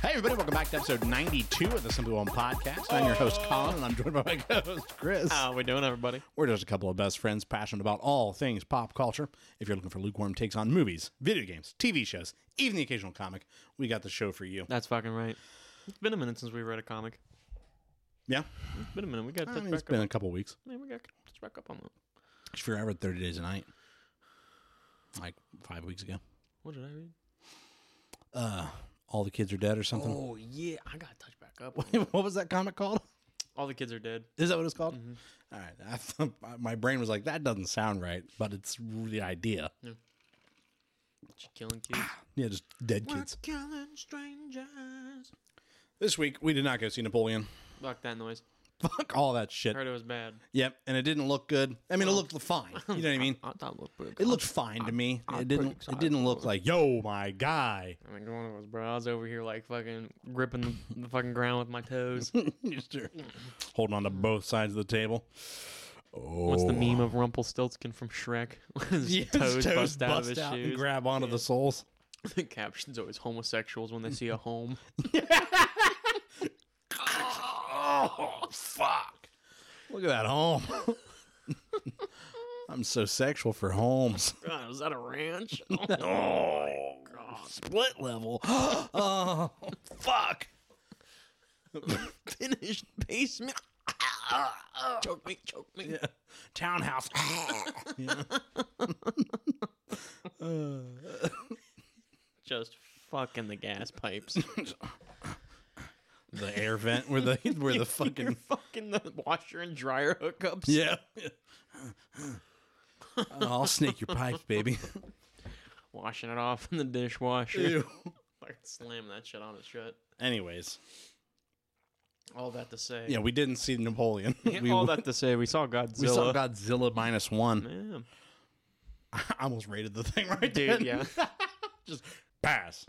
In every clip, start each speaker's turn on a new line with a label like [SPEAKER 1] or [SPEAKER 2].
[SPEAKER 1] Hey, everybody, welcome back to episode 92 of the Simply One Podcast. I'm your host, Colin, and I'm joined by my co host, Chris.
[SPEAKER 2] How we doing, everybody?
[SPEAKER 1] We're just a couple of best friends passionate about all things pop culture. If you're looking for lukewarm takes on movies, video games, TV shows, even the occasional comic, we got the show for you.
[SPEAKER 2] That's fucking right. It's been a minute since we read a comic.
[SPEAKER 1] Yeah?
[SPEAKER 2] It's been a minute. We got to
[SPEAKER 1] I
[SPEAKER 2] touch
[SPEAKER 1] mean, it's
[SPEAKER 2] back
[SPEAKER 1] been
[SPEAKER 2] up.
[SPEAKER 1] a couple weeks.
[SPEAKER 2] Man, we got to touch back up on that.
[SPEAKER 1] If you're ever 30 days a night, like five weeks ago,
[SPEAKER 2] What did I read?
[SPEAKER 1] all the kids are dead or something.
[SPEAKER 2] Oh yeah, I got to touch back up. on-
[SPEAKER 1] what was that comic called?
[SPEAKER 2] All the kids are dead.
[SPEAKER 1] Is that what it's called? All right. I thought, my brain was like, that doesn't sound right, but it's the idea.
[SPEAKER 2] She killing kids.
[SPEAKER 1] Yeah, just dead kids.
[SPEAKER 2] Ah, killing strangers.
[SPEAKER 1] This week, we did not go see Napoleon.
[SPEAKER 2] Fuck that noise.
[SPEAKER 1] Fuck all that shit.
[SPEAKER 2] Heard it was bad.
[SPEAKER 1] Yep, and it didn't look good. I mean, it looked fine. You know what I mean?
[SPEAKER 2] I thought it looked pretty.
[SPEAKER 1] It looked fine to me. It
[SPEAKER 2] I'm pretty
[SPEAKER 1] didn't. It
[SPEAKER 2] excited
[SPEAKER 1] didn't look
[SPEAKER 2] for it.
[SPEAKER 1] like yo, my guy.
[SPEAKER 2] I mean, one of those bro. I was over here like fucking gripping the, the fucking ground with my toes.
[SPEAKER 1] Just uh, holding on to both sides of the table.
[SPEAKER 2] What's the meme of Rumpelstiltskin from Shrek? Oh. His
[SPEAKER 1] Yeah,
[SPEAKER 2] toes, bust, out of his
[SPEAKER 1] and
[SPEAKER 2] shoes.
[SPEAKER 1] grab onto the soles.
[SPEAKER 2] the caption's always homosexuals when they see a home.
[SPEAKER 1] Oh fuck! Look at that home. I'm so sexual for homes.
[SPEAKER 2] God, is that a ranch?
[SPEAKER 1] Oh, split level. oh fuck!
[SPEAKER 2] finished basement. choke me, choke me.
[SPEAKER 1] Townhouse.
[SPEAKER 2] Just fucking the gas pipes.
[SPEAKER 1] the air vent where the where the
[SPEAKER 2] You're
[SPEAKER 1] fucking
[SPEAKER 2] fucking the washer and dryer hookups.
[SPEAKER 1] yeah. I'll snake your pipe, baby.
[SPEAKER 2] Washing it off in the dishwasher.
[SPEAKER 1] Ew.
[SPEAKER 2] Fucking slam that shit on it shut.
[SPEAKER 1] Anyways,
[SPEAKER 2] All that to say.
[SPEAKER 1] yeah, we didn't see Napoleon. We,
[SPEAKER 2] All that to say, we saw Godzilla.
[SPEAKER 1] we saw Godzilla minus one.
[SPEAKER 2] Yeah.
[SPEAKER 1] I almost rated the thing right there.
[SPEAKER 2] Dude, yeah.
[SPEAKER 1] Just pass.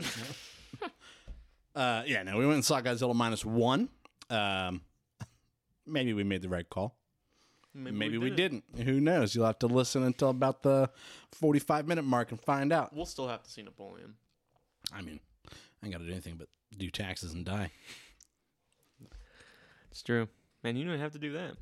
[SPEAKER 1] uh, yeah, no, we went and saw Godzilla minus one. Um, maybe we made the right call. Maybe we,
[SPEAKER 2] did it.
[SPEAKER 1] didn't. Who knows? You'll have to listen until about the 45 minute mark and find out.
[SPEAKER 2] We'll still have to see Napoleon.
[SPEAKER 1] I mean, I ain't got to do anything but do taxes and die.
[SPEAKER 2] It's true. Man, you don't have to do that.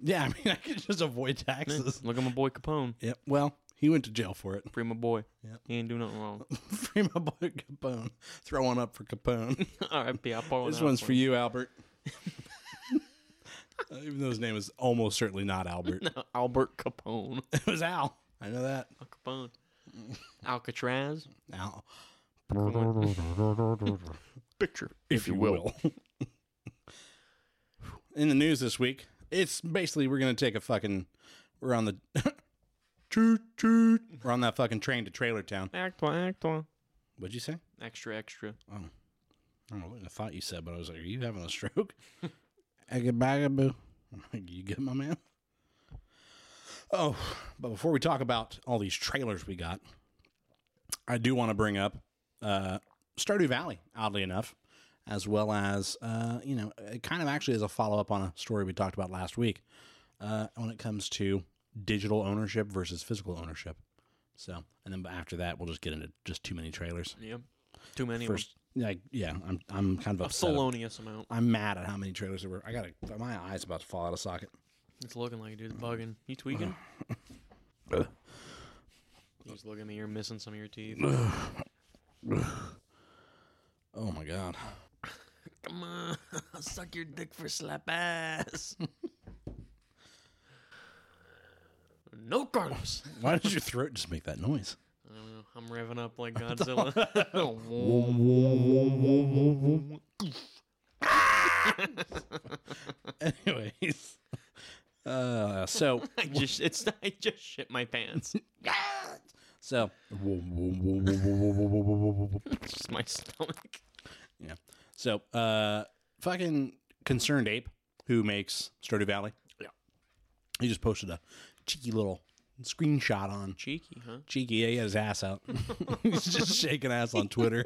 [SPEAKER 1] Yeah, I mean, I could just avoid taxes.
[SPEAKER 2] Look at my boy Capone.
[SPEAKER 1] yep. Well, he went to jail for it.
[SPEAKER 2] Free my boy. He ain't do nothing wrong.
[SPEAKER 1] Free my boy Capone. Throw one up for Capone.
[SPEAKER 2] All right, I'll pour one
[SPEAKER 1] this
[SPEAKER 2] out
[SPEAKER 1] one's for
[SPEAKER 2] him.
[SPEAKER 1] you, Albert. Uh, Even though his name is almost certainly not Albert,
[SPEAKER 2] Albert Capone.
[SPEAKER 1] it was Al. I know that.
[SPEAKER 2] Capone. Alcatraz.
[SPEAKER 1] Al,
[SPEAKER 2] Picture,
[SPEAKER 1] if you will. In the news this week, it's basically we're gonna take a fucking we're on the toot toot. We're on that fucking train to Trailer Town.
[SPEAKER 2] Act one, act one.
[SPEAKER 1] What'd you say?
[SPEAKER 2] Extra, extra.
[SPEAKER 1] I don't know what I thought you said, but I was like, "Are you having a stroke?" Agabagaboo. you good, my man? Oh, but before we talk about all these trailers we got, I do want to bring up uh, Stardew Valley, oddly enough, as well as uh, you know, it kind of actually is a follow up on a story we talked about last week uh, when it comes to digital ownership versus physical ownership. So, and then after that, we'll just get into just too many trailers.
[SPEAKER 2] Yep. Too many.
[SPEAKER 1] First, like, yeah, I'm I'm kind of upset.
[SPEAKER 2] Solonious amount.
[SPEAKER 1] I'm mad at how many trailers there were. I got my eyes about to fall out of socket.
[SPEAKER 2] It's looking like a dude's bugging. You tweaking?
[SPEAKER 1] Uh.
[SPEAKER 2] You just look at me. You're missing some of your teeth.
[SPEAKER 1] Oh my god.
[SPEAKER 2] Come on. Suck your dick for slap ass. no, Carlos.
[SPEAKER 1] Why did your throat just make that noise?
[SPEAKER 2] I don't know. Uh, I'm revving up like Godzilla.
[SPEAKER 1] Anyways. Uh, so
[SPEAKER 2] I just, it's, I just shit my pants.
[SPEAKER 1] so
[SPEAKER 2] It's just my stomach.
[SPEAKER 1] yeah. So uh fucking concerned ape who makes Stardew Valley.
[SPEAKER 2] Yeah.
[SPEAKER 1] He just posted a cheeky little screenshot on
[SPEAKER 2] Cheeky, huh?
[SPEAKER 1] cheeky. Yeah, he had his ass out. He's just shaking ass on Twitter.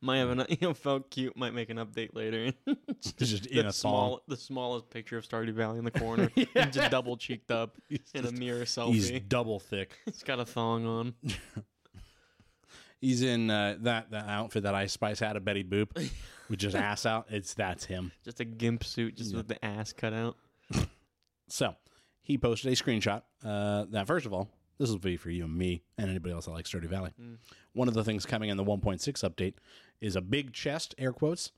[SPEAKER 2] Might have an you know, felt cute. Might make an update later. It's
[SPEAKER 1] He's just in a song.
[SPEAKER 2] small, the smallest picture of Stardew Valley in the corner, and just double cheeked up in a mirror selfie.
[SPEAKER 1] He's double thick.
[SPEAKER 2] He's got a thong on.
[SPEAKER 1] He's in uh, that that outfit that Ice Spice had of Betty Boop, with just ass out. It's that's him.
[SPEAKER 2] Just a gimp suit, just
[SPEAKER 1] Yeah.
[SPEAKER 2] with the ass cut out.
[SPEAKER 1] So he posted a screenshot. Uh, that first of all, this will be for you and me and anybody else that likes Sturdy Valley.
[SPEAKER 2] Mm.
[SPEAKER 1] One of the things coming in the 1.6 update is a big chest, air quotes.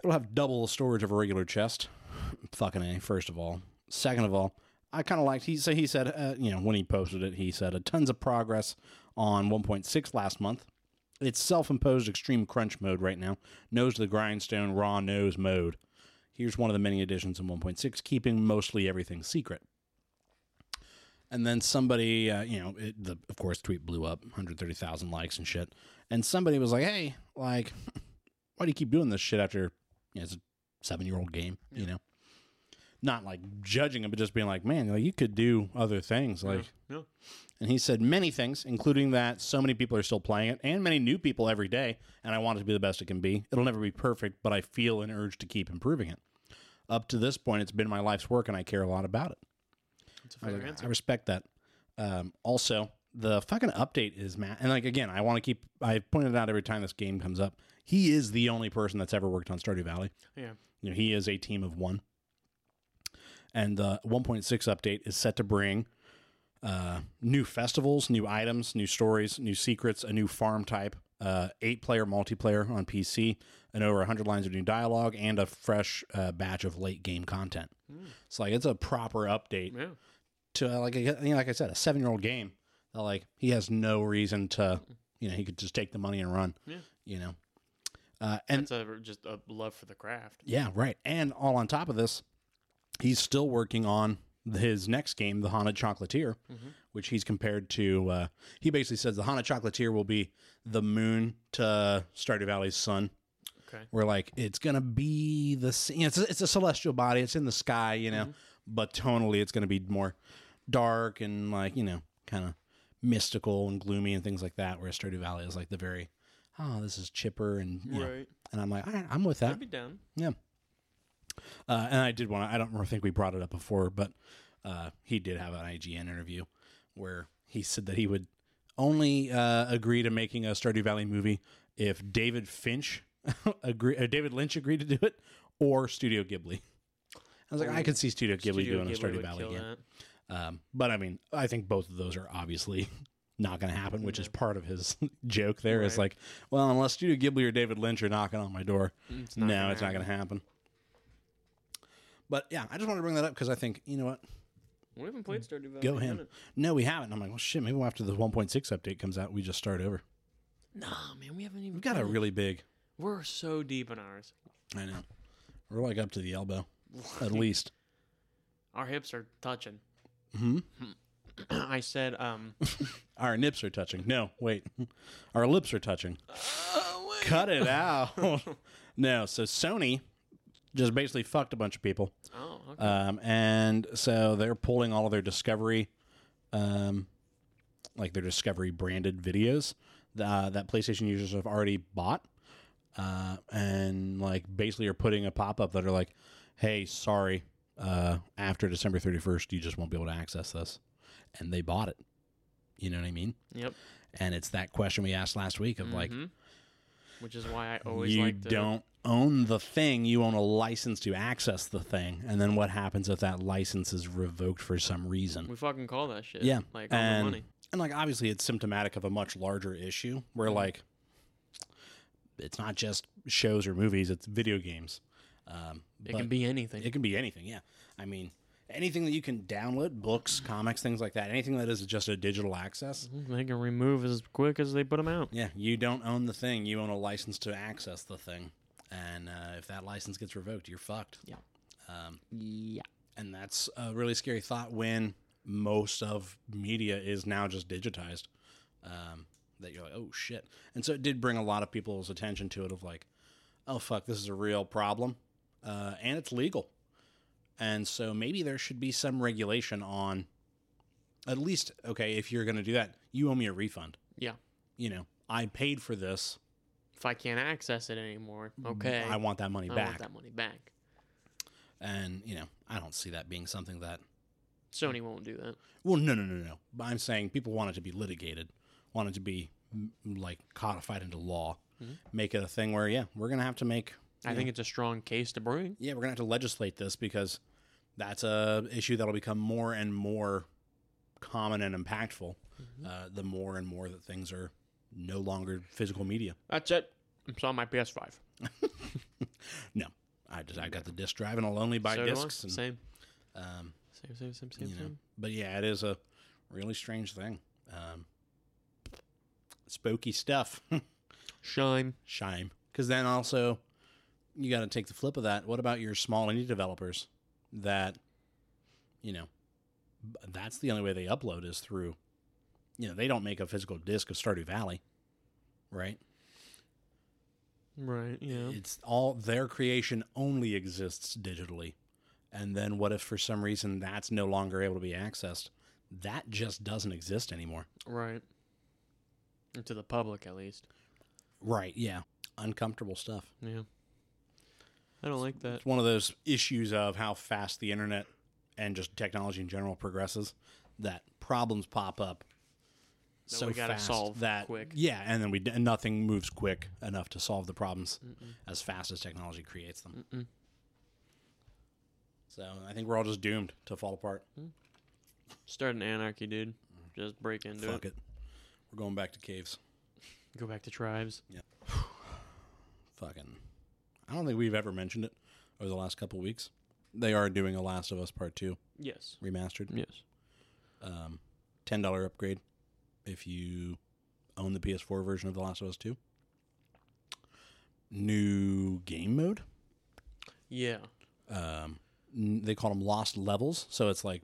[SPEAKER 1] It'll have double the storage of a regular chest. Fucking a. First of all, second of all, I kind of liked. He so he said, uh, you know, when he posted it, he said, uh, "Tons of progress on 1.6 last month." It's self-imposed extreme crunch mode right now. Nose to the grindstone, raw nose mode. Here's one of the many additions in 1.6, keeping mostly everything secret. And then somebody, uh, you know, it, the of course tweet blew up, 130,000 likes and shit. And somebody was like, "Hey, like, why do you keep doing this shit after you know, it's a seven-year-old game?" You know, not like judging him, but just being like, "Man, like, you could do other things." Like,
[SPEAKER 2] No.
[SPEAKER 1] and he said many things, including that so many people are still playing it and many new people every day. And I want it to be the best it can be. It'll never be perfect, but I feel an urge to keep improving it. Up to this point, it's been my life's work and I care a lot about it.
[SPEAKER 2] That's a
[SPEAKER 1] I,
[SPEAKER 2] fair
[SPEAKER 1] I
[SPEAKER 2] answer.
[SPEAKER 1] respect that. Um, also, the fucking update is Matt. And like, again, I want to keep, I pointed it out every time this game comes up. He is the only person that's ever worked on Stardew Valley.
[SPEAKER 2] Yeah.
[SPEAKER 1] You know, he is a team of one. And the 1.6 update is set to bring uh, new festivals, new items, new stories, new secrets, a new farm type, uh, eight player multiplayer on PC, and over 100 lines of new dialogue, and a fresh uh, batch of late game content.
[SPEAKER 2] Mm.
[SPEAKER 1] It's like it's a proper update
[SPEAKER 2] Yeah.
[SPEAKER 1] to uh, like a, you know, like I said, a seven year old game. That like he has no reason to, you know, he could just take the money and run.
[SPEAKER 2] Yeah.
[SPEAKER 1] You know, uh, and
[SPEAKER 2] That's a, just a love for the craft.
[SPEAKER 1] yeah, right. And all on top of this, he's still working on his next game, The Haunted Chocolatier,
[SPEAKER 2] Mhm.
[SPEAKER 1] which he's compared to. Uh, he basically says The Haunted Chocolatier will be the moon to Stardew Valley's sun.
[SPEAKER 2] Okay.
[SPEAKER 1] Where like it's gonna be the s- you know, it's a, it's a celestial body. It's in the sky, you know,
[SPEAKER 2] Mm-hmm.
[SPEAKER 1] but tonally it's gonna be more dark and like you know kind of mystical and gloomy and things like that. Where Stardew Valley is like the very oh this is chipper and you know.
[SPEAKER 2] Right.
[SPEAKER 1] and I'm like all right, I'm with that.
[SPEAKER 2] I'd be down.
[SPEAKER 1] Uh, and I did want to, I don't remember- think we brought it up before, but uh, he did have an IGN interview where he said that he would only uh, agree to making a Stardew Valley movie if David Finch agree, uh, David Lynch agreed to do it or Studio Ghibli. I was like, I could see Studio Ghibli
[SPEAKER 2] Studio
[SPEAKER 1] doing
[SPEAKER 2] Ghibli
[SPEAKER 1] a Stardew
[SPEAKER 2] would
[SPEAKER 1] Valley
[SPEAKER 2] kill
[SPEAKER 1] game.
[SPEAKER 2] that.
[SPEAKER 1] Um, but I mean, I think both of those are obviously not going to happen, which is
[SPEAKER 2] No.
[SPEAKER 1] part of his joke There is
[SPEAKER 2] Right.
[SPEAKER 1] like, well, unless Studio Ghibli or David Lynch are knocking on my door,
[SPEAKER 2] Mm, It's
[SPEAKER 1] no,
[SPEAKER 2] gonna
[SPEAKER 1] it's not going
[SPEAKER 2] happen.
[SPEAKER 1] to happen. But yeah, I just wanted to bring that up because I think you know what?
[SPEAKER 2] We haven't played Stardew Valley.
[SPEAKER 1] Go
[SPEAKER 2] in a
[SPEAKER 1] him.
[SPEAKER 2] minute.
[SPEAKER 1] No, we haven't. And I'm like, well, shit. Maybe we'll after the 1.6 update comes out, we just start over.
[SPEAKER 2] Nah, man, we haven't even.
[SPEAKER 1] We've got a
[SPEAKER 2] played it.
[SPEAKER 1] really big.
[SPEAKER 2] We're so deep in ours.
[SPEAKER 1] I know. We're like up to the elbow, at least.
[SPEAKER 2] Our hips are touching.
[SPEAKER 1] hmm
[SPEAKER 2] I said, um.
[SPEAKER 1] Our nips are touching. No, wait. Our lips are touching.
[SPEAKER 2] oh, wait.
[SPEAKER 1] Cut it out. no. So Sony just basically fucked a bunch of people.
[SPEAKER 2] Oh, okay.
[SPEAKER 1] Um, and so they're pulling all of their Discovery, um, like their Discovery branded videos uh, that PlayStation users have already bought, uh, and like basically are putting a pop up that are like, "Hey, sorry, uh, after December thirty first, you just won't be able to access this," and they bought it. You know what I mean?
[SPEAKER 2] Yep.
[SPEAKER 1] And it's that question we asked last week of like,
[SPEAKER 2] Mhm. Which is why I always
[SPEAKER 1] you
[SPEAKER 2] like to.
[SPEAKER 1] don't own the thing you own a license to access the thing and then what happens if that license is revoked for some reason
[SPEAKER 2] We fucking call that shit.
[SPEAKER 1] Yeah,
[SPEAKER 2] Like on
[SPEAKER 1] and-
[SPEAKER 2] the money.
[SPEAKER 1] and like obviously it's symptomatic of a much larger issue where
[SPEAKER 2] Mm-hmm.
[SPEAKER 1] like it's not just shows or movies it's video games um,
[SPEAKER 2] It
[SPEAKER 1] but-
[SPEAKER 2] can be anything.
[SPEAKER 1] it can be anything yeah i mean anything that you can download books comics things like that anything that is just a digital access
[SPEAKER 2] they can remove as quick as they put them out.
[SPEAKER 1] yeah you don't own the thing you own a license to access the thing and uh, if that license gets revoked you're fucked
[SPEAKER 2] Yeah.
[SPEAKER 1] um,
[SPEAKER 2] Yeah.
[SPEAKER 1] And that's a really scary thought when most of media is now just digitized. Um, that you're like, oh shit. And so it did bring a lot of people's attention to it of like, oh fuck, this is a real problem. Uh, and it's legal. And so maybe there should be some regulation on at least, okay, if you're going to do that, you owe me a refund.
[SPEAKER 2] Yeah.
[SPEAKER 1] You know, I paid for this.
[SPEAKER 2] If I can't access it anymore, okay.
[SPEAKER 1] Mm, I want that money
[SPEAKER 2] I
[SPEAKER 1] back.
[SPEAKER 2] want that money back.
[SPEAKER 1] And, you know, I don't see that being something that
[SPEAKER 2] Sony won't do that.
[SPEAKER 1] Well, no, no, no, no. But I'm saying people want it to be litigated, want it to be m- like codified into law, make it a thing where yeah, we're gonna have to make
[SPEAKER 2] Mm-hmm. I think it's a strong case to bring.
[SPEAKER 1] yeah, we're gonna have to legislate this because that's a issue that'll become more and more common and impactful
[SPEAKER 2] Mm-hmm.
[SPEAKER 1] uh, the more and more that things are no longer physical media.
[SPEAKER 2] That's it. I'm selling my PS5.
[SPEAKER 1] No, I just I got the disc drive and I'll only buy
[SPEAKER 2] So do I.
[SPEAKER 1] discs. And,
[SPEAKER 2] Same.
[SPEAKER 1] um,
[SPEAKER 2] Same, same, same, same,
[SPEAKER 1] you know,
[SPEAKER 2] same.
[SPEAKER 1] but yeah, it is a really strange thing. Um, spooky stuff.
[SPEAKER 2] Shime.
[SPEAKER 1] Shame. Because then also, you got to take the flip of that. What about your small indie developers that, you know, b- that's the only way they upload is through, you know, they don't make a physical disc of Stardew Valley, right?
[SPEAKER 2] Right, yeah.
[SPEAKER 1] It's all their creation only exists digitally. And then what if for some reason that's no longer able to be accessed? That just doesn't exist anymore.
[SPEAKER 2] Right. And to the public, at least.
[SPEAKER 1] Right. Yeah. Uncomfortable stuff.
[SPEAKER 2] Yeah. I don't like that.
[SPEAKER 1] It's one of those issues of how fast the internet and just technology in general progresses that problems pop up
[SPEAKER 2] That
[SPEAKER 1] so
[SPEAKER 2] we gotta
[SPEAKER 1] fast
[SPEAKER 2] solve
[SPEAKER 1] that
[SPEAKER 2] quick.
[SPEAKER 1] yeah, and then we and nothing moves quick enough to solve the problems as fast as technology creates them.
[SPEAKER 2] Mm-mm.
[SPEAKER 1] So I think we're all just doomed to fall apart.
[SPEAKER 2] Start an anarchy, dude. Just break into
[SPEAKER 1] Fuck it. We're going back to caves.
[SPEAKER 2] it. Go back to tribes.
[SPEAKER 1] Fucking. I don't think we've ever mentioned it over the last couple weeks. They are doing a Last of Us Part Two
[SPEAKER 2] Yes.
[SPEAKER 1] remastered.
[SPEAKER 2] Yes.
[SPEAKER 1] um, ten dollar upgrade if you own the PS4 version of The Last of Us Two. New game mode.
[SPEAKER 2] Yeah.
[SPEAKER 1] Um, n- they call them lost levels, so it's like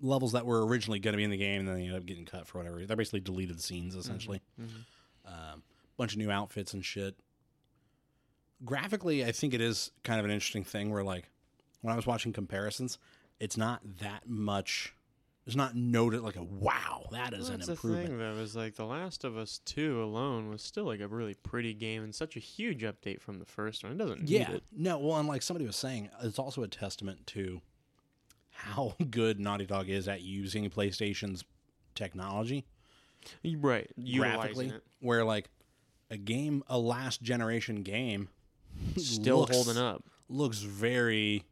[SPEAKER 1] levels that were originally going to be in the game, and then they ended up getting cut for whatever. They're basically deleted scenes, essentially.
[SPEAKER 2] Mhm.
[SPEAKER 1] Um, bunch of new outfits and shit. Graphically, I think it is kind of an interesting thing where, like, when I was watching comparisons, it's not that much. It's not noted like a wow. That is
[SPEAKER 2] Well,
[SPEAKER 1] an
[SPEAKER 2] that's
[SPEAKER 1] improvement.
[SPEAKER 2] the thing though is like the last of us 2 alone was still like a really pretty game and such a huge update from the first one it doesn't need
[SPEAKER 1] Yeah.
[SPEAKER 2] it
[SPEAKER 1] No, well, and like somebody was saying, it's also a testament to how good Naughty Dog is at using PlayStation's technology
[SPEAKER 2] Y- right
[SPEAKER 1] graphically.
[SPEAKER 2] utilizing it
[SPEAKER 1] Where like a game, a last generation game,
[SPEAKER 2] still
[SPEAKER 1] looks-
[SPEAKER 2] holding up
[SPEAKER 1] looks very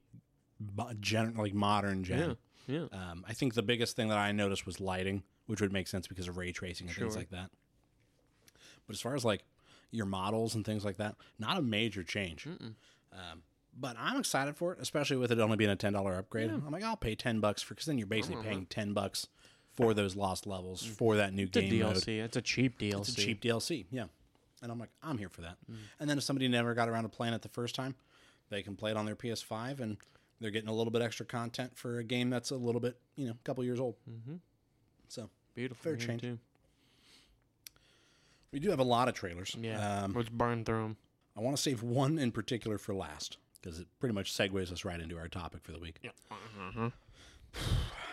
[SPEAKER 1] mo- gen- like modern gen.
[SPEAKER 2] yeah
[SPEAKER 1] Um, I think the biggest thing that I noticed was lighting, which would make sense because of ray tracing and things
[SPEAKER 2] Sure.
[SPEAKER 1] like that. But as far as like your models and things like that, not a major change.
[SPEAKER 2] Mm-mm.
[SPEAKER 1] Um, but I'm excited for it, especially with it only being a ten dollar upgrade. I'm like, I'll pay ten bucks for because then you're basically
[SPEAKER 2] on
[SPEAKER 1] paying ten bucks for those lost levels
[SPEAKER 2] Mm.
[SPEAKER 1] for that new
[SPEAKER 2] it's a
[SPEAKER 1] game mode.
[SPEAKER 2] dlc it's a cheap dlc
[SPEAKER 1] It's a cheap DLC, yeah. And I'm like, I'm here for that. And then if somebody never got around to playing it the first time, they can play it on their PS5 and they're getting a little bit extra content for a game that's a little bit, you know, a couple years old.
[SPEAKER 2] mm-hmm.
[SPEAKER 1] So
[SPEAKER 2] beautiful
[SPEAKER 1] Fair
[SPEAKER 2] game,
[SPEAKER 1] change.
[SPEAKER 2] too.
[SPEAKER 1] we do have a lot of trailers.
[SPEAKER 2] yeah
[SPEAKER 1] Um,
[SPEAKER 2] let's burn through 'em.
[SPEAKER 1] I want to save one in particular for last because it pretty much segues us right into our topic for the week.
[SPEAKER 2] uh-huh.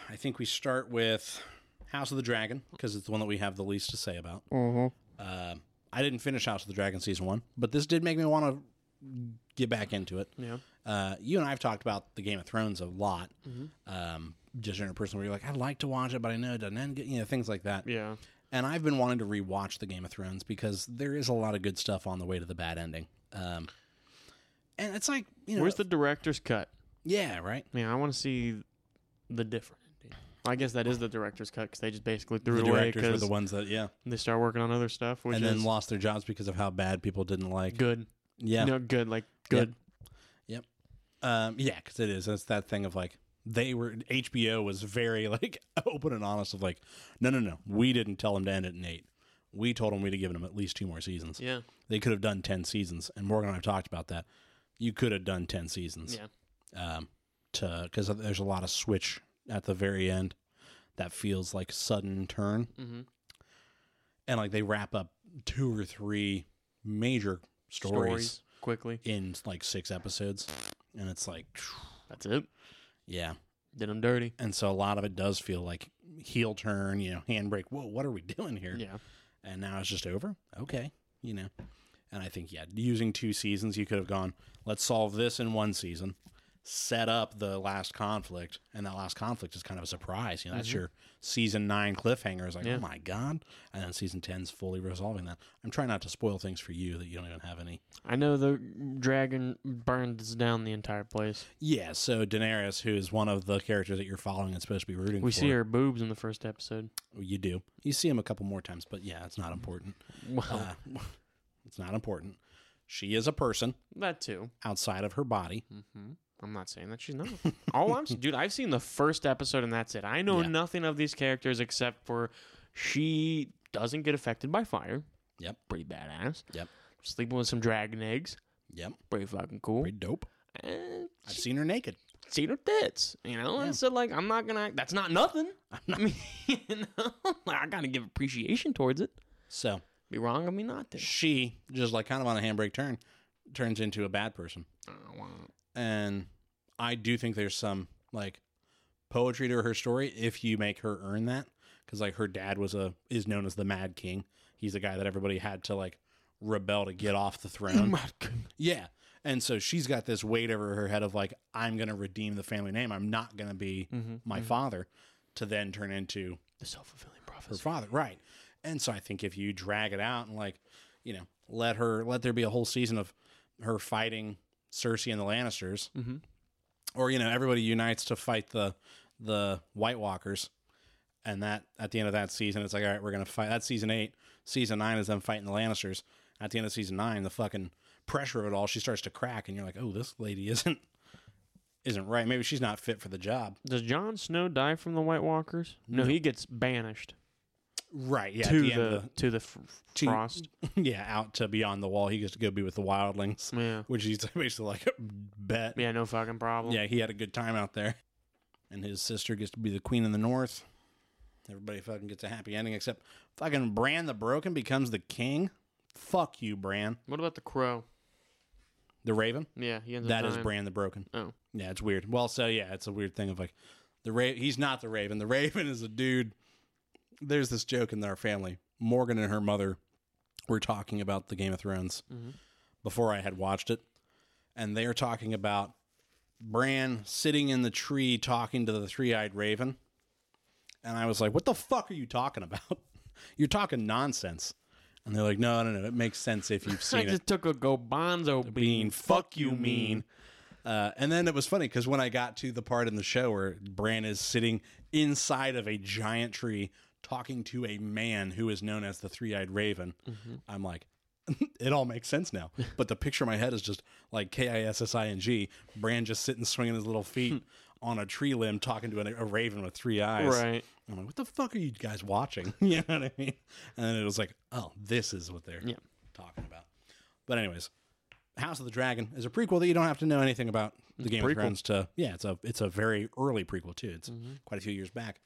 [SPEAKER 1] I think we start with House of the Dragon because it's the one that we have the least to say about. Uh, I didn't finish House of the Dragon season one, but this did make me want to get back into it.
[SPEAKER 2] yeah
[SPEAKER 1] Uh, you and I have talked about the Game of Thrones a lot,
[SPEAKER 2] Mm-hmm.
[SPEAKER 1] um, just interpersonal. Where you're like, I'd like to watch it, but I know it doesn't end. good," You know, things like that.
[SPEAKER 2] yeah
[SPEAKER 1] And I've been wanting to rewatch the Game of Thrones because there is a lot of good stuff on the way to the bad ending. Um, and it's like, you know,
[SPEAKER 2] where's the director's cut
[SPEAKER 1] yeah, right.
[SPEAKER 2] yeah i want to see the different ending I guess that is the director's cut because they just basically threw
[SPEAKER 1] The
[SPEAKER 2] it away
[SPEAKER 1] directors were
[SPEAKER 2] because
[SPEAKER 1] the ones that, yeah,
[SPEAKER 2] they start working on other stuff, which
[SPEAKER 1] and
[SPEAKER 2] is
[SPEAKER 1] then lost their jobs because of how bad people didn't like.
[SPEAKER 2] good.
[SPEAKER 1] Yeah,
[SPEAKER 2] No, good, like good.
[SPEAKER 1] Um, yeah, because it is. It's that thing of like they were HBO was very like open and honest of like, no, no, no, we didn't tell them to end at an eight. We told them we'd have given them at least two more seasons.
[SPEAKER 2] Yeah.
[SPEAKER 1] They could have done ten seasons, and Morgan and I have talked about that. You could have done ten seasons.
[SPEAKER 2] Yeah.
[SPEAKER 1] Um, to because there's a lot of switch at the very end that feels like sudden turn,
[SPEAKER 2] Mm-hmm.
[SPEAKER 1] and like they wrap up two or three major stories
[SPEAKER 2] quickly.
[SPEAKER 1] in like six episodes, and it's like,
[SPEAKER 2] That's it.
[SPEAKER 1] yeah.
[SPEAKER 2] Did them dirty.
[SPEAKER 1] and so a lot of it does feel like heel turn, you know, handbrake. Whoa, what are we doing here?
[SPEAKER 2] Yeah.
[SPEAKER 1] And now it's just over. Okay, you know. And I think yeah, using two seasons, you could have gone. Let's solve this in one season, set up the last conflict, and that last conflict is kind of a surprise. You know, that's your season nine cliffhanger. Is like,
[SPEAKER 2] Mm-hmm. Yeah.
[SPEAKER 1] oh my god, and then season 10's fully resolving that. I'm trying not to spoil things for you that you don't even have any.
[SPEAKER 2] I know the dragon burns down the entire place.
[SPEAKER 1] Yeah, so Daenerys, who is one of the characters that you're following and supposed to be rooting
[SPEAKER 2] We
[SPEAKER 1] for,
[SPEAKER 2] see her boobs in the first episode.
[SPEAKER 1] You do. You see him a couple more times, but yeah, it's not important.
[SPEAKER 2] Well,
[SPEAKER 1] Uh, it's not important. She is a person
[SPEAKER 2] that too.
[SPEAKER 1] outside of her body.
[SPEAKER 2] hmm I'm not saying that she's not. All I'm, s- dude, I've seen the first episode and that's it. I know
[SPEAKER 1] Yeah.
[SPEAKER 2] nothing of these characters except for she doesn't get affected by fire.
[SPEAKER 1] Yep.
[SPEAKER 2] Pretty badass.
[SPEAKER 1] Yep.
[SPEAKER 2] Sleeping with some dragon eggs.
[SPEAKER 1] Yep.
[SPEAKER 2] Pretty fucking cool.
[SPEAKER 1] Pretty dope.
[SPEAKER 2] And
[SPEAKER 1] I've seen her naked.
[SPEAKER 2] seen her tits, you know?
[SPEAKER 1] Yeah.
[SPEAKER 2] And so, like, I'm not gonna, that's not nothing. I mean, you know, like, I gotta give appreciation towards it.
[SPEAKER 1] So
[SPEAKER 2] Be wrong of me not to.
[SPEAKER 1] she, just like kind of on a handbrake turn, turns into a bad person. And I do think there's some like poetry to her story if you make her earn that. Cause like her dad was a, is known as the Mad King. He's the guy that everybody had to like rebel to get off the throne. Yeah. And so she's got this weight over her head of like, I'm going to redeem the family name. I'm not going to be
[SPEAKER 2] Mm-hmm.
[SPEAKER 1] my father to then turn into
[SPEAKER 2] The self fulfilling
[SPEAKER 1] her
[SPEAKER 2] prophecy.
[SPEAKER 1] father. Right. And so I think if you drag it out and like, you know, let her, let there be a whole season of her fighting Cersei and the Lannisters
[SPEAKER 2] Mm-hmm.
[SPEAKER 1] or, you know, everybody unites to fight the, the White Walkers. And that at the end of that season, it's like, all right, we're going to fight. That's season eight. Season nine is them fighting the Lannisters. At the end of season nine, the fucking pressure of it all, she starts to crack, and you're like, oh, this lady isn't isn't right. Maybe she's not fit for the job.
[SPEAKER 2] Does Jon Snow die from the White Walkers? No, he gets banished
[SPEAKER 1] Right. Yeah.
[SPEAKER 2] to
[SPEAKER 1] at the,
[SPEAKER 2] the,
[SPEAKER 1] end of
[SPEAKER 2] to the fr-
[SPEAKER 1] To-
[SPEAKER 2] frost.
[SPEAKER 1] the, yeah, out to beyond the wall. He gets to go be with the wildlings,
[SPEAKER 2] Yeah,
[SPEAKER 1] which he's basically like, bet.
[SPEAKER 2] yeah, no fucking problem.
[SPEAKER 1] Yeah, he had a good time out there. And his sister gets to be the queen in the north. Everybody fucking gets a happy ending, except fucking Bran the Broken becomes the king. Fuck you, Bran.
[SPEAKER 2] What about the crow?
[SPEAKER 1] The Raven?
[SPEAKER 2] Yeah, he ends up.
[SPEAKER 1] That is
[SPEAKER 2] dying.
[SPEAKER 1] Bran the Broken.
[SPEAKER 2] Oh.
[SPEAKER 1] Yeah, it's weird. Well, so yeah, it's a weird thing of like the Ra- he's not the Raven. The Raven is a dude. There's this joke in our family. Morgan and her mother were talking about the Game of Thrones
[SPEAKER 2] Mhm.
[SPEAKER 1] before I had watched it. And they're talking about Bran sitting in the tree talking to the three-eyed raven. And I was like, "What the fuck are you talking about? You're talking nonsense." And they're like, "No, no, no. It makes sense if you've seen
[SPEAKER 2] I
[SPEAKER 1] it."
[SPEAKER 2] just took a gobonzo bean.
[SPEAKER 1] mean. Fuck you, mean. Uh, and then it was funny because when I got to the part in the show where Bran is sitting inside of a giant tree talking to a man who is known as the Three Eyed Raven, I'm like, it all makes sense now. But the picture in my head is just like K I S S I N G, Bran just sitting swinging his little feet on a tree limb talking to a, a raven with three eyes.
[SPEAKER 2] Right.
[SPEAKER 1] I'm like, what the fuck are you guys watching? you know what I mean? And then it was like, oh, this is what they're
[SPEAKER 2] Yeah.
[SPEAKER 1] talking about. But anyways, House of the Dragon is a prequel that you don't have to know anything about the Game of
[SPEAKER 2] prequel. Mm-hmm.
[SPEAKER 1] Thrones to. Yeah, it's a it's a very early prequel too. It's quite a few years back.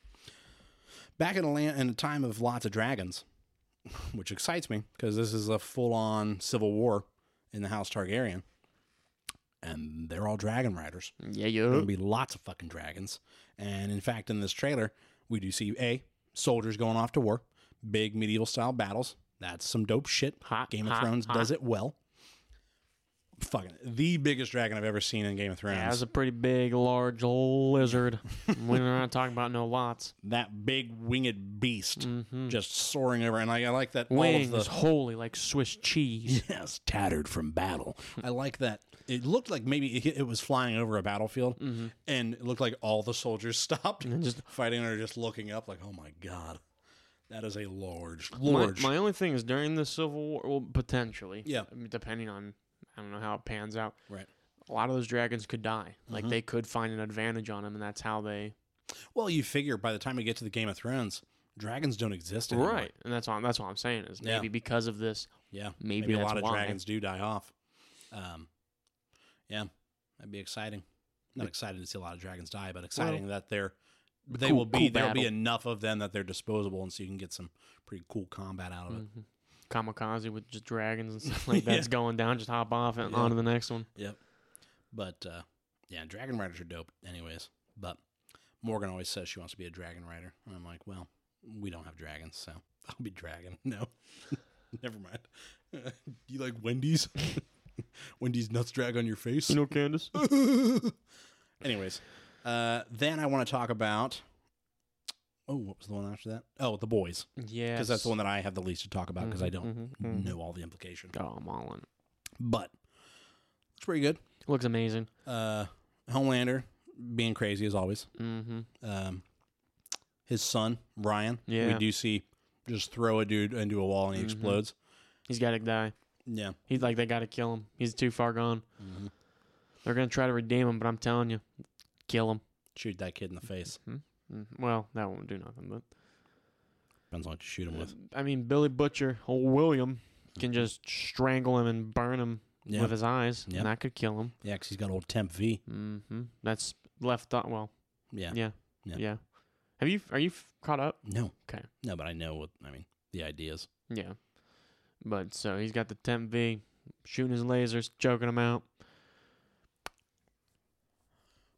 [SPEAKER 1] Back in a land in a time of lots of dragons, which excites me because this is a full on civil war in the House Targaryen, and they're all dragon riders.
[SPEAKER 2] Yeah,
[SPEAKER 1] There'll
[SPEAKER 2] yo.
[SPEAKER 1] be lots of fucking dragons. And in fact, in this trailer, we do see A, soldiers going off to war, big medieval style battles. That's some dope shit.
[SPEAKER 2] Hot,
[SPEAKER 1] Game of
[SPEAKER 2] hot,
[SPEAKER 1] Thrones
[SPEAKER 2] hot.
[SPEAKER 1] does it well. Fucking the biggest dragon I've ever seen in Game of Thrones.
[SPEAKER 2] Yeah, that's a pretty big, large lizard. We're not talking about no lots.
[SPEAKER 1] that big winged beast
[SPEAKER 2] Mm-hmm.
[SPEAKER 1] just soaring over. And I, I like that
[SPEAKER 2] Wings
[SPEAKER 1] all of the
[SPEAKER 2] holy like Swiss cheese.
[SPEAKER 1] yes, tattered from battle. I like that. It looked like maybe it, it was flying over a battlefield, and it looked like all the soldiers stopped and just fighting or just looking up, like, "Oh my god, that is a large,
[SPEAKER 2] My,
[SPEAKER 1] large."
[SPEAKER 2] my only thing is during the Civil War, well, potentially,
[SPEAKER 1] Yeah.
[SPEAKER 2] I mean, depending on I don't know how it pans out.
[SPEAKER 1] right. Mm-hmm.
[SPEAKER 2] A lot of those dragons could die. Like they could find an advantage on them, and that's how they
[SPEAKER 1] Well, you figure by the time we get to the Game of Thrones, dragons don't exist anymore.
[SPEAKER 2] right. And that's all. That's what I'm saying is
[SPEAKER 1] Yeah.
[SPEAKER 2] maybe because of this.
[SPEAKER 1] Yeah.
[SPEAKER 2] Maybe
[SPEAKER 1] a
[SPEAKER 2] that's
[SPEAKER 1] lot of
[SPEAKER 2] why.
[SPEAKER 1] dragons do die off. Um, yeah, that'd be exciting. Not excited to see a lot of dragons die, but exciting that they're they
[SPEAKER 2] cool-
[SPEAKER 1] will be
[SPEAKER 2] cool
[SPEAKER 1] there'll be
[SPEAKER 2] battle.
[SPEAKER 1] enough of them that they're disposable, and so you can get some pretty cool combat out of it.
[SPEAKER 2] Mhm. Kamikaze with just dragons and stuff like that's
[SPEAKER 1] Yeah.
[SPEAKER 2] going down. Just hop off and
[SPEAKER 1] Yeah.
[SPEAKER 2] on to the next one.
[SPEAKER 1] Yep. But uh, yeah, dragon riders are dope, anyways. But Morgan always says she wants to be a dragon rider, and I'm like, well, we don't have dragons, so I'll be dragon. No, never mind. you like Wendy's? Wendy's nuts drag on your face?
[SPEAKER 2] know, Candace.
[SPEAKER 1] um, Anyways, uh, then I want to talk about. Oh, what was the one after that? Oh, the boys,
[SPEAKER 2] Yeah.
[SPEAKER 1] because that's the one that I have the least to talk about because I don't know all the implications.
[SPEAKER 2] Mm-hmm, Oh, I'm all in.
[SPEAKER 1] But it's pretty good.
[SPEAKER 2] Looks amazing.
[SPEAKER 1] Uh, Homelander being crazy as always.
[SPEAKER 2] Mm-hmm.
[SPEAKER 1] Um, his son Ryan, who we
[SPEAKER 2] Yeah.
[SPEAKER 1] do see just throw a dude into a wall and he
[SPEAKER 2] Mhm.
[SPEAKER 1] explodes.
[SPEAKER 2] He's got to die.
[SPEAKER 1] Yeah,
[SPEAKER 2] He's like they got to kill him. He's too far gone. They're gonna try to redeem him, but I'm telling you, kill him.
[SPEAKER 1] shoot that kid in the face.
[SPEAKER 2] Mm, Well, that won't do nothing. But
[SPEAKER 1] Depends on what you shoot him with. Mm-hmm.
[SPEAKER 2] I mean, Billy Butcher, old William, can just strangle him and burn him
[SPEAKER 1] Yeah,
[SPEAKER 2] with his eyes,
[SPEAKER 1] Yeah.
[SPEAKER 2] and that could kill him.
[SPEAKER 1] yeah, because he's got old Temp V.
[SPEAKER 2] Mm-hmm. That's left. Th- well,
[SPEAKER 1] Yeah.
[SPEAKER 2] yeah,
[SPEAKER 1] Yeah.
[SPEAKER 2] yeah, Have you? Are you f- caught up?
[SPEAKER 1] No.
[SPEAKER 2] Okay.
[SPEAKER 1] No, but I know what I mean. The ideas.
[SPEAKER 2] Yeah. But so he's got the temp V, shooting his lasers, choking him out.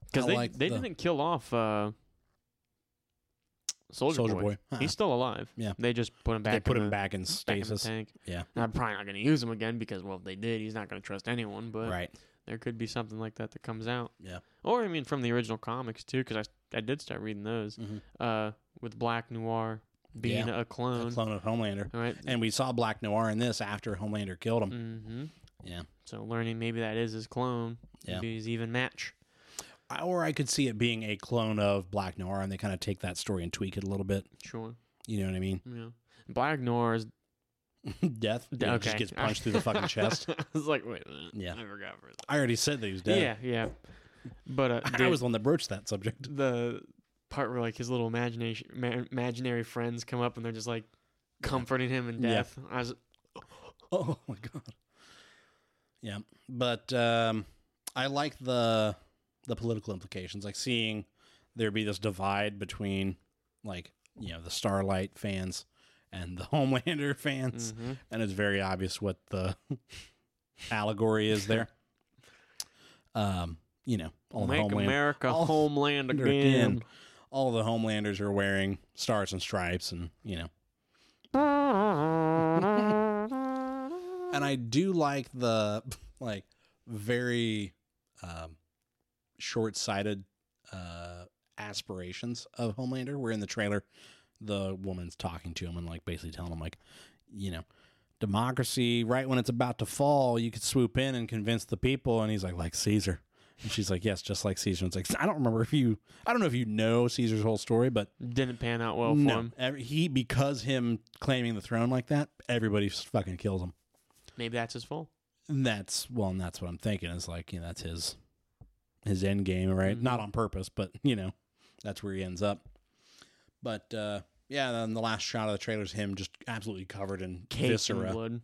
[SPEAKER 2] Because
[SPEAKER 1] I
[SPEAKER 2] they
[SPEAKER 1] like
[SPEAKER 2] they
[SPEAKER 1] the-
[SPEAKER 2] didn't kill off uh, Soldier,
[SPEAKER 1] Soldier
[SPEAKER 2] Boy.
[SPEAKER 1] Boy. Huh.
[SPEAKER 2] He's still alive.
[SPEAKER 1] Yeah.
[SPEAKER 2] They just put him back.
[SPEAKER 1] they put
[SPEAKER 2] in
[SPEAKER 1] him
[SPEAKER 2] the,
[SPEAKER 1] back in
[SPEAKER 2] back in the
[SPEAKER 1] stasis.
[SPEAKER 2] tank.
[SPEAKER 1] Yeah.
[SPEAKER 2] And I'm probably not going to use him again because well, if they did, he's not going to trust anyone. But
[SPEAKER 1] Right.
[SPEAKER 2] there could be something like that that comes out.
[SPEAKER 1] Yeah.
[SPEAKER 2] Or I mean, from the original comics too, because I I did start reading those
[SPEAKER 1] Mhm.
[SPEAKER 2] uh, with Black Noir being a
[SPEAKER 1] A
[SPEAKER 2] clone.
[SPEAKER 1] clone of Homelander.
[SPEAKER 2] All right.
[SPEAKER 1] And we saw Black Noir in this after Homelander killed him.
[SPEAKER 2] Mm-hmm.
[SPEAKER 1] Yeah.
[SPEAKER 2] So learning maybe that is his clone.
[SPEAKER 1] Yeah.
[SPEAKER 2] Maybe his even match. Mm-hmm.
[SPEAKER 1] I- Or I could see it being a clone of Black Noir and they kind of take that story and tweak it a little bit.
[SPEAKER 2] Sure.
[SPEAKER 1] You know what I mean?
[SPEAKER 2] Yeah. Black Noir is
[SPEAKER 1] Death.
[SPEAKER 2] d-
[SPEAKER 1] Yeah,
[SPEAKER 2] okay.
[SPEAKER 1] Just gets punched through the fucking chest.
[SPEAKER 2] I was like, wait. a minute.
[SPEAKER 1] Yeah.
[SPEAKER 2] I forgot for a
[SPEAKER 1] I already said that he was dead.
[SPEAKER 2] second. Yeah. Yeah. But uh,
[SPEAKER 1] I
[SPEAKER 2] dude,
[SPEAKER 1] was the one that broached that subject.
[SPEAKER 2] the part where like his little imagination, ma- imaginary friends come up and they're just like comforting him in
[SPEAKER 1] Yeah.
[SPEAKER 2] death. I was
[SPEAKER 1] Oh my god. Yeah, but um, I like the the political implications, like seeing there be this divide between like you know the Starlight fans and the Homelander fans,
[SPEAKER 2] Mhm.
[SPEAKER 1] and it's very obvious what the allegory is there. um, you know, all the
[SPEAKER 2] make
[SPEAKER 1] Homelander,
[SPEAKER 2] America
[SPEAKER 1] all-
[SPEAKER 2] homeland
[SPEAKER 1] Under
[SPEAKER 2] again.
[SPEAKER 1] again. all the Homelanders are wearing stars and stripes, and you know, and I do like the like very um, short-sighted uh, aspirations of Homelander. Where in the trailer, the woman's talking to him and like basically telling him like, you know, democracy. Right when it's about to fall, you could swoop in and convince the people. And he's like, like Caesar. And she's like, yes, just like Caesar. And it's like I don't remember if you, I don't know if you know Caesar's whole story, but
[SPEAKER 2] Didn't pan out well for
[SPEAKER 1] no,
[SPEAKER 2] him.
[SPEAKER 1] every, he because him claiming the throne like that, everybody s- fucking kills him.
[SPEAKER 2] Maybe that's his fault.
[SPEAKER 1] And that's well, and that's what I'm thinking. Is like you know that's his his end game, right?
[SPEAKER 2] Mhm.
[SPEAKER 1] Not on purpose, but you know that's where he ends up. But uh, yeah, then the last shot of the trailer is him just absolutely covered in
[SPEAKER 2] Caked in
[SPEAKER 1] viscera.
[SPEAKER 2] blood.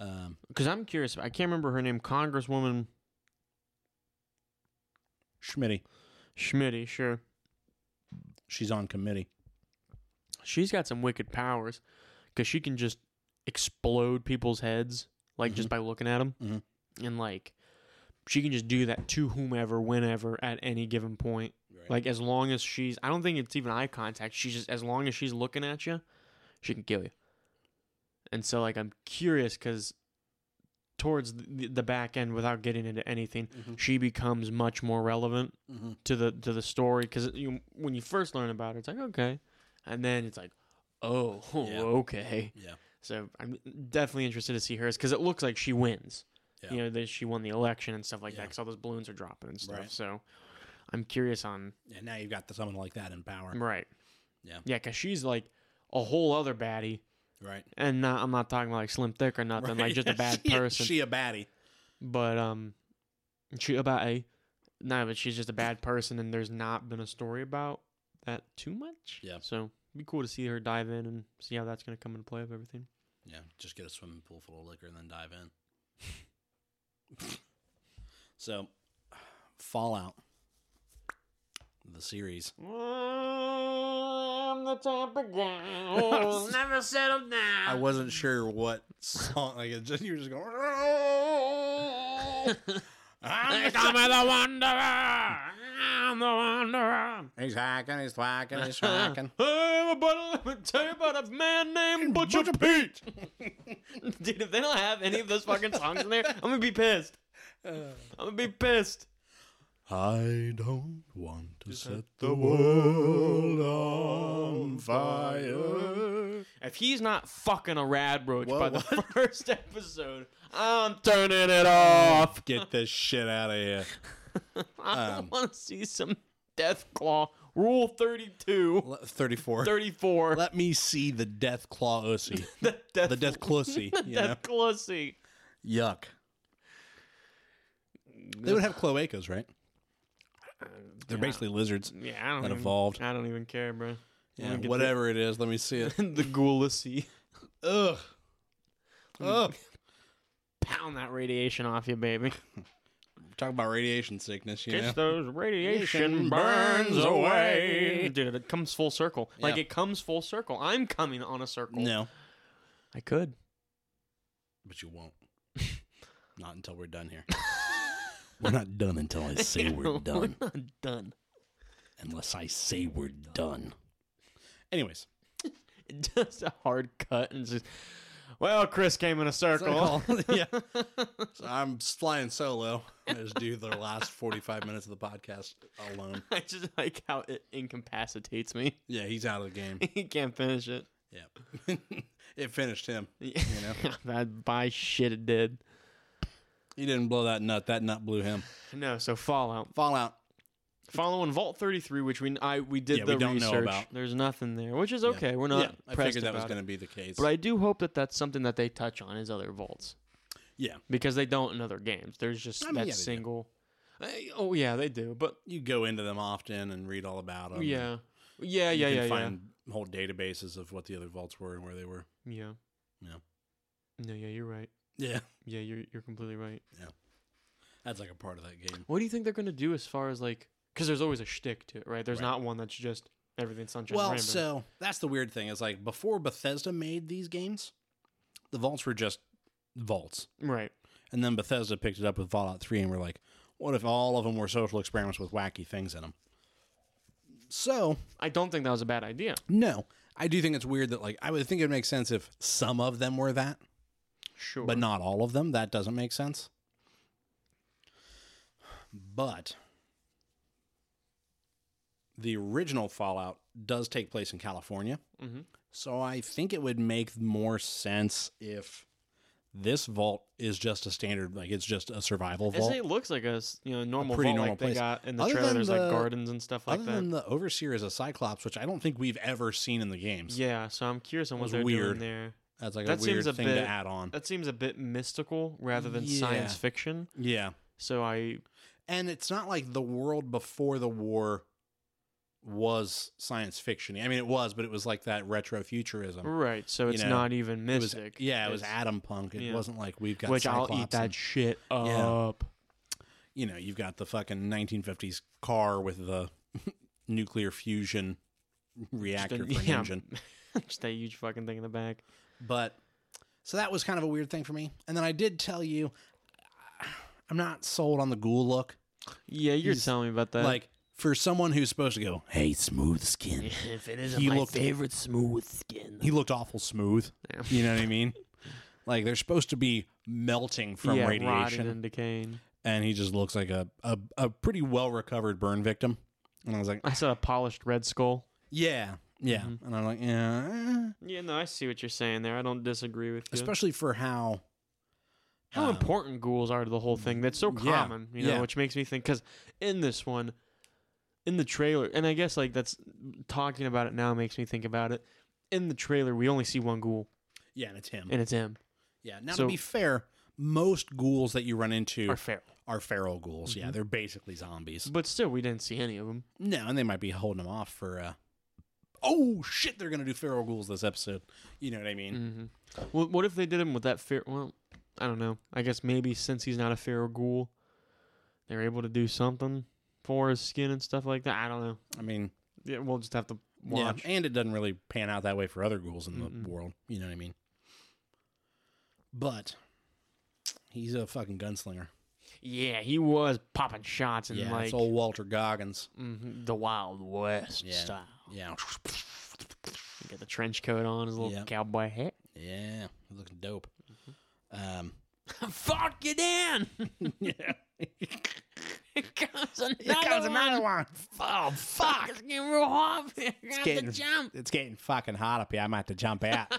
[SPEAKER 1] Um,
[SPEAKER 2] Because I'm curious. I can't remember her name. Congresswoman
[SPEAKER 1] Schmitty,
[SPEAKER 2] Schmitty, sure.
[SPEAKER 1] she's on committee.
[SPEAKER 2] She's got some wicked powers because she can just explode people's heads, like just by looking at them.
[SPEAKER 1] Mhm.
[SPEAKER 2] And like, she can just do that to whomever, whenever, at any given point.
[SPEAKER 1] Right.
[SPEAKER 2] Like, as long as she's, I don't think it's even eye contact. She's just, as long as she's looking at you, she can kill you. And so, like, I'm curious because towards the, the back end, without getting into anything,
[SPEAKER 1] Mm-hmm.
[SPEAKER 2] she becomes much more relevant to the to the story because you, when you first learn about it, it's like okay, and then it's like, oh,
[SPEAKER 1] Yeah.
[SPEAKER 2] okay.
[SPEAKER 1] Yeah.
[SPEAKER 2] So I'm definitely interested to see hers because it looks like she wins.
[SPEAKER 1] Yeah.
[SPEAKER 2] You know that she won the election and stuff like that
[SPEAKER 1] Yeah.
[SPEAKER 2] 'cause that because all those balloons are dropping and stuff.
[SPEAKER 1] Right.
[SPEAKER 2] So I'm curious on
[SPEAKER 1] And now you've got someone like that in power,
[SPEAKER 2] right.
[SPEAKER 1] Yeah.
[SPEAKER 2] Yeah, because she's like a whole other baddie,
[SPEAKER 1] right?
[SPEAKER 2] and not, I'm Mm-hmm. not talking about like slim thick or nothing, like just a bad
[SPEAKER 1] She-
[SPEAKER 2] person.
[SPEAKER 1] She a baddie.
[SPEAKER 2] but um, she about a no, but she's just a bad person, and there's not been a story about that too much.
[SPEAKER 1] Yeah.
[SPEAKER 2] So it'd be cool to see her dive in and see how that's gonna come into play of everything.
[SPEAKER 1] Yeah, just get a swimming pool full of liquor and then dive in. so, Fallout, the series.
[SPEAKER 2] I'm the type of guy
[SPEAKER 1] who'll
[SPEAKER 2] never settle down.
[SPEAKER 1] I wasn't sure what song. Like, it just, you were just going. "Oh, I'm the guy."
[SPEAKER 2] the wanderer. I'm the wanderer.
[SPEAKER 1] he's hacking, he's thwacking, he's
[SPEAKER 2] I'm
[SPEAKER 1] hacking.
[SPEAKER 2] a bottle of tell you about a man named Butcher, Pete. Dude, if they
[SPEAKER 1] Uh.
[SPEAKER 2] don't have any of those fucking songs in there, I'm gonna be pissed. I'm gonna be pissed.
[SPEAKER 1] I don't want to
[SPEAKER 2] Just
[SPEAKER 1] set
[SPEAKER 2] set
[SPEAKER 1] the world on fire.
[SPEAKER 2] If he's not fucking a rad roach
[SPEAKER 1] Whoa,
[SPEAKER 2] by the first episode, I'm turning it off.
[SPEAKER 1] Get this shit out of here.
[SPEAKER 2] I
[SPEAKER 1] Um,
[SPEAKER 2] want to see some Death Claw Rule 32,
[SPEAKER 1] Le- 34.
[SPEAKER 2] 34.
[SPEAKER 1] Let me see the death claw Ussy.
[SPEAKER 2] the Death,
[SPEAKER 1] the death clussy. You know?
[SPEAKER 2] Death Claw scene.
[SPEAKER 1] Yuck. They would have cloacas, right? They're
[SPEAKER 2] Yeah.
[SPEAKER 1] basically lizards.
[SPEAKER 2] Yeah, I don't
[SPEAKER 1] that
[SPEAKER 2] even,
[SPEAKER 1] evolved.
[SPEAKER 2] I don't even care, bro.
[SPEAKER 1] Yeah,
[SPEAKER 2] wanna get
[SPEAKER 1] whatever it is, let me see it.
[SPEAKER 2] The, the Ghoulacy.
[SPEAKER 1] Ugh. Ugh.
[SPEAKER 2] Pound that radiation off you, baby.
[SPEAKER 1] Talk about radiation sickness, you
[SPEAKER 2] Kiss
[SPEAKER 1] know?
[SPEAKER 2] those radiation
[SPEAKER 1] Radiation
[SPEAKER 2] burns
[SPEAKER 1] burns
[SPEAKER 2] away.
[SPEAKER 1] away.
[SPEAKER 2] Dude, it comes full circle. Like
[SPEAKER 1] Yeah.
[SPEAKER 2] it comes full circle. I'm coming on a circle.
[SPEAKER 1] No.
[SPEAKER 2] I could.
[SPEAKER 1] But you won't. not until we're done here. we're not done until I say we're done.
[SPEAKER 2] We're not done.
[SPEAKER 1] Unless I say we're done. Anyways.
[SPEAKER 2] Just a hard cut and just. Well, Chris came in a circle.
[SPEAKER 1] yeah. So I'm flying solo. I just do the last 45 minutes of the podcast alone.
[SPEAKER 2] I just like how it incapacitates me.
[SPEAKER 1] Yeah, he's out of the game.
[SPEAKER 2] he can't finish it.
[SPEAKER 1] Yeah. it finished him.
[SPEAKER 2] Yeah.
[SPEAKER 1] You know?
[SPEAKER 2] that by shit it did.
[SPEAKER 1] He didn't blow that nut. That nut blew him.
[SPEAKER 2] No, so Fallout.
[SPEAKER 1] Fallout.
[SPEAKER 2] Following Vault 33, which we I we did
[SPEAKER 1] Yeah,
[SPEAKER 2] the
[SPEAKER 1] we don't know
[SPEAKER 2] research.
[SPEAKER 1] about.
[SPEAKER 2] There's nothing there, which is okay. We're not.
[SPEAKER 1] yeah, I
[SPEAKER 2] pressed
[SPEAKER 1] figured that was
[SPEAKER 2] about it.
[SPEAKER 1] going to be the case.
[SPEAKER 2] But I do hope that that's something that they touch on is other vaults
[SPEAKER 1] yeah.
[SPEAKER 2] because they don't in other games. There's just
[SPEAKER 1] I mean,
[SPEAKER 2] that
[SPEAKER 1] yeah, they do.
[SPEAKER 2] single. I- oh yeah, they do. Um, But
[SPEAKER 1] You go into them often and read all about them.
[SPEAKER 2] yeah, yeah,
[SPEAKER 1] you
[SPEAKER 2] yeah,
[SPEAKER 1] can
[SPEAKER 2] yeah,
[SPEAKER 1] find whole databases of what the other vaults were and where they were.
[SPEAKER 2] yeah,
[SPEAKER 1] Yeah.
[SPEAKER 2] yeah. No, yeah, you're right.
[SPEAKER 1] Yeah,
[SPEAKER 2] Yeah, you're you're completely right.
[SPEAKER 1] that's like a part of that game.
[SPEAKER 2] What do you think they're gonna do as far as like? Because there's always a shtick to it, right? There's not one that's just everything sunshine. and
[SPEAKER 1] Well,
[SPEAKER 2] rainbows.
[SPEAKER 1] so that's the weird thing is like before Bethesda made these games, the vaults were just vaults,
[SPEAKER 2] right,
[SPEAKER 1] and then Bethesda picked it up with Fallout Three, and we're like, what if all of them were social experiments with wacky things in them? So
[SPEAKER 2] I don't think that was a bad idea.
[SPEAKER 1] no, I do think it's weird that like I would think it would make sense if some of them were that,
[SPEAKER 2] Sure,
[SPEAKER 1] but not all of them. That doesn't make sense. But the original Fallout does take place in California.
[SPEAKER 2] Mm-hmm.
[SPEAKER 1] So I think it would make more sense if this vault is just a standard, like it's just a survival
[SPEAKER 2] As
[SPEAKER 1] vault.
[SPEAKER 2] it looks like a s- you know normal
[SPEAKER 1] pretty
[SPEAKER 2] vault
[SPEAKER 1] normal
[SPEAKER 2] like
[SPEAKER 1] place.
[SPEAKER 2] they got in the
[SPEAKER 1] Other
[SPEAKER 2] trailer.
[SPEAKER 1] than
[SPEAKER 2] There's
[SPEAKER 1] the-
[SPEAKER 2] like gardens and stuff like
[SPEAKER 1] Other
[SPEAKER 2] that.
[SPEAKER 1] than the Overseer is a Cyclops, which I don't think we've ever seen in the games.
[SPEAKER 2] yeah, so I'm curious on what
[SPEAKER 1] was
[SPEAKER 2] they're doing
[SPEAKER 1] weird.
[SPEAKER 2] there.
[SPEAKER 1] That's like
[SPEAKER 2] That
[SPEAKER 1] a weird
[SPEAKER 2] seems a
[SPEAKER 1] thing
[SPEAKER 2] bit-
[SPEAKER 1] to add on.
[SPEAKER 2] That seems a bit mystical rather than
[SPEAKER 1] Yeah.
[SPEAKER 2] science fiction.
[SPEAKER 1] Yeah.
[SPEAKER 2] So I
[SPEAKER 1] and it's not like the world before the war was science fiction. I mean, it was, but it was like that retro futurism.
[SPEAKER 2] right, so
[SPEAKER 1] Um, You
[SPEAKER 2] it's
[SPEAKER 1] know,
[SPEAKER 2] not even
[SPEAKER 1] It was,
[SPEAKER 2] mystic.
[SPEAKER 1] yeah, it was
[SPEAKER 2] It's-
[SPEAKER 1] atom punk. It
[SPEAKER 2] yeah.
[SPEAKER 1] wasn't like we've got
[SPEAKER 2] which I'll eat
[SPEAKER 1] Cyclops
[SPEAKER 2] that
[SPEAKER 1] and,
[SPEAKER 2] shit up.
[SPEAKER 1] you know, you've got the fucking 1950s car with the nuclear fusion
[SPEAKER 2] Just
[SPEAKER 1] reactor
[SPEAKER 2] a-
[SPEAKER 1] for an
[SPEAKER 2] yeah,
[SPEAKER 1] engine.
[SPEAKER 2] just that huge fucking thing in the back.
[SPEAKER 1] But so that was kind of a weird thing for me. And then I did tell you, I'm not sold on the ghoul look.
[SPEAKER 2] Yeah, you're
[SPEAKER 1] He's
[SPEAKER 2] telling me about that.
[SPEAKER 1] like for someone who's supposed to go, hey, smooth skin.
[SPEAKER 2] if it isn't
[SPEAKER 1] he looked
[SPEAKER 2] favorite smooth skin.
[SPEAKER 1] he looked awful smooth.
[SPEAKER 2] Yeah.
[SPEAKER 1] You know what I mean? Like they're supposed to be melting from
[SPEAKER 2] yeah,
[SPEAKER 1] radiation,
[SPEAKER 2] rotting and decaying.
[SPEAKER 1] and he just looks like a, a a pretty well recovered burn victim. And I was like,
[SPEAKER 2] I saw a polished red skull.
[SPEAKER 1] yeah, yeah.
[SPEAKER 2] Mhm.
[SPEAKER 1] And I'm like, yeah, eh,
[SPEAKER 2] Yeah, no, I see what you're saying there. I don't disagree with you.
[SPEAKER 1] especially for how
[SPEAKER 2] how
[SPEAKER 1] um,
[SPEAKER 2] important ghouls are to the whole thing. That's so
[SPEAKER 1] yeah,
[SPEAKER 2] common, you know,
[SPEAKER 1] yeah.
[SPEAKER 2] which makes me think because in this one, in the trailer, and I guess like that's talking about it now makes me think about it. In the trailer, we only see one ghoul,
[SPEAKER 1] Yeah, and it's him.
[SPEAKER 2] and it's him.
[SPEAKER 1] yeah. Now
[SPEAKER 2] so-
[SPEAKER 1] to be fair, most ghouls that you run into
[SPEAKER 2] Or
[SPEAKER 1] are, Mm-hmm.
[SPEAKER 2] feral,
[SPEAKER 1] feral ghouls. Yeah,
[SPEAKER 2] Mhm.
[SPEAKER 1] they're basically zombies.
[SPEAKER 2] but still, we didn't see any of them.
[SPEAKER 1] No, and they might be holding them off for. uh Oh shit! They're gonna do feral ghouls this episode. You know what I mean?
[SPEAKER 2] hmm
[SPEAKER 1] Mm-hmm.
[SPEAKER 2] Well, what if they did him with that feral? Well, I don't know. I guess maybe since he's not a feral ghoul, they're able to do something for his skin and stuff like that. I don't know.
[SPEAKER 1] I mean,
[SPEAKER 2] Yeah, we'll just have to watch.
[SPEAKER 1] Mm. Yeah, and it doesn't really pan out that way for other ghouls in
[SPEAKER 2] Mm-mm.
[SPEAKER 1] the world. You know what I mean? But he's a fucking gunslinger.
[SPEAKER 2] Yeah, he was popping shots and
[SPEAKER 1] yeah,
[SPEAKER 2] like
[SPEAKER 1] it's old Walter Goggins.
[SPEAKER 2] Mhm, The Wild West
[SPEAKER 1] Yeah.
[SPEAKER 2] style.
[SPEAKER 1] Yeah,
[SPEAKER 2] He got the trench coat on, his little
[SPEAKER 1] Yep.
[SPEAKER 2] cowboy hat.
[SPEAKER 1] yeah, he's looking dope. Um,
[SPEAKER 2] Fuck you, Dan!
[SPEAKER 1] yeah,
[SPEAKER 2] Here comes another,
[SPEAKER 1] Here comes another one. Oh
[SPEAKER 2] Fuck,
[SPEAKER 1] fuck!
[SPEAKER 2] it's getting real hot. I got
[SPEAKER 1] getting-
[SPEAKER 2] to jump.
[SPEAKER 1] It's getting fucking hot up here. I might have to jump out.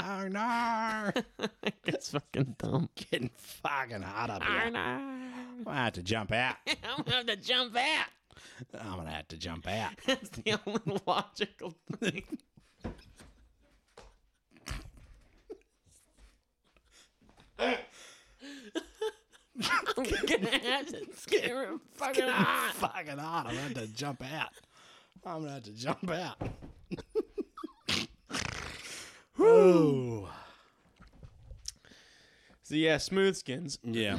[SPEAKER 1] oh no!
[SPEAKER 2] it's fucking dumb.
[SPEAKER 1] Getting fucking hot up
[SPEAKER 2] I
[SPEAKER 1] here.
[SPEAKER 2] know.
[SPEAKER 1] I have to jump out.
[SPEAKER 2] I'm gonna have to jump out.
[SPEAKER 1] I'm gonna have to jump out.
[SPEAKER 2] That's the only logical thing. I'm gonna have to get real fucking hot.
[SPEAKER 1] fucking hot. I'm gonna have to jump out. I'm gonna have to jump out. Woo!
[SPEAKER 2] So yeah, smooth skins.
[SPEAKER 1] Yeah.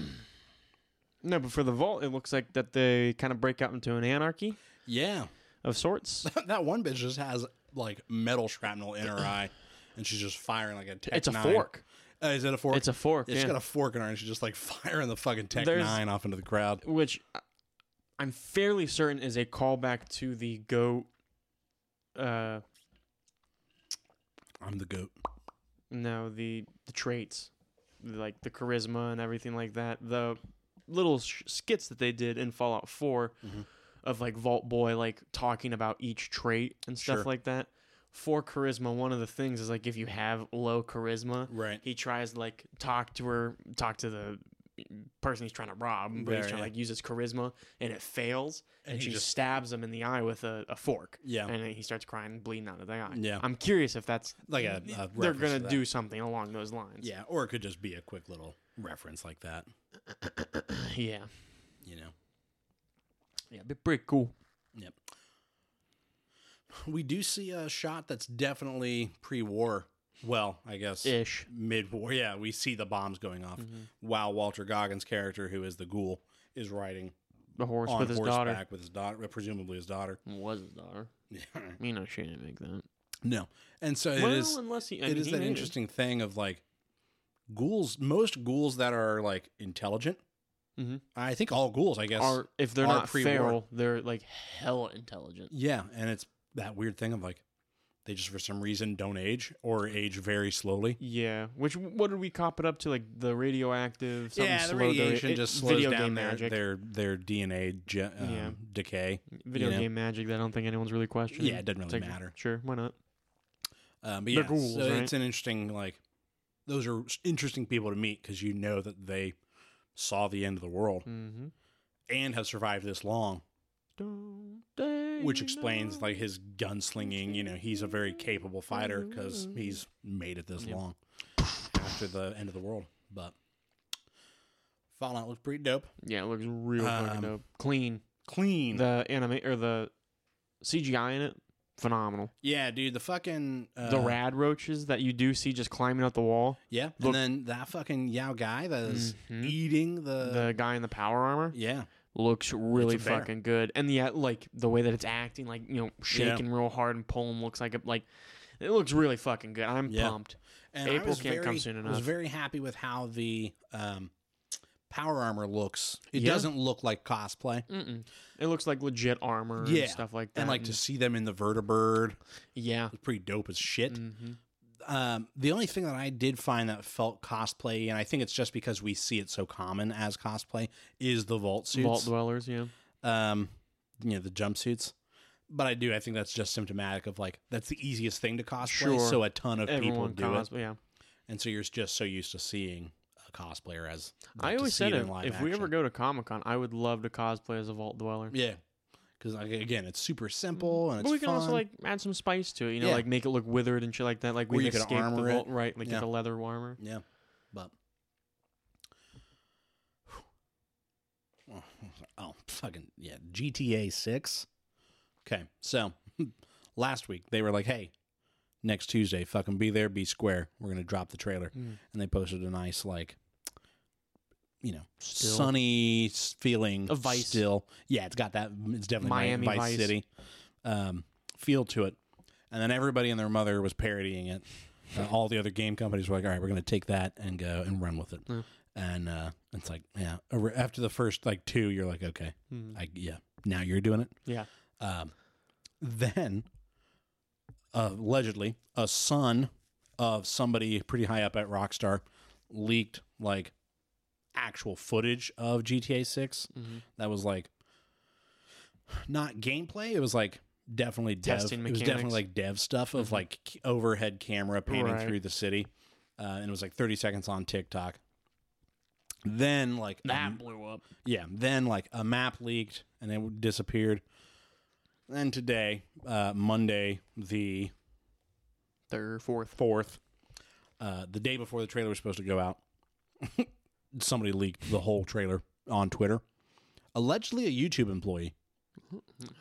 [SPEAKER 2] No, but for the vault, it looks like that they kind of break out into an anarchy
[SPEAKER 1] Yeah.
[SPEAKER 2] of sorts.
[SPEAKER 1] that one bitch just has like metal shrapnel in her eye, and she's just firing like a. Tech
[SPEAKER 2] It's a
[SPEAKER 1] nine.
[SPEAKER 2] fork.
[SPEAKER 1] Uh, is it a fork?
[SPEAKER 2] It's a fork.
[SPEAKER 1] Yeah,
[SPEAKER 2] Yeah,
[SPEAKER 1] She's got a fork in her, and she's just like firing the fucking tech
[SPEAKER 2] There's-
[SPEAKER 1] nine off into the crowd.
[SPEAKER 2] which I- I'm fairly certain is a callback to the goat. Uh,
[SPEAKER 1] I'm the goat.
[SPEAKER 2] no, the the traits, like the charisma and everything like that. The little sh- skits that they did in Fallout 4 of like Vault Boy like talking about each trait and stuff
[SPEAKER 1] Sure.
[SPEAKER 2] like that. For charisma, one of the things is like if you have low charisma,
[SPEAKER 1] Right.
[SPEAKER 2] he tries to like talk to her, talk to the person he's trying to rob, but
[SPEAKER 1] Yeah,
[SPEAKER 2] he's trying
[SPEAKER 1] yeah.
[SPEAKER 2] to like use his charisma, and it fails, and,
[SPEAKER 1] he
[SPEAKER 2] she
[SPEAKER 1] just-
[SPEAKER 2] stabs him in the eye with a, a fork.
[SPEAKER 1] Yeah.
[SPEAKER 2] and then he starts crying, and bleeding out of the eye.
[SPEAKER 1] Yeah.
[SPEAKER 2] I'm curious if that's
[SPEAKER 1] Like a- a
[SPEAKER 2] they're
[SPEAKER 1] reference
[SPEAKER 2] gonna
[SPEAKER 1] to that.
[SPEAKER 2] do something along those lines.
[SPEAKER 1] Yeah, or it could just be a quick little reference like that.
[SPEAKER 2] yeah,
[SPEAKER 1] You know.
[SPEAKER 2] yeah, be pretty cool.
[SPEAKER 1] Yep. We do see a shot that's definitely pre-war. Well, I guess
[SPEAKER 2] Ish.
[SPEAKER 1] mid-war. Yeah, we see the bombs going off
[SPEAKER 2] Mm. Mm-hmm.
[SPEAKER 1] while Walter Goggins' character, who is the ghoul, is riding
[SPEAKER 2] The horse
[SPEAKER 1] on
[SPEAKER 2] with his
[SPEAKER 1] horseback
[SPEAKER 2] daughter
[SPEAKER 1] with his daughter, presumably his daughter.
[SPEAKER 2] was his daughter. You know she didn't make that.
[SPEAKER 1] no, and so
[SPEAKER 2] well,
[SPEAKER 1] it is.
[SPEAKER 2] unless he, I
[SPEAKER 1] It
[SPEAKER 2] mean,
[SPEAKER 1] is
[SPEAKER 2] he
[SPEAKER 1] that
[SPEAKER 2] made
[SPEAKER 1] interesting thing of like ghouls. Most ghouls that are like intelligent.
[SPEAKER 2] Mhm.
[SPEAKER 1] I think all ghouls. I guess
[SPEAKER 2] Are if they're
[SPEAKER 1] Are
[SPEAKER 2] not
[SPEAKER 1] pre-war.
[SPEAKER 2] feral, they're like hella intelligent.
[SPEAKER 1] Yeah, and it's that weird thing of like they just for some reason don't age or age very slowly.
[SPEAKER 2] Yeah, which what did we cop it up to? Like the radioactive, something
[SPEAKER 1] yeah, the
[SPEAKER 2] slowed their-
[SPEAKER 1] radiation
[SPEAKER 2] it-
[SPEAKER 1] just slows
[SPEAKER 2] video
[SPEAKER 1] down
[SPEAKER 2] game
[SPEAKER 1] their,
[SPEAKER 2] magic.
[SPEAKER 1] their their DNA ge- um,
[SPEAKER 2] Yeah.
[SPEAKER 1] decay.
[SPEAKER 2] video
[SPEAKER 1] you know?
[SPEAKER 2] game magic that I don't think anyone's really questioning.
[SPEAKER 1] Yeah, it doesn't
[SPEAKER 2] It's
[SPEAKER 1] really
[SPEAKER 2] like,
[SPEAKER 1] matter.
[SPEAKER 2] Sure, why not?
[SPEAKER 1] Um, but
[SPEAKER 2] They're
[SPEAKER 1] yeah,
[SPEAKER 2] ghouls,
[SPEAKER 1] so
[SPEAKER 2] right?
[SPEAKER 1] it's an interesting like those are interesting people to meet because you know that they saw the end of the world
[SPEAKER 2] Mm-hmm.
[SPEAKER 1] and have survived this long,
[SPEAKER 2] Mm-hmm.
[SPEAKER 1] which explains like his gunslinging. You know, he's a very capable fighter because he's made it this
[SPEAKER 2] Yeah.
[SPEAKER 1] long after the end of the world. But Fallout looks pretty dope.
[SPEAKER 2] yeah, it looks real fucking
[SPEAKER 1] Um,
[SPEAKER 2] dope, clean.
[SPEAKER 1] Clean.
[SPEAKER 2] The anime or the CGI in it, phenomenal.
[SPEAKER 1] yeah, dude. The fucking uh,
[SPEAKER 2] the rad roaches that you do see just climbing up the wall.
[SPEAKER 1] Yeah, and
[SPEAKER 2] Look-
[SPEAKER 1] then that fucking Yao guy that is
[SPEAKER 2] Mhm.
[SPEAKER 1] eating the,
[SPEAKER 2] the guy in the power armor
[SPEAKER 1] yeah
[SPEAKER 2] looks really
[SPEAKER 1] It's a bear.
[SPEAKER 2] fucking good, and yet like the way that it's acting, like you know, shaking real hard and pulling, looks like it like it looks really fucking good. I'm
[SPEAKER 1] Yeah.
[SPEAKER 2] pumped.
[SPEAKER 1] and I
[SPEAKER 2] April
[SPEAKER 1] was
[SPEAKER 2] can't
[SPEAKER 1] very,
[SPEAKER 2] come soon
[SPEAKER 1] Was
[SPEAKER 2] enough.
[SPEAKER 1] very happy with how the um, power armor looks. It
[SPEAKER 2] Yeah.
[SPEAKER 1] doesn't look like cosplay,
[SPEAKER 2] Mm-mm. It looks like legit armor
[SPEAKER 1] Yeah.
[SPEAKER 2] and stuff like that.
[SPEAKER 1] and like to see them in the vertibird,
[SPEAKER 2] yeah,
[SPEAKER 1] it's pretty dope as shit.
[SPEAKER 2] hmm
[SPEAKER 1] um, the only thing that I did find that felt cosplay, and I think it's just because we see it so common as cosplay, is the vault suits.
[SPEAKER 2] vault dwellers. Yeah,
[SPEAKER 1] um, you know, the jumpsuits. But I do, I think that's just symptomatic of like that's the easiest thing to cosplay.
[SPEAKER 2] Sure.
[SPEAKER 1] So a ton of
[SPEAKER 2] everyone
[SPEAKER 1] people do
[SPEAKER 2] cos.
[SPEAKER 1] it,
[SPEAKER 2] Yeah,
[SPEAKER 1] and so you're just so used to seeing a cosplayer as. like,
[SPEAKER 2] I
[SPEAKER 1] to
[SPEAKER 2] always
[SPEAKER 1] see
[SPEAKER 2] said
[SPEAKER 1] it
[SPEAKER 2] if,
[SPEAKER 1] in live
[SPEAKER 2] if we ever
[SPEAKER 1] action.
[SPEAKER 2] go to Comic Con, I would love to cosplay as a vault dweller.
[SPEAKER 1] yeah, because like, again, it's super simple and it's
[SPEAKER 2] Mm-hmm. But we can
[SPEAKER 1] fun.
[SPEAKER 2] also like add some spice to it, you know,
[SPEAKER 1] Yeah.
[SPEAKER 2] like make it look withered and shit like that. Like
[SPEAKER 1] Or
[SPEAKER 2] we
[SPEAKER 1] you could
[SPEAKER 2] escaped the
[SPEAKER 1] armor it.
[SPEAKER 2] vault, right? Like
[SPEAKER 1] Yeah.
[SPEAKER 2] get the leather armor.
[SPEAKER 1] yeah, but. Oh fucking yeah! GTA Six. Okay, so last week they were like, "Hey, next Tuesday, fucking be there, be square. We're gonna drop the trailer."
[SPEAKER 2] Mm.
[SPEAKER 1] and they posted a nice like you know
[SPEAKER 2] Still.
[SPEAKER 1] sunny s- feeling
[SPEAKER 2] A Vice.
[SPEAKER 1] still yeah it's got that it's definitely miami
[SPEAKER 2] Miami
[SPEAKER 1] vice,
[SPEAKER 2] Vice.
[SPEAKER 1] city um, feel to it and then everybody and their mother was parodying it Uh,
[SPEAKER 2] Hmm.
[SPEAKER 1] all the other game companies were like all right we're going to take that and go and run with it
[SPEAKER 2] Yeah.
[SPEAKER 1] and uh, it's like yeah over- after the first like two you're like okay
[SPEAKER 2] Mm.
[SPEAKER 1] I, yeah now you're doing it
[SPEAKER 2] Yeah.
[SPEAKER 1] um, then, uh, allegedly, a son of somebody pretty high up at Rockstar leaked like actual footage of GTA 6
[SPEAKER 2] Mhm.
[SPEAKER 1] that was like not gameplay. It was like definitely dev.
[SPEAKER 2] Testing
[SPEAKER 1] It was definitely
[SPEAKER 2] mechanics. Mm-hmm.
[SPEAKER 1] like dev stuff of like k- overhead camera panning
[SPEAKER 2] Right.
[SPEAKER 1] through the city, uh, and it was like 30 seconds on TikTok. Then like a
[SPEAKER 2] That blew up.
[SPEAKER 1] yeah. Then like a map leaked and it disappeared. Then today, uh, Monday the
[SPEAKER 2] Third, fourth.
[SPEAKER 1] fourth, uh, the day before the trailer was supposed to go out, somebody leaked the whole trailer on Twitter. Allegedly, a YouTube employee.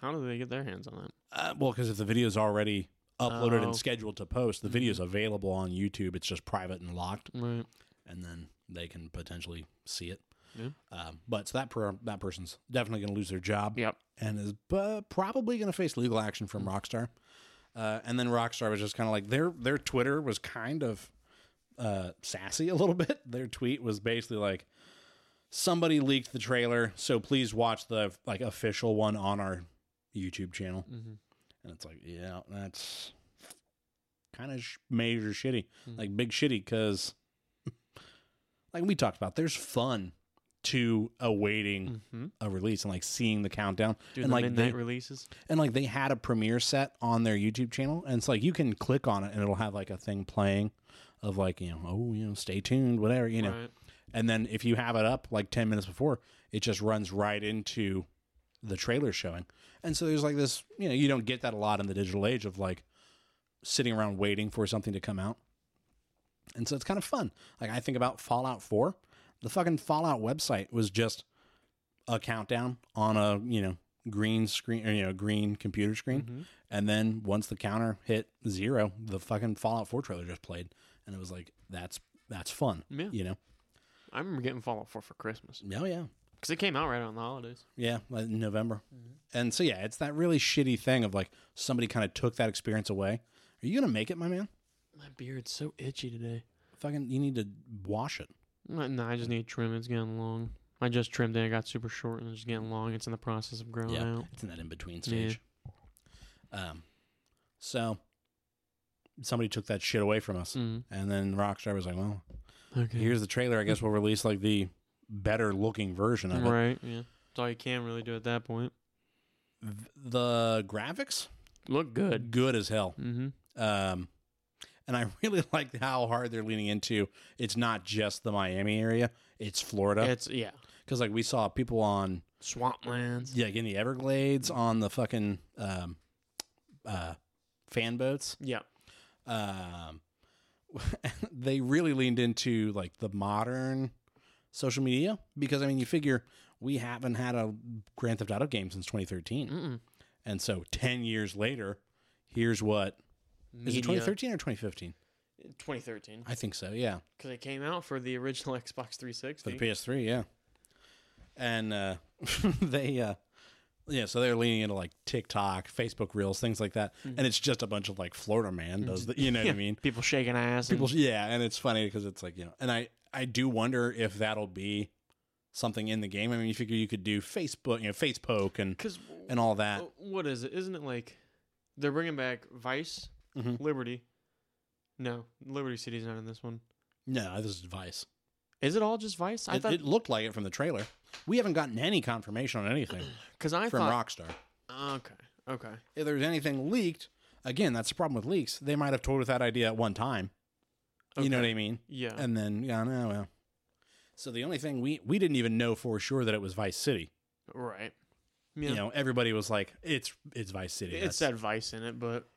[SPEAKER 2] How do they get their hands on that?
[SPEAKER 1] Uh, well, because if the video is already uploaded
[SPEAKER 2] Oh.
[SPEAKER 1] and scheduled to post, the video is available on YouTube. It's just private and locked,
[SPEAKER 2] Right.
[SPEAKER 1] and then they can potentially see it.
[SPEAKER 2] Yeah.
[SPEAKER 1] Um, but so that per- that person's definitely going to lose their job.
[SPEAKER 2] Yep.
[SPEAKER 1] and is bu- probably going to face legal action from Rockstar. Uh, and then Rockstar was just kind of like their their Twitter was kind of uh, sassy a little bit. Their tweet was basically like, "Somebody leaked the trailer, so please watch the like official one on our YouTube channel."
[SPEAKER 2] hmm
[SPEAKER 1] And it's like, yeah, that's kind of sh- major shitty, like big shitty, because like we talked about, there's fun to awaiting
[SPEAKER 2] hmm
[SPEAKER 1] a release and like seeing the countdown
[SPEAKER 2] Doing
[SPEAKER 1] and
[SPEAKER 2] the
[SPEAKER 1] like they,
[SPEAKER 2] midnight releases.
[SPEAKER 1] and like they had a premiere set on their YouTube channel and it's like you can click on it and it'll have like a thing playing of like you know oh you know stay tuned whatever you know
[SPEAKER 2] Right.
[SPEAKER 1] and then if you have it up like 10 minutes before it just runs right into the trailer showing and so there's like this you know you don't get that a lot in the digital age of like sitting around waiting for something to come out and so it's kind of fun like i think about fallout 4 the fucking fallout website was just a countdown on a you know green screen or you know green computer screen and then once the counter hit zero the fucking fallout 4 trailer just played and it was like that's that's fun
[SPEAKER 2] Yeah.
[SPEAKER 1] you know
[SPEAKER 2] I remember getting Fallout 4 for Christmas
[SPEAKER 1] oh yeah
[SPEAKER 2] because it came out right on the holidays.
[SPEAKER 1] Yeah, like in November.
[SPEAKER 2] Mm-hmm.
[SPEAKER 1] And so yeah, it's that really shitty thing of like somebody kind of took that experience away. Are you gonna make it, my man?
[SPEAKER 2] My beard's so itchy today.
[SPEAKER 1] Fucking, you need to wash it.
[SPEAKER 2] No, no, I just need to trim. It's getting long. I just trimmed it. It got super short and it's getting long. It's in the process of growing out.
[SPEAKER 1] it's in that in between stage. Um, so somebody took that shit away from us,
[SPEAKER 2] Mm.
[SPEAKER 1] and then Rockstar was like, "Well,
[SPEAKER 2] Okay.
[SPEAKER 1] here's the trailer. I guess we'll release like the better looking version of it."
[SPEAKER 2] right. Yeah. That's all you can really do at that point.
[SPEAKER 1] Th- The graphics
[SPEAKER 2] Look good.
[SPEAKER 1] good as hell.
[SPEAKER 2] Mm-hmm.
[SPEAKER 1] Um, and I really like how hard they're leaning into. It's not just the Miami area; it's Florida.
[SPEAKER 2] It's yeah.
[SPEAKER 1] Because like we saw people on
[SPEAKER 2] Swamplands.
[SPEAKER 1] yeah, like in the Everglades on the fucking um, uh, fan boats.
[SPEAKER 2] Yeah.
[SPEAKER 1] Um, they really leaned into like the modern social media because I mean, you figure we haven't had a Grand Theft Auto game since 2013,
[SPEAKER 2] Mm-mm.
[SPEAKER 1] and so 10 years later, here's what is
[SPEAKER 2] Media.
[SPEAKER 1] it 2013 or 2015?
[SPEAKER 2] 2013.
[SPEAKER 1] I think so. Yeah.
[SPEAKER 2] Because it came out for the original Xbox 360.
[SPEAKER 1] for the PS3, yeah. And uh, they, uh, yeah, so they're leaning into like TikTok, Facebook Reels, things like that,
[SPEAKER 2] Mm-hmm.
[SPEAKER 1] and it's just a bunch of like Florida man does the, you know what I mean?
[SPEAKER 2] People shaking ass. and-
[SPEAKER 1] People, yeah, and it's funny because it's like you know, and I I do wonder if that'll be something in the game. I mean, you figure you could do Facebook, you know, Facebook and
[SPEAKER 2] Because
[SPEAKER 1] and all that.
[SPEAKER 2] what is it? Isn't it like they're bringing back Vice,
[SPEAKER 1] Mhm.
[SPEAKER 2] Liberty? No, Liberty City's not in this one.
[SPEAKER 1] No, this is advice.
[SPEAKER 2] Is it all just Vice? I
[SPEAKER 1] It,
[SPEAKER 2] thought
[SPEAKER 1] it looked like it from the trailer. We haven't gotten any confirmation on anything
[SPEAKER 2] because I
[SPEAKER 1] from
[SPEAKER 2] thought
[SPEAKER 1] Rockstar.
[SPEAKER 2] okay, okay,
[SPEAKER 1] if there's anything leaked, again, that's the problem with leaks. They might have told us that idea at one time. You know what I mean?
[SPEAKER 2] yeah,
[SPEAKER 1] And then yeah, no, well. So the only thing we we didn't even know for sure that it was Vice City.
[SPEAKER 2] right. Yeah,
[SPEAKER 1] You know, everybody was like, "It's it's Vice City."
[SPEAKER 2] it
[SPEAKER 1] that's-
[SPEAKER 2] said Vice in it, but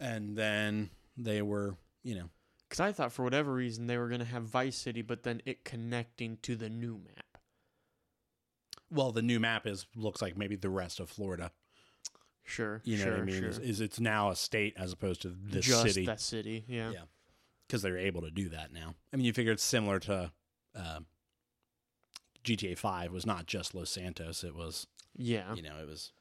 [SPEAKER 1] and then they were, you know,
[SPEAKER 2] because I thought for whatever reason they were gonna have Vice City, but then it connecting to the new map.
[SPEAKER 1] well, the new map is looks like maybe the rest of Florida.
[SPEAKER 2] Sure,
[SPEAKER 1] You know
[SPEAKER 2] sure,
[SPEAKER 1] what I mean?
[SPEAKER 2] Sure.
[SPEAKER 1] Is, is it's now a state as opposed to the
[SPEAKER 2] just
[SPEAKER 1] city
[SPEAKER 2] that city, yeah.
[SPEAKER 1] Yeah. because they're able to do that now. I mean, you figure it's similar to uh, GTA Five was not just Los Santos; it was
[SPEAKER 2] yeah,
[SPEAKER 1] you know, it was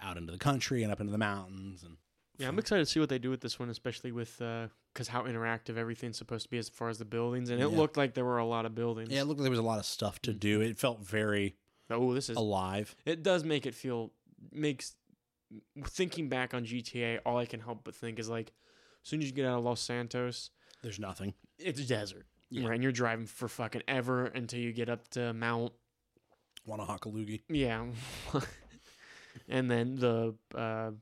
[SPEAKER 1] out into the country and up into the mountains and
[SPEAKER 2] Yeah, I'm excited to see what they do with this one, especially with because how interactive everything's supposed to be as far as the buildings. And it
[SPEAKER 1] Yeah.
[SPEAKER 2] looked like there were a lot of buildings.
[SPEAKER 1] yeah, it looked like there was a lot of stuff to do.
[SPEAKER 2] Mhm.
[SPEAKER 1] It felt very
[SPEAKER 2] Oh, this is.
[SPEAKER 1] alive.
[SPEAKER 2] It does make it feel makes thinking back on GTA. All I can help but think is like, as soon as you get out of Los Santos,
[SPEAKER 1] There's nothing.
[SPEAKER 2] it's desert.
[SPEAKER 1] Yeah.
[SPEAKER 2] right? And you're driving for fucking ever until you get up to Mount
[SPEAKER 1] Want a Hockaloogie?
[SPEAKER 2] yeah, and then the uh,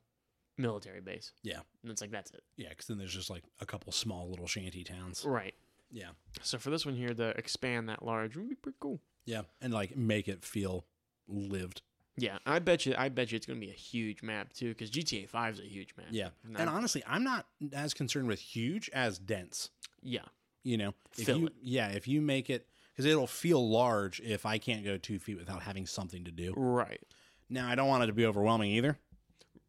[SPEAKER 2] military base.
[SPEAKER 1] Yeah.
[SPEAKER 2] and it's like that's it,
[SPEAKER 1] Yeah, because then there's just like a couple small little shanty towns.
[SPEAKER 2] right?
[SPEAKER 1] Yeah,
[SPEAKER 2] So for this one here, to expand that large would be pretty cool.
[SPEAKER 1] yeah, and like make it feel lived.
[SPEAKER 2] Yeah, I bet you. I bet you it's gonna be a huge map too, because GTA Five is a huge map.
[SPEAKER 1] Yeah,
[SPEAKER 2] and
[SPEAKER 1] and
[SPEAKER 2] I-
[SPEAKER 1] honestly, I'm not as concerned with huge as dense.
[SPEAKER 2] yeah,
[SPEAKER 1] You know, if
[SPEAKER 2] Fill
[SPEAKER 1] you,
[SPEAKER 2] it.
[SPEAKER 1] yeah, if you make it, because it'll feel large if I can't go two feet without having something to do.
[SPEAKER 2] right,
[SPEAKER 1] Now, I don't want it to be overwhelming either.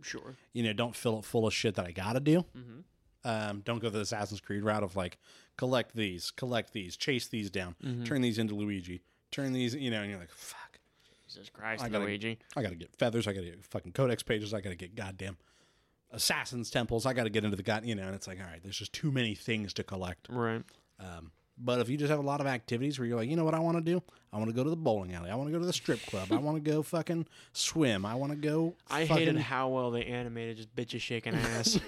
[SPEAKER 2] sure.
[SPEAKER 1] You know, don't fill it full of shit that I gotta do.
[SPEAKER 2] Mm-hmm.
[SPEAKER 1] Um, don't go the Assassin's Creed route of like collect these, collect these, chase these down,
[SPEAKER 2] Mm-hmm.
[SPEAKER 1] turn these into Luigi, turn these, you know, and you're like, fuck,
[SPEAKER 2] Jesus Christ,
[SPEAKER 1] I gotta-
[SPEAKER 2] Luigi.
[SPEAKER 1] I gotta get feathers, I gotta get fucking codex pages, I gotta get goddamn assassins temples, I gotta get into the god, you know, and it's like, all right, there's just too many things to collect.
[SPEAKER 2] Right.
[SPEAKER 1] Um, but if you just have a lot of activities where you're like, you know what I want to do? I want to go to the bowling alley. I want to go to the strip club. I want to go fucking swim. I want to go.
[SPEAKER 2] I
[SPEAKER 1] fucking
[SPEAKER 2] hated how well they animated just bitches shaking ass.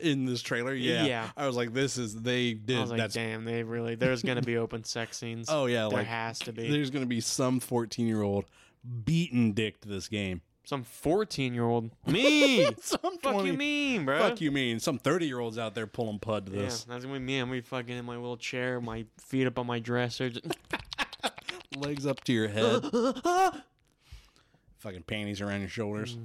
[SPEAKER 1] in this trailer. Yeah,
[SPEAKER 2] Yeah.
[SPEAKER 1] I was like, this is they did.
[SPEAKER 2] I was like,
[SPEAKER 1] that's
[SPEAKER 2] damn, they really. There's gonna be open sex scenes.
[SPEAKER 1] oh yeah,
[SPEAKER 2] there
[SPEAKER 1] like
[SPEAKER 2] has to be
[SPEAKER 1] there's gonna be some 14 year old beaten dick to this game.
[SPEAKER 2] some 14 year old me.
[SPEAKER 1] some
[SPEAKER 2] Fuck
[SPEAKER 1] 20
[SPEAKER 2] you mean, bro?
[SPEAKER 1] Fuck you mean some 30 year olds out there pulling pud to
[SPEAKER 2] Yeah,
[SPEAKER 1] this.
[SPEAKER 2] that's gonna be me. I'm gonna be fucking in my little chair, my feet up on my dresser. Just,
[SPEAKER 1] legs up to your head, fucking panties around your shoulders.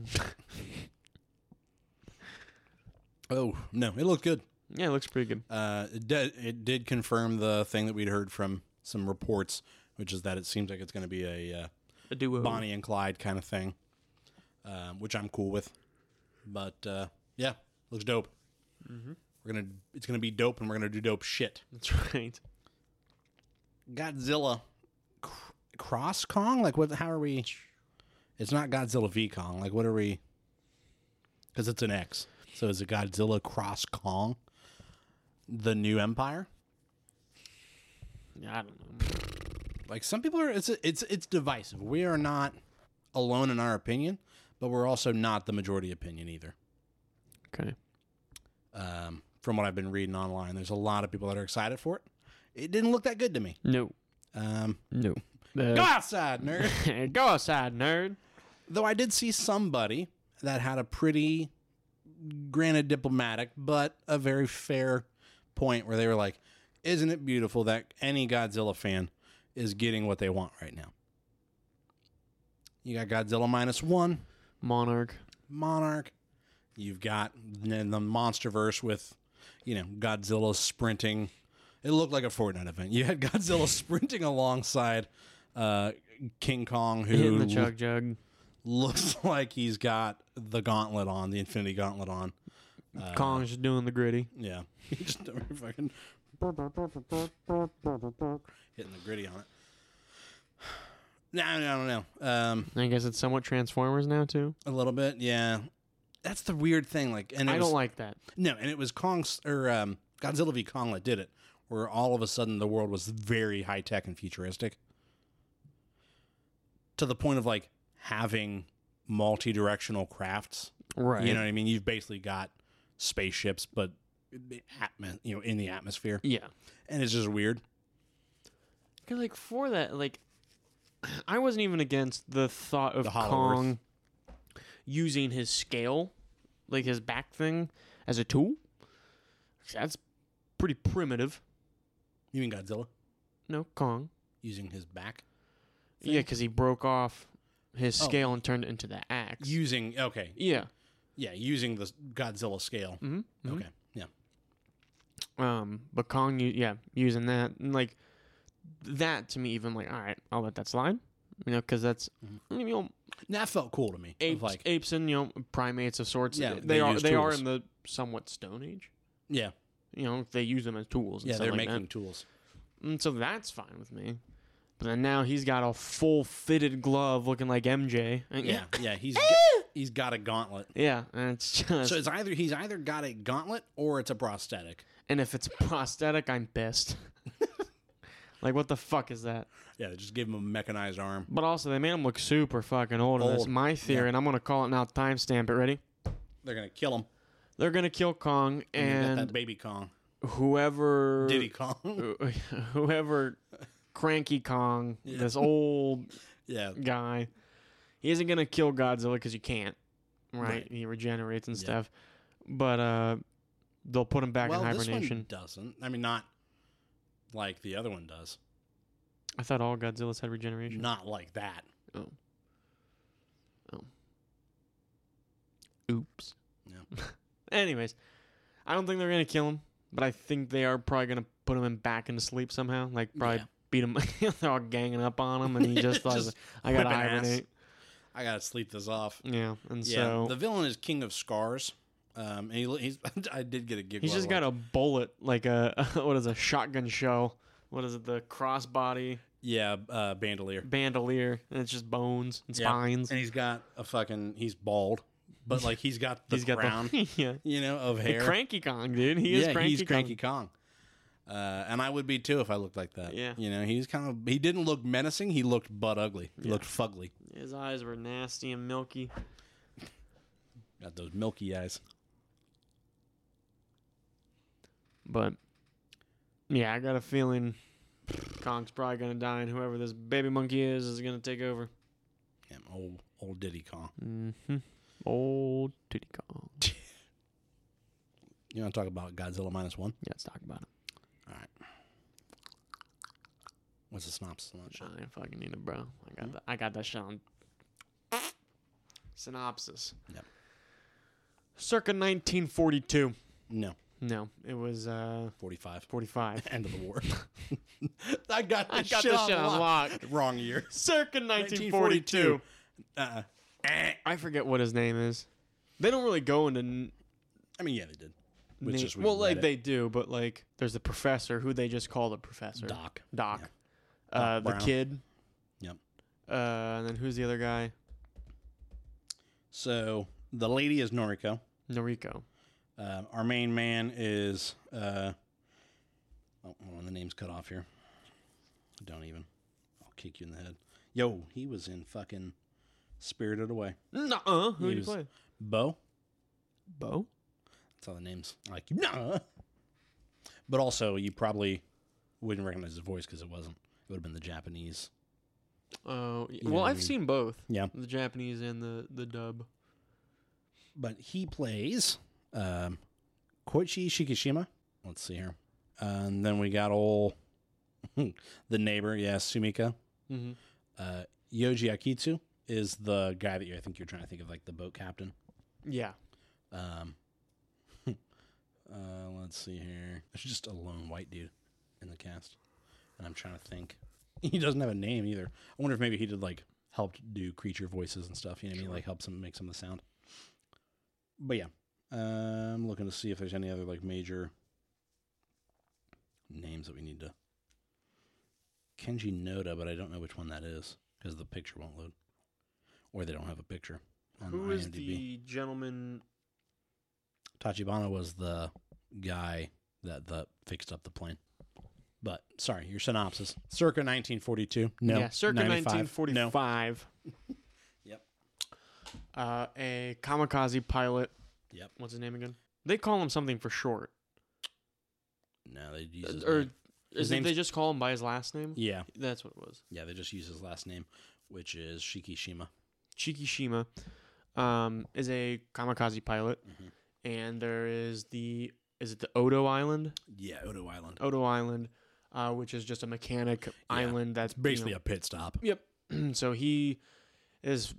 [SPEAKER 1] oh no, it looked good.
[SPEAKER 2] yeah, it looks pretty good.
[SPEAKER 1] Uh, it, did, it did confirm the thing that we'd heard from some reports, which is that it seems like it's going to be a uh,
[SPEAKER 2] A duo.
[SPEAKER 1] Bonnie and Clyde kind of thing, um, which I'm cool with. But uh, yeah, looks dope. We're gonna it's gonna be dope, and we're gonna do dope shit.
[SPEAKER 2] That's right.
[SPEAKER 1] Godzilla cr- Cross Kong? Like what how are we It's not Godzilla V Kong. Like what are we Cuz it's an X. So is it Godzilla Cross Kong? The new empire?
[SPEAKER 2] Yeah, I don't know.
[SPEAKER 1] Like some people are it's it's it's divisive. We are not alone in our opinion, but we're also not the majority opinion either.
[SPEAKER 2] Okay.
[SPEAKER 1] Um from what I've been reading online, there's a lot of people that are excited for it. It didn't look that good to me.
[SPEAKER 2] No.
[SPEAKER 1] Um,
[SPEAKER 2] No.
[SPEAKER 1] go outside, nerd.
[SPEAKER 2] go outside, nerd.
[SPEAKER 1] Though I did see somebody that had a pretty, granted diplomatic, but a very fair point where they were like, isn't it beautiful that any Godzilla fan is getting what they want right now? You got Godzilla minus one,
[SPEAKER 2] Monarch.
[SPEAKER 1] Monarch. You've got n- the Monsterverse with, you know, Godzilla sprinting. It looked like a Fortnite event. You had Godzilla sprinting alongside uh, King Kong, who
[SPEAKER 2] Hitting the chug jug.
[SPEAKER 1] looks like he's got the gauntlet on, the Infinity Gauntlet on. Uh.
[SPEAKER 2] Kong's just doing the gritty.
[SPEAKER 1] Yeah, He just never fucking hitting the gritty on it. No, no, no, no. Um,
[SPEAKER 2] I guess it's somewhat Transformers now too.
[SPEAKER 1] a little bit, yeah. That's the weird thing. Like, and it
[SPEAKER 2] I
[SPEAKER 1] was,
[SPEAKER 2] don't like that.
[SPEAKER 1] no, and it was Kong's or um, Godzilla v Kong that did it, where all of a sudden the world was very high tech and futuristic, to the point of like having multi directional crafts.
[SPEAKER 2] Right.
[SPEAKER 1] You know what I mean? You've basically got spaceships, but the atmo- you know, in the atmosphere,
[SPEAKER 2] Yeah.
[SPEAKER 1] and it's just weird.
[SPEAKER 2] Cause like for that, like I wasn't even against the thought of
[SPEAKER 1] The Hollow
[SPEAKER 2] Kong using his scale, like his back thing, as a tool. 'Cause That's pretty primitive.
[SPEAKER 1] You mean Godzilla
[SPEAKER 2] No, Kong.
[SPEAKER 1] using his back?
[SPEAKER 2] Yeah, 'cause Yeah, because he broke off his
[SPEAKER 1] Oh.
[SPEAKER 2] scale and turned it into the axe.
[SPEAKER 1] Using okay,
[SPEAKER 2] yeah.
[SPEAKER 1] yeah, using the Godzilla scale.
[SPEAKER 2] hmm
[SPEAKER 1] Okay, yeah,
[SPEAKER 2] Um, but Kong, u- yeah, using that and like that to me, even like, all right, I'll let that slide. You know, because that's you know
[SPEAKER 1] that felt cool to me. Of
[SPEAKER 2] apes,
[SPEAKER 1] Mm-hmm. like,
[SPEAKER 2] apes and you know primates of sorts.
[SPEAKER 1] Yeah,
[SPEAKER 2] they,
[SPEAKER 1] they
[SPEAKER 2] are
[SPEAKER 1] use
[SPEAKER 2] they are
[SPEAKER 1] tools.
[SPEAKER 2] in the somewhat stone age.
[SPEAKER 1] yeah,
[SPEAKER 2] You know, they use them as tools. And
[SPEAKER 1] yeah,
[SPEAKER 2] stuff
[SPEAKER 1] they're
[SPEAKER 2] like
[SPEAKER 1] making tools.
[SPEAKER 2] that. And so that's fine with me. But then now he's got a full fitted glove, looking like MJ. And
[SPEAKER 1] Yeah, yeah, he's g- he's got a gauntlet.
[SPEAKER 2] yeah, and it's just
[SPEAKER 1] So it's either he's either got a gauntlet or it's a prosthetic.
[SPEAKER 2] and if it's prosthetic, I'm pissed. like what the fuck is that?
[SPEAKER 1] Yeah, they just give him a mechanized arm.
[SPEAKER 2] But also they made him look super fucking old. And that's
[SPEAKER 1] Old,
[SPEAKER 2] my theory, and I'm gonna call it now. Timestamp it. Ready?
[SPEAKER 1] They're gonna kill him.
[SPEAKER 2] They're gonna kill Kong,
[SPEAKER 1] And you got
[SPEAKER 2] and
[SPEAKER 1] that baby Kong.
[SPEAKER 2] whoever
[SPEAKER 1] Diddy Kong.
[SPEAKER 2] whoever cranky Kong,
[SPEAKER 1] Yeah.
[SPEAKER 2] this old
[SPEAKER 1] yeah.
[SPEAKER 2] guy, he isn't gonna kill Godzilla because you can't, right?
[SPEAKER 1] Right.
[SPEAKER 2] He regenerates and
[SPEAKER 1] Yeah.
[SPEAKER 2] stuff, but uh, they'll put him back
[SPEAKER 1] well,
[SPEAKER 2] in
[SPEAKER 1] this one
[SPEAKER 2] hibernation.
[SPEAKER 1] doesn't. I mean, not like the other one does.
[SPEAKER 2] I thought all Godzillas had regeneration.
[SPEAKER 1] Not like that.
[SPEAKER 2] Oops.
[SPEAKER 1] Yeah.
[SPEAKER 2] Anyways, I don't think they're gonna kill him, but I think they are probably gonna put him in back into sleep somehow. Like probably
[SPEAKER 1] Yeah.
[SPEAKER 2] beat him. they're all ganging up on him, and he just thought,
[SPEAKER 1] Just
[SPEAKER 2] "I gotta
[SPEAKER 1] whipping ass.
[SPEAKER 2] hibernate."
[SPEAKER 1] I gotta sleep this off.
[SPEAKER 2] Yeah, and
[SPEAKER 1] yeah.
[SPEAKER 2] so
[SPEAKER 1] The villain is King of Scars. Um, and he, he's, I did get a giggle.
[SPEAKER 2] He's
[SPEAKER 1] out
[SPEAKER 2] just
[SPEAKER 1] of
[SPEAKER 2] got a bullet, like a what is a shotgun shell? What is it? The crossbody
[SPEAKER 1] Yeah, uh, bandolier.
[SPEAKER 2] bandolier, and it's just bones and
[SPEAKER 1] Yeah.
[SPEAKER 2] spines.
[SPEAKER 1] And he's got a fucking. He's bald, but like he's got the
[SPEAKER 2] He's got
[SPEAKER 1] crown,
[SPEAKER 2] the yeah,
[SPEAKER 1] you know, of
[SPEAKER 2] the
[SPEAKER 1] hair.
[SPEAKER 2] cranky Kong dude. He is
[SPEAKER 1] yeah,
[SPEAKER 2] cranky.
[SPEAKER 1] he's
[SPEAKER 2] Kong.
[SPEAKER 1] Cranky Kong. Uh, and I would be too if I looked like that.
[SPEAKER 2] Yeah.
[SPEAKER 1] you know, he's kind of. He didn't look menacing. He looked butt ugly. He
[SPEAKER 2] Yeah.
[SPEAKER 1] looked fugly.
[SPEAKER 2] His eyes were nasty and milky.
[SPEAKER 1] Got those milky eyes.
[SPEAKER 2] But yeah, I got a feeling Kong's probably gonna die, and whoever this baby monkey is is gonna take over.
[SPEAKER 1] Damn, old old Diddy Kong.
[SPEAKER 2] Mm-hmm. Old Tootie Kong.
[SPEAKER 1] You want to talk about Godzilla minus one?
[SPEAKER 2] Yeah, let's talk about him.
[SPEAKER 1] What's the synopsis on that shit?
[SPEAKER 2] I fucking need it, bro. I got that. I got that shit on. Synopsis.
[SPEAKER 1] Yep.
[SPEAKER 2] Circa 1942.
[SPEAKER 1] No,
[SPEAKER 2] No, it was uh,
[SPEAKER 1] forty-five.
[SPEAKER 2] 45.
[SPEAKER 1] End of the war. I got
[SPEAKER 2] I
[SPEAKER 1] this
[SPEAKER 2] got
[SPEAKER 1] shit,
[SPEAKER 2] this shit
[SPEAKER 1] on
[SPEAKER 2] on
[SPEAKER 1] lock.
[SPEAKER 2] lock.
[SPEAKER 1] Wrong year.
[SPEAKER 2] Circa 1942.
[SPEAKER 1] Uh,
[SPEAKER 2] I forget what his name is. They don't really go into. N-
[SPEAKER 1] I mean, yeah, they did. Which
[SPEAKER 2] na-
[SPEAKER 1] is we
[SPEAKER 2] well, like
[SPEAKER 1] read
[SPEAKER 2] they do, but like there's the professor who they just call the professor.
[SPEAKER 1] Doc.
[SPEAKER 2] Doc.
[SPEAKER 1] Yeah.
[SPEAKER 2] Uh,
[SPEAKER 1] Doc
[SPEAKER 2] the
[SPEAKER 1] Brown.
[SPEAKER 2] kid.
[SPEAKER 1] Yep.
[SPEAKER 2] Uh, and then who's the other guy?
[SPEAKER 1] So the lady is Noriko.
[SPEAKER 2] Noriko.
[SPEAKER 1] Uh, our main man is. Uh, oh, hold on, the name's cut off here. Don't even. I'll kick you in the head. Yo, he was in fucking Spirited Away.
[SPEAKER 2] Nuh-uh. Who
[SPEAKER 1] He
[SPEAKER 2] did he
[SPEAKER 1] was-
[SPEAKER 2] play?
[SPEAKER 1] Bo.
[SPEAKER 2] Bo.
[SPEAKER 1] That's all the names. Like, nah. But also, you probably wouldn't recognize his voice because it wasn't. It would have been the Japanese.
[SPEAKER 2] Oh, y
[SPEAKER 1] You know
[SPEAKER 2] well,
[SPEAKER 1] what I
[SPEAKER 2] I've
[SPEAKER 1] mean?
[SPEAKER 2] seen both.
[SPEAKER 1] Yeah.
[SPEAKER 2] the Japanese and the the dub.
[SPEAKER 1] But he plays um, Koichi Shikishima. Let's see here. and then we got old the neighbor. Yeah, Sumika.
[SPEAKER 2] Mm-hmm.
[SPEAKER 1] Uh, Yoji Akitsu is the guy that you, I think you're trying to think of, like the boat captain.
[SPEAKER 2] Yeah,
[SPEAKER 1] Um, uh, let's see here. There's just a lone white dude in the cast, and I'm trying to think. He doesn't have a name either. I wonder if maybe he did like helped do creature voices and stuff. You know what I mean? Like helps him make some of the sound. But yeah, uh, I'm looking to see if there's any other like major names that we need to. Kenji Noda, but I don't know which one that is because the picture won't load, or they don't have a picture. on
[SPEAKER 2] Who is
[SPEAKER 1] IMDb.
[SPEAKER 2] the gentleman?
[SPEAKER 1] Tachibana was the guy that the fixed up the plane. But sorry, your synopsis. Circa 1942. No.
[SPEAKER 2] yeah, circa
[SPEAKER 1] 95. No.
[SPEAKER 2] 1945.
[SPEAKER 1] Yep.
[SPEAKER 2] Uh, a kamikaze pilot.
[SPEAKER 1] Yep.
[SPEAKER 2] What's his name again? They call him something for short,
[SPEAKER 1] No, they use his
[SPEAKER 2] Uh, or
[SPEAKER 1] name. His
[SPEAKER 2] is it
[SPEAKER 1] name's-
[SPEAKER 2] they just call him by his last name?
[SPEAKER 1] Yeah.
[SPEAKER 2] That's what it was.
[SPEAKER 1] Yeah, they just use his last name, which is Shikishima.
[SPEAKER 2] Chikishima um, is a kamikaze pilot,
[SPEAKER 1] Mhm.
[SPEAKER 2] and there is the is it the Odo Island?
[SPEAKER 1] Yeah, Odo Island.
[SPEAKER 2] Odo Island, uh, which is just a mechanic island that's you know,
[SPEAKER 1] Basically a pit stop.
[SPEAKER 2] Yep. so he is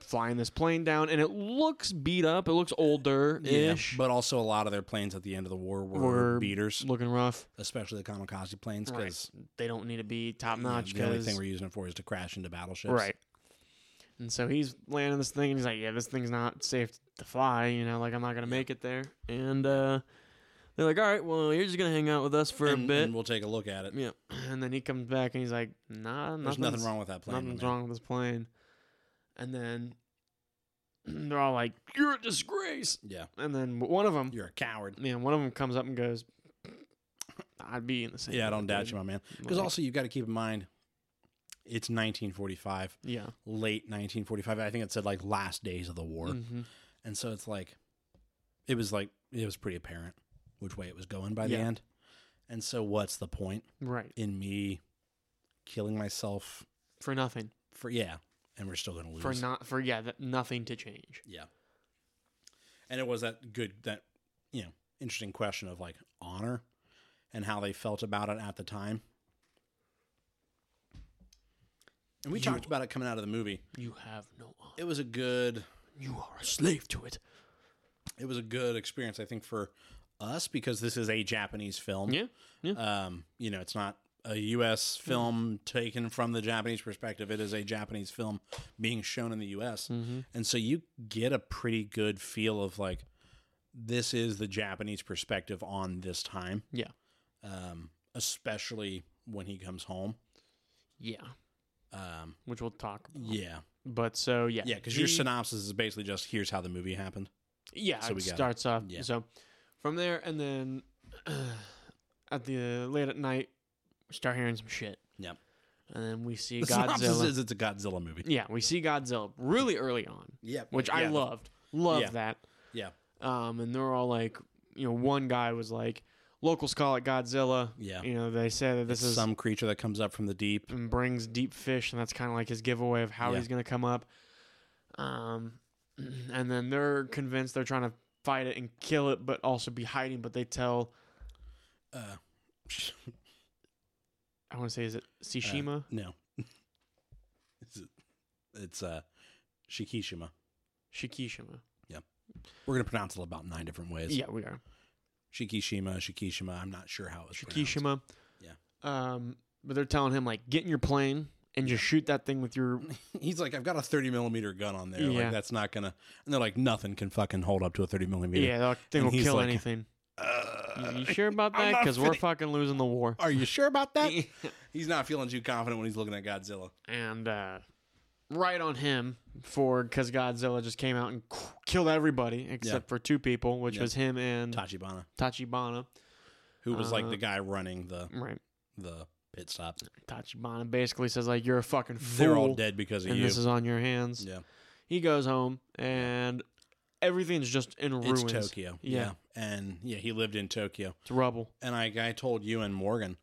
[SPEAKER 2] flying this plane down, and it looks beat up. It looks older ish,
[SPEAKER 1] But also a lot of their planes at the end of the war were,
[SPEAKER 2] Were-
[SPEAKER 1] beaters,
[SPEAKER 2] looking rough.
[SPEAKER 1] especially the kamikaze planes
[SPEAKER 2] Right.
[SPEAKER 1] because
[SPEAKER 2] They don't need to be top notch.
[SPEAKER 1] the only thing we're using it for is to crash into battleships.
[SPEAKER 2] right. And so he's landing this thing, and he's like, "Yeah, this thing's not safe to fly. You know, like I'm not gonna make it there." And uh, they're like, "All right, well, you're just gonna hang out with us for
[SPEAKER 1] And-
[SPEAKER 2] a bit."
[SPEAKER 1] and we'll take a look at it.
[SPEAKER 2] yeah. And then he comes back, and he's like, "Nah,
[SPEAKER 1] There's nothing wrong with that plane.
[SPEAKER 2] Nothing's
[SPEAKER 1] man.
[SPEAKER 2] wrong with this plane. And then they're all like, "You're a disgrace."
[SPEAKER 1] Yeah.
[SPEAKER 2] And then one of them,
[SPEAKER 1] You're a coward.
[SPEAKER 2] yeah, one of them comes up and goes, "I'd be in the same."
[SPEAKER 1] Yeah, I don't
[SPEAKER 2] boat,
[SPEAKER 1] doubt
[SPEAKER 2] dude."
[SPEAKER 1] you, my man.
[SPEAKER 2] I'm
[SPEAKER 1] Because
[SPEAKER 2] like,
[SPEAKER 1] also, you've got to keep in mind, it's 1945,
[SPEAKER 2] yeah,
[SPEAKER 1] late 1945. I think it said like last days of the war,
[SPEAKER 2] mhm.
[SPEAKER 1] and so it's like, it was like it was pretty apparent which way it was going by the
[SPEAKER 2] Yeah.
[SPEAKER 1] end. And so, what's the point
[SPEAKER 2] Right.
[SPEAKER 1] in me killing myself
[SPEAKER 2] For nothing.
[SPEAKER 1] for yeah? And we're still going to lose.
[SPEAKER 2] For not for yeah, that, nothing to change.
[SPEAKER 1] Yeah. And it was that good, that, you know, interesting question of like honor and how they felt about it at the time. And we
[SPEAKER 2] You-
[SPEAKER 1] talked about it coming out of the movie.
[SPEAKER 2] You have no honor.
[SPEAKER 1] It was a good,
[SPEAKER 2] You are a slave to it.
[SPEAKER 1] it was a good experience, I think, for us because this is a Japanese film.
[SPEAKER 2] Yeah. Hmm.
[SPEAKER 1] Um, you know, it's not a U.S. film taken from the Japanese perspective. It is a Japanese film being shown in the U.S. And so you get a pretty good feel of like, this is the Japanese perspective on this time.
[SPEAKER 2] Yeah.
[SPEAKER 1] Um, especially when he comes home.
[SPEAKER 2] Yeah.
[SPEAKER 1] Um,
[SPEAKER 2] Which we'll talk about.
[SPEAKER 1] yeah.
[SPEAKER 2] But so yeah.
[SPEAKER 1] Yeah. Because your
[SPEAKER 2] he-
[SPEAKER 1] synopsis is basically just here's how the movie happened.
[SPEAKER 2] Yeah,
[SPEAKER 1] So
[SPEAKER 2] it
[SPEAKER 1] we got it.
[SPEAKER 2] starts off.
[SPEAKER 1] Yeah.
[SPEAKER 2] So from there, and then at the late at night, we start hearing some shit.
[SPEAKER 1] Yep.
[SPEAKER 2] And then we see
[SPEAKER 1] The synopsis
[SPEAKER 2] Godzilla.
[SPEAKER 1] is it's a Godzilla movie.
[SPEAKER 2] Yeah, we see Godzilla really early on,
[SPEAKER 1] Yeah.
[SPEAKER 2] which I loved. Loved
[SPEAKER 1] Yeah.
[SPEAKER 2] that.
[SPEAKER 1] Yeah.
[SPEAKER 2] Um, and they're all like, you know, one guy was like, locals call it Godzilla.
[SPEAKER 1] Yeah.
[SPEAKER 2] You know, they say that this is
[SPEAKER 1] Some creature that comes up from the deep.
[SPEAKER 2] and brings deep fish, and that's kind of like his giveaway of how
[SPEAKER 1] Yeah.
[SPEAKER 2] he's going to come up. Um, and then they're convinced they're trying to fight it and kill it, but also be hiding. But they tell
[SPEAKER 1] Uh,
[SPEAKER 2] I want to say is it Tsushima?
[SPEAKER 1] No. it's, it's uh Shikishima.
[SPEAKER 2] Shikishima.
[SPEAKER 1] We're gonna pronounce it about nine different ways.
[SPEAKER 2] Yeah, we are
[SPEAKER 1] Shikishima, Shikishima. I'm not sure how it's pronounced.
[SPEAKER 2] Shikishima.
[SPEAKER 1] Yeah.
[SPEAKER 2] Um, but they're telling him like, get in your plane and just shoot that thing with your
[SPEAKER 1] He's like, I've got a 30 millimeter gun on there.
[SPEAKER 2] Yeah.
[SPEAKER 1] Like that's not gonna. And they're like, nothing can fucking hold up to a 30 millimeter.
[SPEAKER 2] yeah, that thing
[SPEAKER 1] And
[SPEAKER 2] will
[SPEAKER 1] he's
[SPEAKER 2] kill
[SPEAKER 1] like,
[SPEAKER 2] anything.
[SPEAKER 1] Uh,
[SPEAKER 2] You- you sure about
[SPEAKER 1] I'm
[SPEAKER 2] that?
[SPEAKER 1] not
[SPEAKER 2] Because we're
[SPEAKER 1] fit-
[SPEAKER 2] fucking losing the war.
[SPEAKER 1] are you sure about that? he's not feeling too confident when he's looking at Godzilla.
[SPEAKER 2] and uh, right on him for because Godzilla just came out and killed everybody except for two people, which
[SPEAKER 1] Yeah.
[SPEAKER 2] was him and
[SPEAKER 1] Tachibana,
[SPEAKER 2] Tachibana.
[SPEAKER 1] who was like
[SPEAKER 2] Mm. Uh,
[SPEAKER 1] the guy running the
[SPEAKER 2] Right,
[SPEAKER 1] the pit stop.
[SPEAKER 2] Tachibana basically says like you're a fucking fool,
[SPEAKER 1] They're all dead because of
[SPEAKER 2] and
[SPEAKER 1] you.
[SPEAKER 2] this is on your hands.
[SPEAKER 1] yeah,
[SPEAKER 2] He goes home and everything's just in ruins.
[SPEAKER 1] it's Tokyo.
[SPEAKER 2] Yeah.
[SPEAKER 1] yeah, and yeah, he lived in Tokyo.
[SPEAKER 2] It's rubble.
[SPEAKER 1] and I, I told you and Morgan,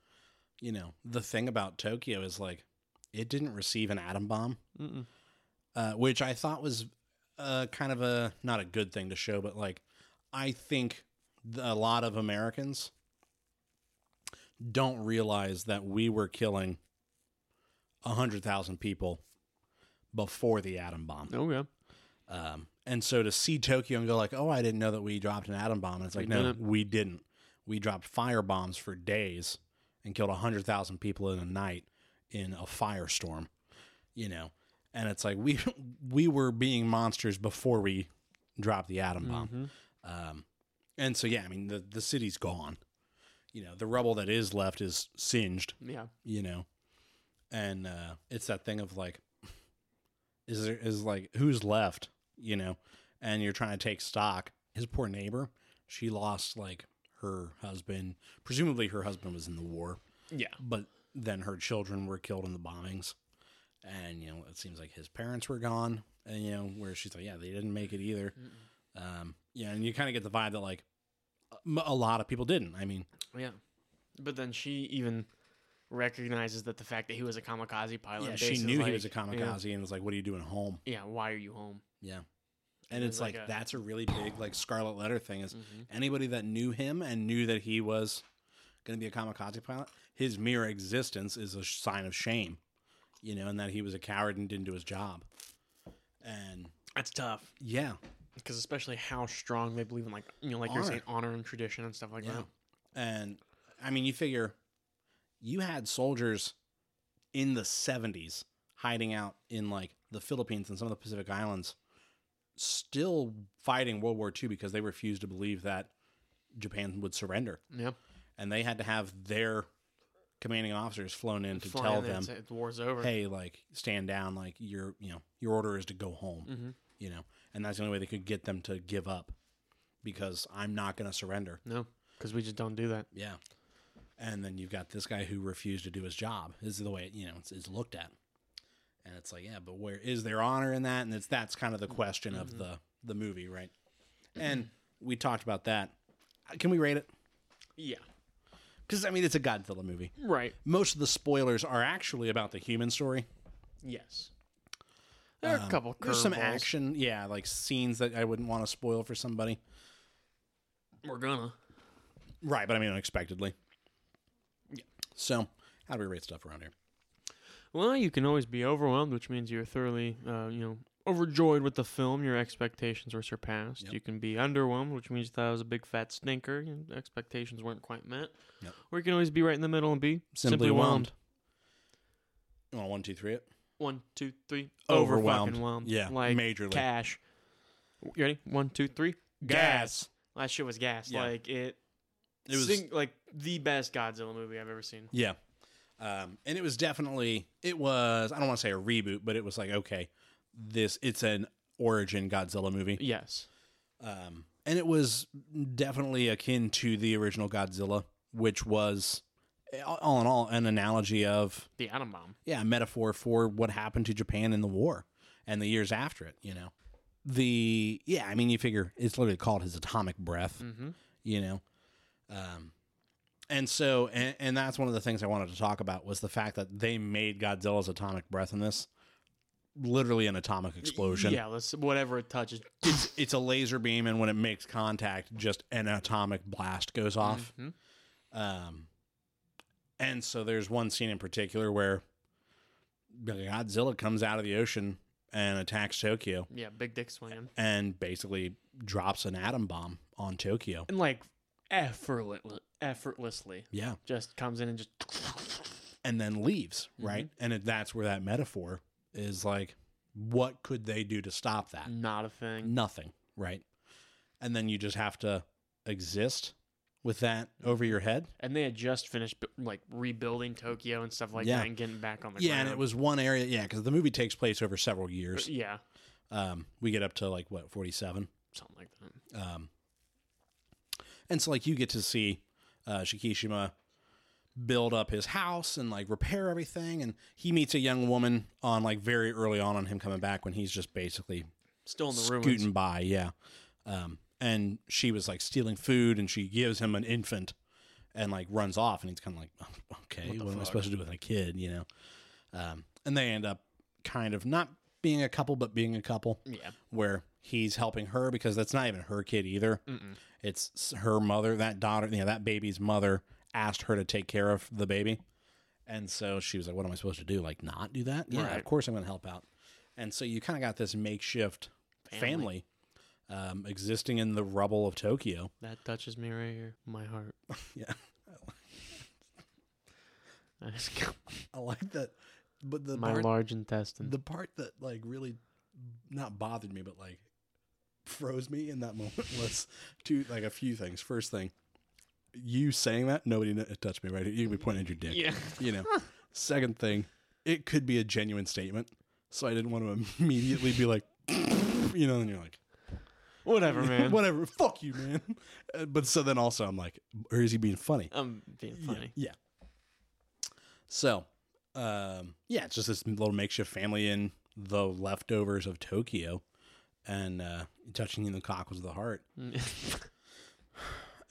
[SPEAKER 1] you know, the thing about Tokyo is like it didn't receive an atom bomb,
[SPEAKER 2] Mm-mm.
[SPEAKER 1] uh, which I thought was uh, kind of a not a good thing to show, but like I think th- a lot of Americans don't realize that we were killing hundred thousand people before the atom bomb.
[SPEAKER 2] Okay.
[SPEAKER 1] Um, and so to see Tokyo and go like, "Oh, I didn't know that we dropped an atom bomb," and it's like,
[SPEAKER 2] We
[SPEAKER 1] no,
[SPEAKER 2] didn't.
[SPEAKER 1] we didn't. We dropped fire bombs for days and killed hundred thousand people in a night in a firestorm. You know, and it's like we we were being monsters before we dropped the atom bomb.
[SPEAKER 2] Mhm.
[SPEAKER 1] Um, and so yeah, I mean the the city's gone. You know, the rubble that is left is singed
[SPEAKER 2] Yeah.
[SPEAKER 1] you know and uh it's that thing of like is there is like who's left you know and you're trying to take stock his poor neighbor she lost like her husband presumably her husband was in the war
[SPEAKER 2] Yeah.
[SPEAKER 1] but then her children were killed in the bombings and you know it seems like his parents were gone and you know where she's like yeah they didn't make it either um yeah and you kind of get the vibe that like a- a lot of people didn't i mean
[SPEAKER 2] Yeah. But then she even recognizes that the fact that he was a kamikaze pilot.
[SPEAKER 1] yeah, she
[SPEAKER 2] basically,
[SPEAKER 1] knew he
[SPEAKER 2] like,
[SPEAKER 1] was a
[SPEAKER 2] Yeah.
[SPEAKER 1] kamikaze and was like what are you doing home
[SPEAKER 2] Yeah, why are you home?
[SPEAKER 1] Yeah.
[SPEAKER 2] And
[SPEAKER 1] And it's
[SPEAKER 2] then, like,
[SPEAKER 1] like,
[SPEAKER 2] a-
[SPEAKER 1] that's a really big like scarlet letter thing is
[SPEAKER 2] Mhm.
[SPEAKER 1] anybody that knew him and knew that he was going to be a kamikaze pilot, his mere existence is a sign of shame, you know, and that he was a coward and didn't do his job. And
[SPEAKER 2] That's tough.
[SPEAKER 1] yeah,
[SPEAKER 2] because especially how strong they believe in like you know like you're
[SPEAKER 1] Honor.
[SPEAKER 2] saying honor and tradition and stuff like
[SPEAKER 1] yeah.
[SPEAKER 2] that
[SPEAKER 1] And I mean, you figure you had soldiers in the 70s hiding out in like the Philippines and some of the Pacific Islands still fighting World War II because they refused to believe that Japan would surrender.
[SPEAKER 2] yeah
[SPEAKER 1] and they had to have their commanding officers flown in to
[SPEAKER 2] Fly
[SPEAKER 1] tell
[SPEAKER 2] in there
[SPEAKER 1] them,
[SPEAKER 2] and say, the war's over
[SPEAKER 1] "Hey, like stand down, like your you know your order is to go home,"
[SPEAKER 2] hmm
[SPEAKER 1] you know, and that's the only way they could get them to give up because I'm not going to surrender.
[SPEAKER 2] no because we just don't do that
[SPEAKER 1] Yeah, and then you've got this guy who refused to do his job. This is the way it, you know it's, it's looked at, and it's like, yeah, but where is their honor in that? And it's that's kind of the question of the the movie, right? And we talked about that. Can we rate it?
[SPEAKER 2] Yeah.
[SPEAKER 1] Because I mean, it's a Godzilla movie.
[SPEAKER 2] Right.
[SPEAKER 1] Most of the spoilers are actually about the human story. Um,
[SPEAKER 2] Yes. There are a couple
[SPEAKER 1] Uh, There's some
[SPEAKER 2] curveballs.
[SPEAKER 1] action, yeah, like scenes that I wouldn't want to spoil for somebody.
[SPEAKER 2] We're gonna.
[SPEAKER 1] Right, but I mean unexpectedly.
[SPEAKER 2] Yeah.
[SPEAKER 1] So, how do we rate stuff around here?
[SPEAKER 2] Well, you can always be overwhelmed, which means you're thoroughly, uh, you know, overjoyed with the film. Your expectations were surpassed.
[SPEAKER 1] Yep.
[SPEAKER 2] You can be underwhelmed, which means you thought it was a big fat stinker. Your expectations weren't quite met.
[SPEAKER 1] Yep.
[SPEAKER 2] Or you can always be right in the middle and be
[SPEAKER 1] Simply
[SPEAKER 2] simply, whelmed.
[SPEAKER 1] You want to one, two, three it?
[SPEAKER 2] One, two, three.
[SPEAKER 1] Overwhelmed.
[SPEAKER 2] Overwhelmed. Whelmed.
[SPEAKER 1] Yeah,
[SPEAKER 2] Like
[SPEAKER 1] majorly.
[SPEAKER 2] cash. You ready? One, two, three.
[SPEAKER 1] Gas.
[SPEAKER 2] That shit was gas.
[SPEAKER 1] Yeah.
[SPEAKER 2] Like it.
[SPEAKER 1] It was
[SPEAKER 2] sing- like the best Godzilla movie I've ever seen.
[SPEAKER 1] yeah, um, and it was definitely it was. I don't want to say a reboot, but it was like okay, this it's an origin Godzilla movie,
[SPEAKER 2] Yes.
[SPEAKER 1] um, and it was definitely akin to the original Godzilla, which was all- all in all an analogy of
[SPEAKER 2] The atom bomb.
[SPEAKER 1] yeah, a metaphor for what happened to Japan in the war and the years after it, you know. The yeah, I mean you figure it's literally called his atomic breath,
[SPEAKER 2] Mm-hmm.
[SPEAKER 1] you know. Um and so and, and that's one of the things I wanted to talk about was the fact that they made Godzilla's atomic breath in this literally an atomic explosion.
[SPEAKER 2] Yeah. Let's whatever it touches.
[SPEAKER 1] It's it's a laser beam and when it makes contact just an atomic blast goes off.
[SPEAKER 2] Mhm.
[SPEAKER 1] Um, and so there's one scene in particular where Godzilla comes out of the ocean and attacks Tokyo
[SPEAKER 2] Yeah, big dick swinging.
[SPEAKER 1] and basically drops an atom bomb on Tokyo.
[SPEAKER 2] And like effortless, effortlessly
[SPEAKER 1] Yeah.
[SPEAKER 2] just comes in and just
[SPEAKER 1] And then leaves, right? And it, that's where that metaphor is like, what could they do to stop that?
[SPEAKER 2] not a thing.
[SPEAKER 1] Nothing, right? And then you just have to exist with that over your head.
[SPEAKER 2] And they had just finished bu- like rebuilding Tokyo and stuff like
[SPEAKER 1] Yeah.
[SPEAKER 2] that and getting back on the
[SPEAKER 1] Yeah,
[SPEAKER 2] ground.
[SPEAKER 1] and it was one area. Yeah, because the movie takes place over several years.
[SPEAKER 2] yeah,
[SPEAKER 1] Um, we get up to like what forty seven.
[SPEAKER 2] something like that.
[SPEAKER 1] Um, and so, like, you get to see uh, Shikishima build up his house and like repair everything. And he meets a young woman on like very early on on him coming back when he's just basically
[SPEAKER 2] Still in the ruins.
[SPEAKER 1] scooting by. Yeah. Um, and she was like stealing food and she gives him an infant and like runs off. And he's kind of like, "Oh, okay, what,
[SPEAKER 2] the
[SPEAKER 1] am I
[SPEAKER 2] fuck?
[SPEAKER 1] supposed to do with a kid, you know? Um, and they end up kind of not being a couple, but being a couple
[SPEAKER 2] Yeah,
[SPEAKER 1] where he's helping her because that's not even her kid either.
[SPEAKER 2] Mm-mm.
[SPEAKER 1] It's s- her mother, that daughter, you know, that baby's mother asked her to take care of the baby. And so she was like, What am I supposed to do? Like, not do that? Yeah, of
[SPEAKER 2] Right.
[SPEAKER 1] course I'm going to help out. And so you kind of got this makeshift family,
[SPEAKER 2] Family.
[SPEAKER 1] um, existing in the rubble of Tokyo.
[SPEAKER 2] that touches me right here, my heart.
[SPEAKER 1] Yeah.
[SPEAKER 2] I just-
[SPEAKER 1] I like that. But the
[SPEAKER 2] my large intestine.
[SPEAKER 1] the part that like really not bothered me but like froze me in that moment was two like a few things first thing you saying that nobody kn- it touched me right you could be pointing at your dick
[SPEAKER 2] yeah,
[SPEAKER 1] you know second thing it could be a genuine statement so i didn't want to immediately be like you know and you're like
[SPEAKER 2] whatever, man.
[SPEAKER 1] whatever fuck you man Uh, but so then also i'm like or is he being funny
[SPEAKER 2] I'm being
[SPEAKER 1] yeah,
[SPEAKER 2] funny.
[SPEAKER 1] Yeah. So, um, yeah, it's just this little makeshift family in the leftovers of Tokyo, and uh, touching the cockles of the heart,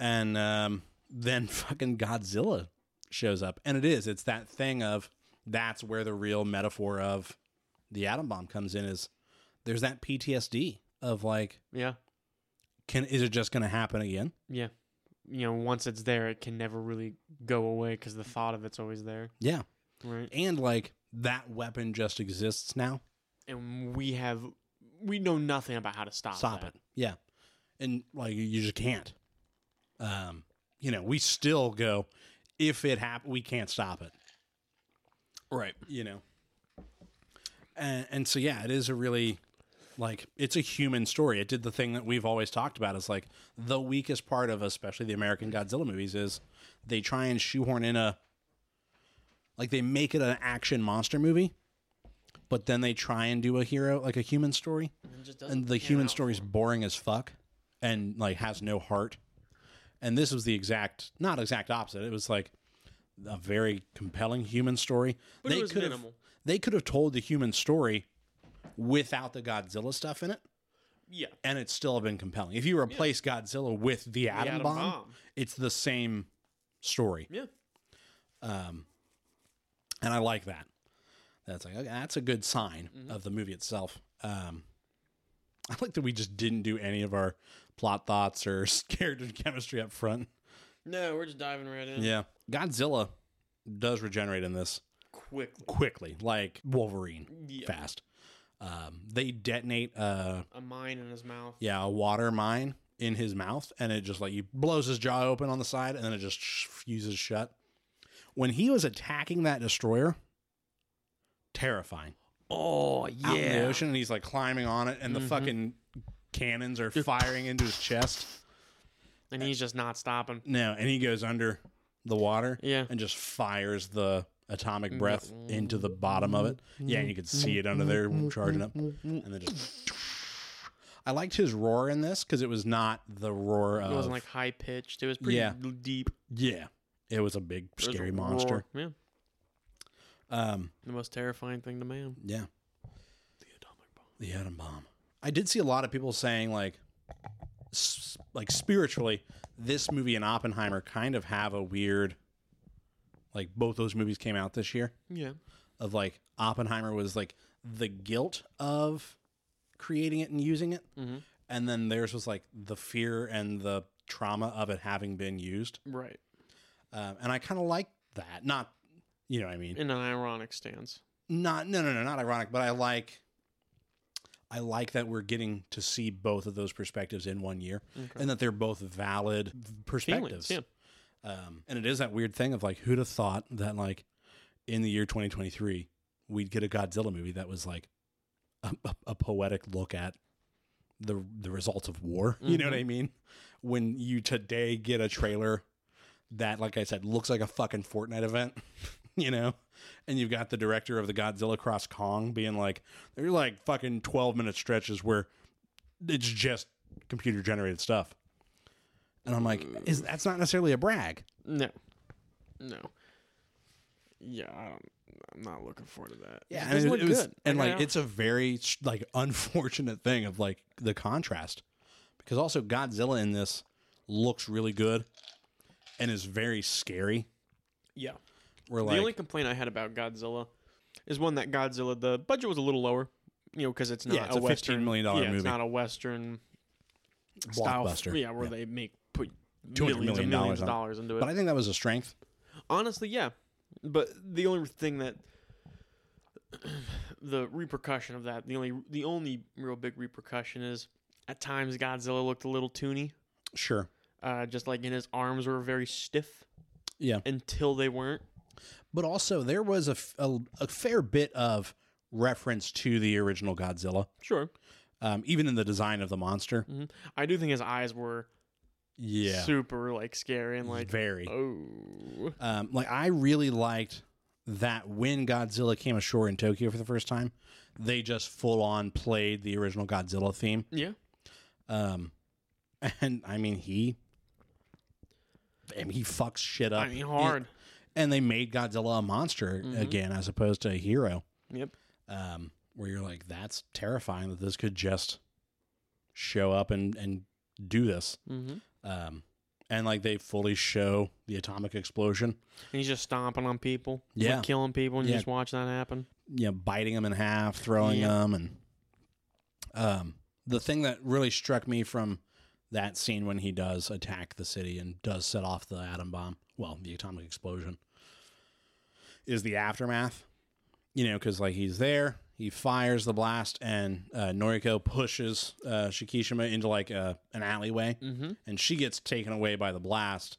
[SPEAKER 1] and um, then fucking Godzilla shows up, and it is it's that thing of that's where the real metaphor of the atom bomb comes in is there's that PTSD of like
[SPEAKER 2] yeah,
[SPEAKER 1] can is it just going to happen again?
[SPEAKER 2] yeah. You know, once it's there, it can never really go away because the thought of it's always there,
[SPEAKER 1] Yeah,
[SPEAKER 2] right?
[SPEAKER 1] and like that weapon just exists now.
[SPEAKER 2] and we have we know nothing about how to stop,
[SPEAKER 1] stop
[SPEAKER 2] that.
[SPEAKER 1] it. Yeah. And like you just can't. Um, you know, we still go if it happen we can't stop it.
[SPEAKER 2] Right.
[SPEAKER 1] You know. And and so yeah, it is a really like it's a human story. It did the thing that we've always talked about is like the weakest part of especially the American Godzilla movies is they try and shoehorn in a like they make it an action monster movie, but then they try and do a hero like a human story and the human story's boring as fuck and like has no heart and this was the exact not exact opposite it was like a very compelling human story
[SPEAKER 2] But it was
[SPEAKER 1] could
[SPEAKER 2] minimal.
[SPEAKER 1] have they could have told the human story without the godzilla stuff in it
[SPEAKER 2] Yeah.
[SPEAKER 1] and it's still been compelling. If you replace Godzilla with the
[SPEAKER 2] The
[SPEAKER 1] atom, bomb, it's the same story.
[SPEAKER 2] Yeah.
[SPEAKER 1] Um, and I like that. That's like okay, that's a good sign of the movie itself. Um, I like that we just didn't do any of our plot thoughts or character chemistry up front.
[SPEAKER 2] No, we're just diving right in.
[SPEAKER 1] Yeah, Godzilla does regenerate in this
[SPEAKER 2] Quickly.
[SPEAKER 1] quickly, like Wolverine,
[SPEAKER 2] Yeah.
[SPEAKER 1] fast. Um, they detonate uh
[SPEAKER 2] A mine in his mouth.
[SPEAKER 1] yeah a water mine in his mouth, and it just like he blows his jaw open on the side, and then it just sh- fuses shut. When he was attacking that destroyer, terrifying.
[SPEAKER 2] Oh
[SPEAKER 1] Out in the ocean, and he's like climbing on it,
[SPEAKER 2] Mm-hmm.
[SPEAKER 1] and the fucking cannons are firing into his chest.
[SPEAKER 2] And he's just not stopping.
[SPEAKER 1] No, and he goes under the water.
[SPEAKER 2] Yeah. Mm-hmm.
[SPEAKER 1] and just fires the atomic breath into the bottom of it. Yeah, and you could see it under there
[SPEAKER 2] Mm-hmm.
[SPEAKER 1] charging up, and then just. I liked his roar in this because it was not the roar of
[SPEAKER 2] It wasn't like high pitched. It was pretty
[SPEAKER 1] Yeah.
[SPEAKER 2] deep.
[SPEAKER 1] yeah, it was a big
[SPEAKER 2] It was a
[SPEAKER 1] scary
[SPEAKER 2] roar.
[SPEAKER 1] monster.
[SPEAKER 2] Yeah.
[SPEAKER 1] Um,
[SPEAKER 2] The most terrifying thing to man.
[SPEAKER 1] yeah,
[SPEAKER 2] The atomic bomb.
[SPEAKER 1] the atom bomb. I did see a lot of people saying like, s- like spiritually, this movie and Oppenheimer kind of have a weird, like both those movies came out this year.
[SPEAKER 2] Yeah.
[SPEAKER 1] of like Oppenheimer was like the guilt of creating it and using it,
[SPEAKER 2] Mhm.
[SPEAKER 1] and then theirs was like the fear and the trauma of it having been used.
[SPEAKER 2] Right.
[SPEAKER 1] Um, and I kind of like that. Not, you know, what I mean,
[SPEAKER 2] In an ironic stance.
[SPEAKER 1] not no no no not ironic, but I like. I like that we're getting to see both of those perspectives in one year, and that they're both valid perspectives.
[SPEAKER 2] Feelings. Yeah.
[SPEAKER 1] Um, and it is that weird thing of like, who'd have thought that like in the year 2023 we'd get a Godzilla movie that was like a, a, a poetic look at the the results of war. You know what I mean? When you today get a trailer that, like I said, looks like a fucking Fortnite event. You know, and you've got the director of the Godzilla Cross Kong being like, they're like fucking 12 minute stretches where it's just computer generated stuff. And I'm like, is that's not necessarily a brag.
[SPEAKER 2] No. No. Yeah, I don't, I'm not looking forward to that.
[SPEAKER 1] Yeah,
[SPEAKER 2] it
[SPEAKER 1] and
[SPEAKER 2] doesn't
[SPEAKER 1] it,
[SPEAKER 2] look
[SPEAKER 1] it was,
[SPEAKER 2] good.
[SPEAKER 1] and
[SPEAKER 2] I
[SPEAKER 1] like
[SPEAKER 2] don't-
[SPEAKER 1] it's a very sh- like unfortunate thing of like the contrast, because also Godzilla in this looks really good, and is very scary.
[SPEAKER 2] yeah.
[SPEAKER 1] We're
[SPEAKER 2] the
[SPEAKER 1] like,
[SPEAKER 2] only complaint I had about Godzilla is one that Godzilla the budget was a little lower, you know, because it's not
[SPEAKER 1] Yeah, it's a $15
[SPEAKER 2] Western
[SPEAKER 1] million dollar
[SPEAKER 2] yeah, It's
[SPEAKER 1] movie.
[SPEAKER 2] not a Western style,
[SPEAKER 1] blockbuster.
[SPEAKER 2] yeah, where they make put
[SPEAKER 1] $200
[SPEAKER 2] millions and
[SPEAKER 1] million
[SPEAKER 2] millions
[SPEAKER 1] on
[SPEAKER 2] of
[SPEAKER 1] it.
[SPEAKER 2] dollars into it.
[SPEAKER 1] but I think that was a strength.
[SPEAKER 2] Honestly, yeah, but the only thing that the repercussion of that, the only the only real big repercussion is at times Godzilla looked a little toony,
[SPEAKER 1] Sure.
[SPEAKER 2] uh, just like in his arms were very stiff
[SPEAKER 1] Yeah.
[SPEAKER 2] until they weren't.
[SPEAKER 1] But also there was a, f- a- a fair bit of reference to the original Godzilla,
[SPEAKER 2] Sure,
[SPEAKER 1] um, even in the design of the monster.
[SPEAKER 2] hmm I do think his eyes were
[SPEAKER 1] Yeah.
[SPEAKER 2] super like scary and like
[SPEAKER 1] very.
[SPEAKER 2] oh
[SPEAKER 1] Um, like I really liked that when Godzilla came ashore in Tokyo for the first time, they just full on played the original Godzilla theme.
[SPEAKER 2] yeah,
[SPEAKER 1] Um, and I mean he, I mean, he fucks shit up.
[SPEAKER 2] I mean hard. Mm-hmm.
[SPEAKER 1] And they made Godzilla a monster again as opposed to a hero.
[SPEAKER 2] Yep,
[SPEAKER 1] Um, where you're like, that's terrifying that this could just show up and and do this.
[SPEAKER 2] mm-hmm. and
[SPEAKER 1] Um, and like they fully show the atomic explosion.
[SPEAKER 2] he's just stomping on people, like,
[SPEAKER 1] Yeah.
[SPEAKER 2] killing people, and you
[SPEAKER 1] Yeah.
[SPEAKER 2] just watch that happen.
[SPEAKER 1] you know, biting them in half, throwing
[SPEAKER 2] Yeah.
[SPEAKER 1] them, and um, the thing that really struck me from that scene when he does attack the city and does set off the atom bomb, well, the atomic explosion, is the aftermath. You know, because like he's there, he fires the blast, and uh, Noriko pushes uh, Shikishima into like a, an alleyway,
[SPEAKER 2] Mm-hmm.
[SPEAKER 1] and she gets taken away by the blast,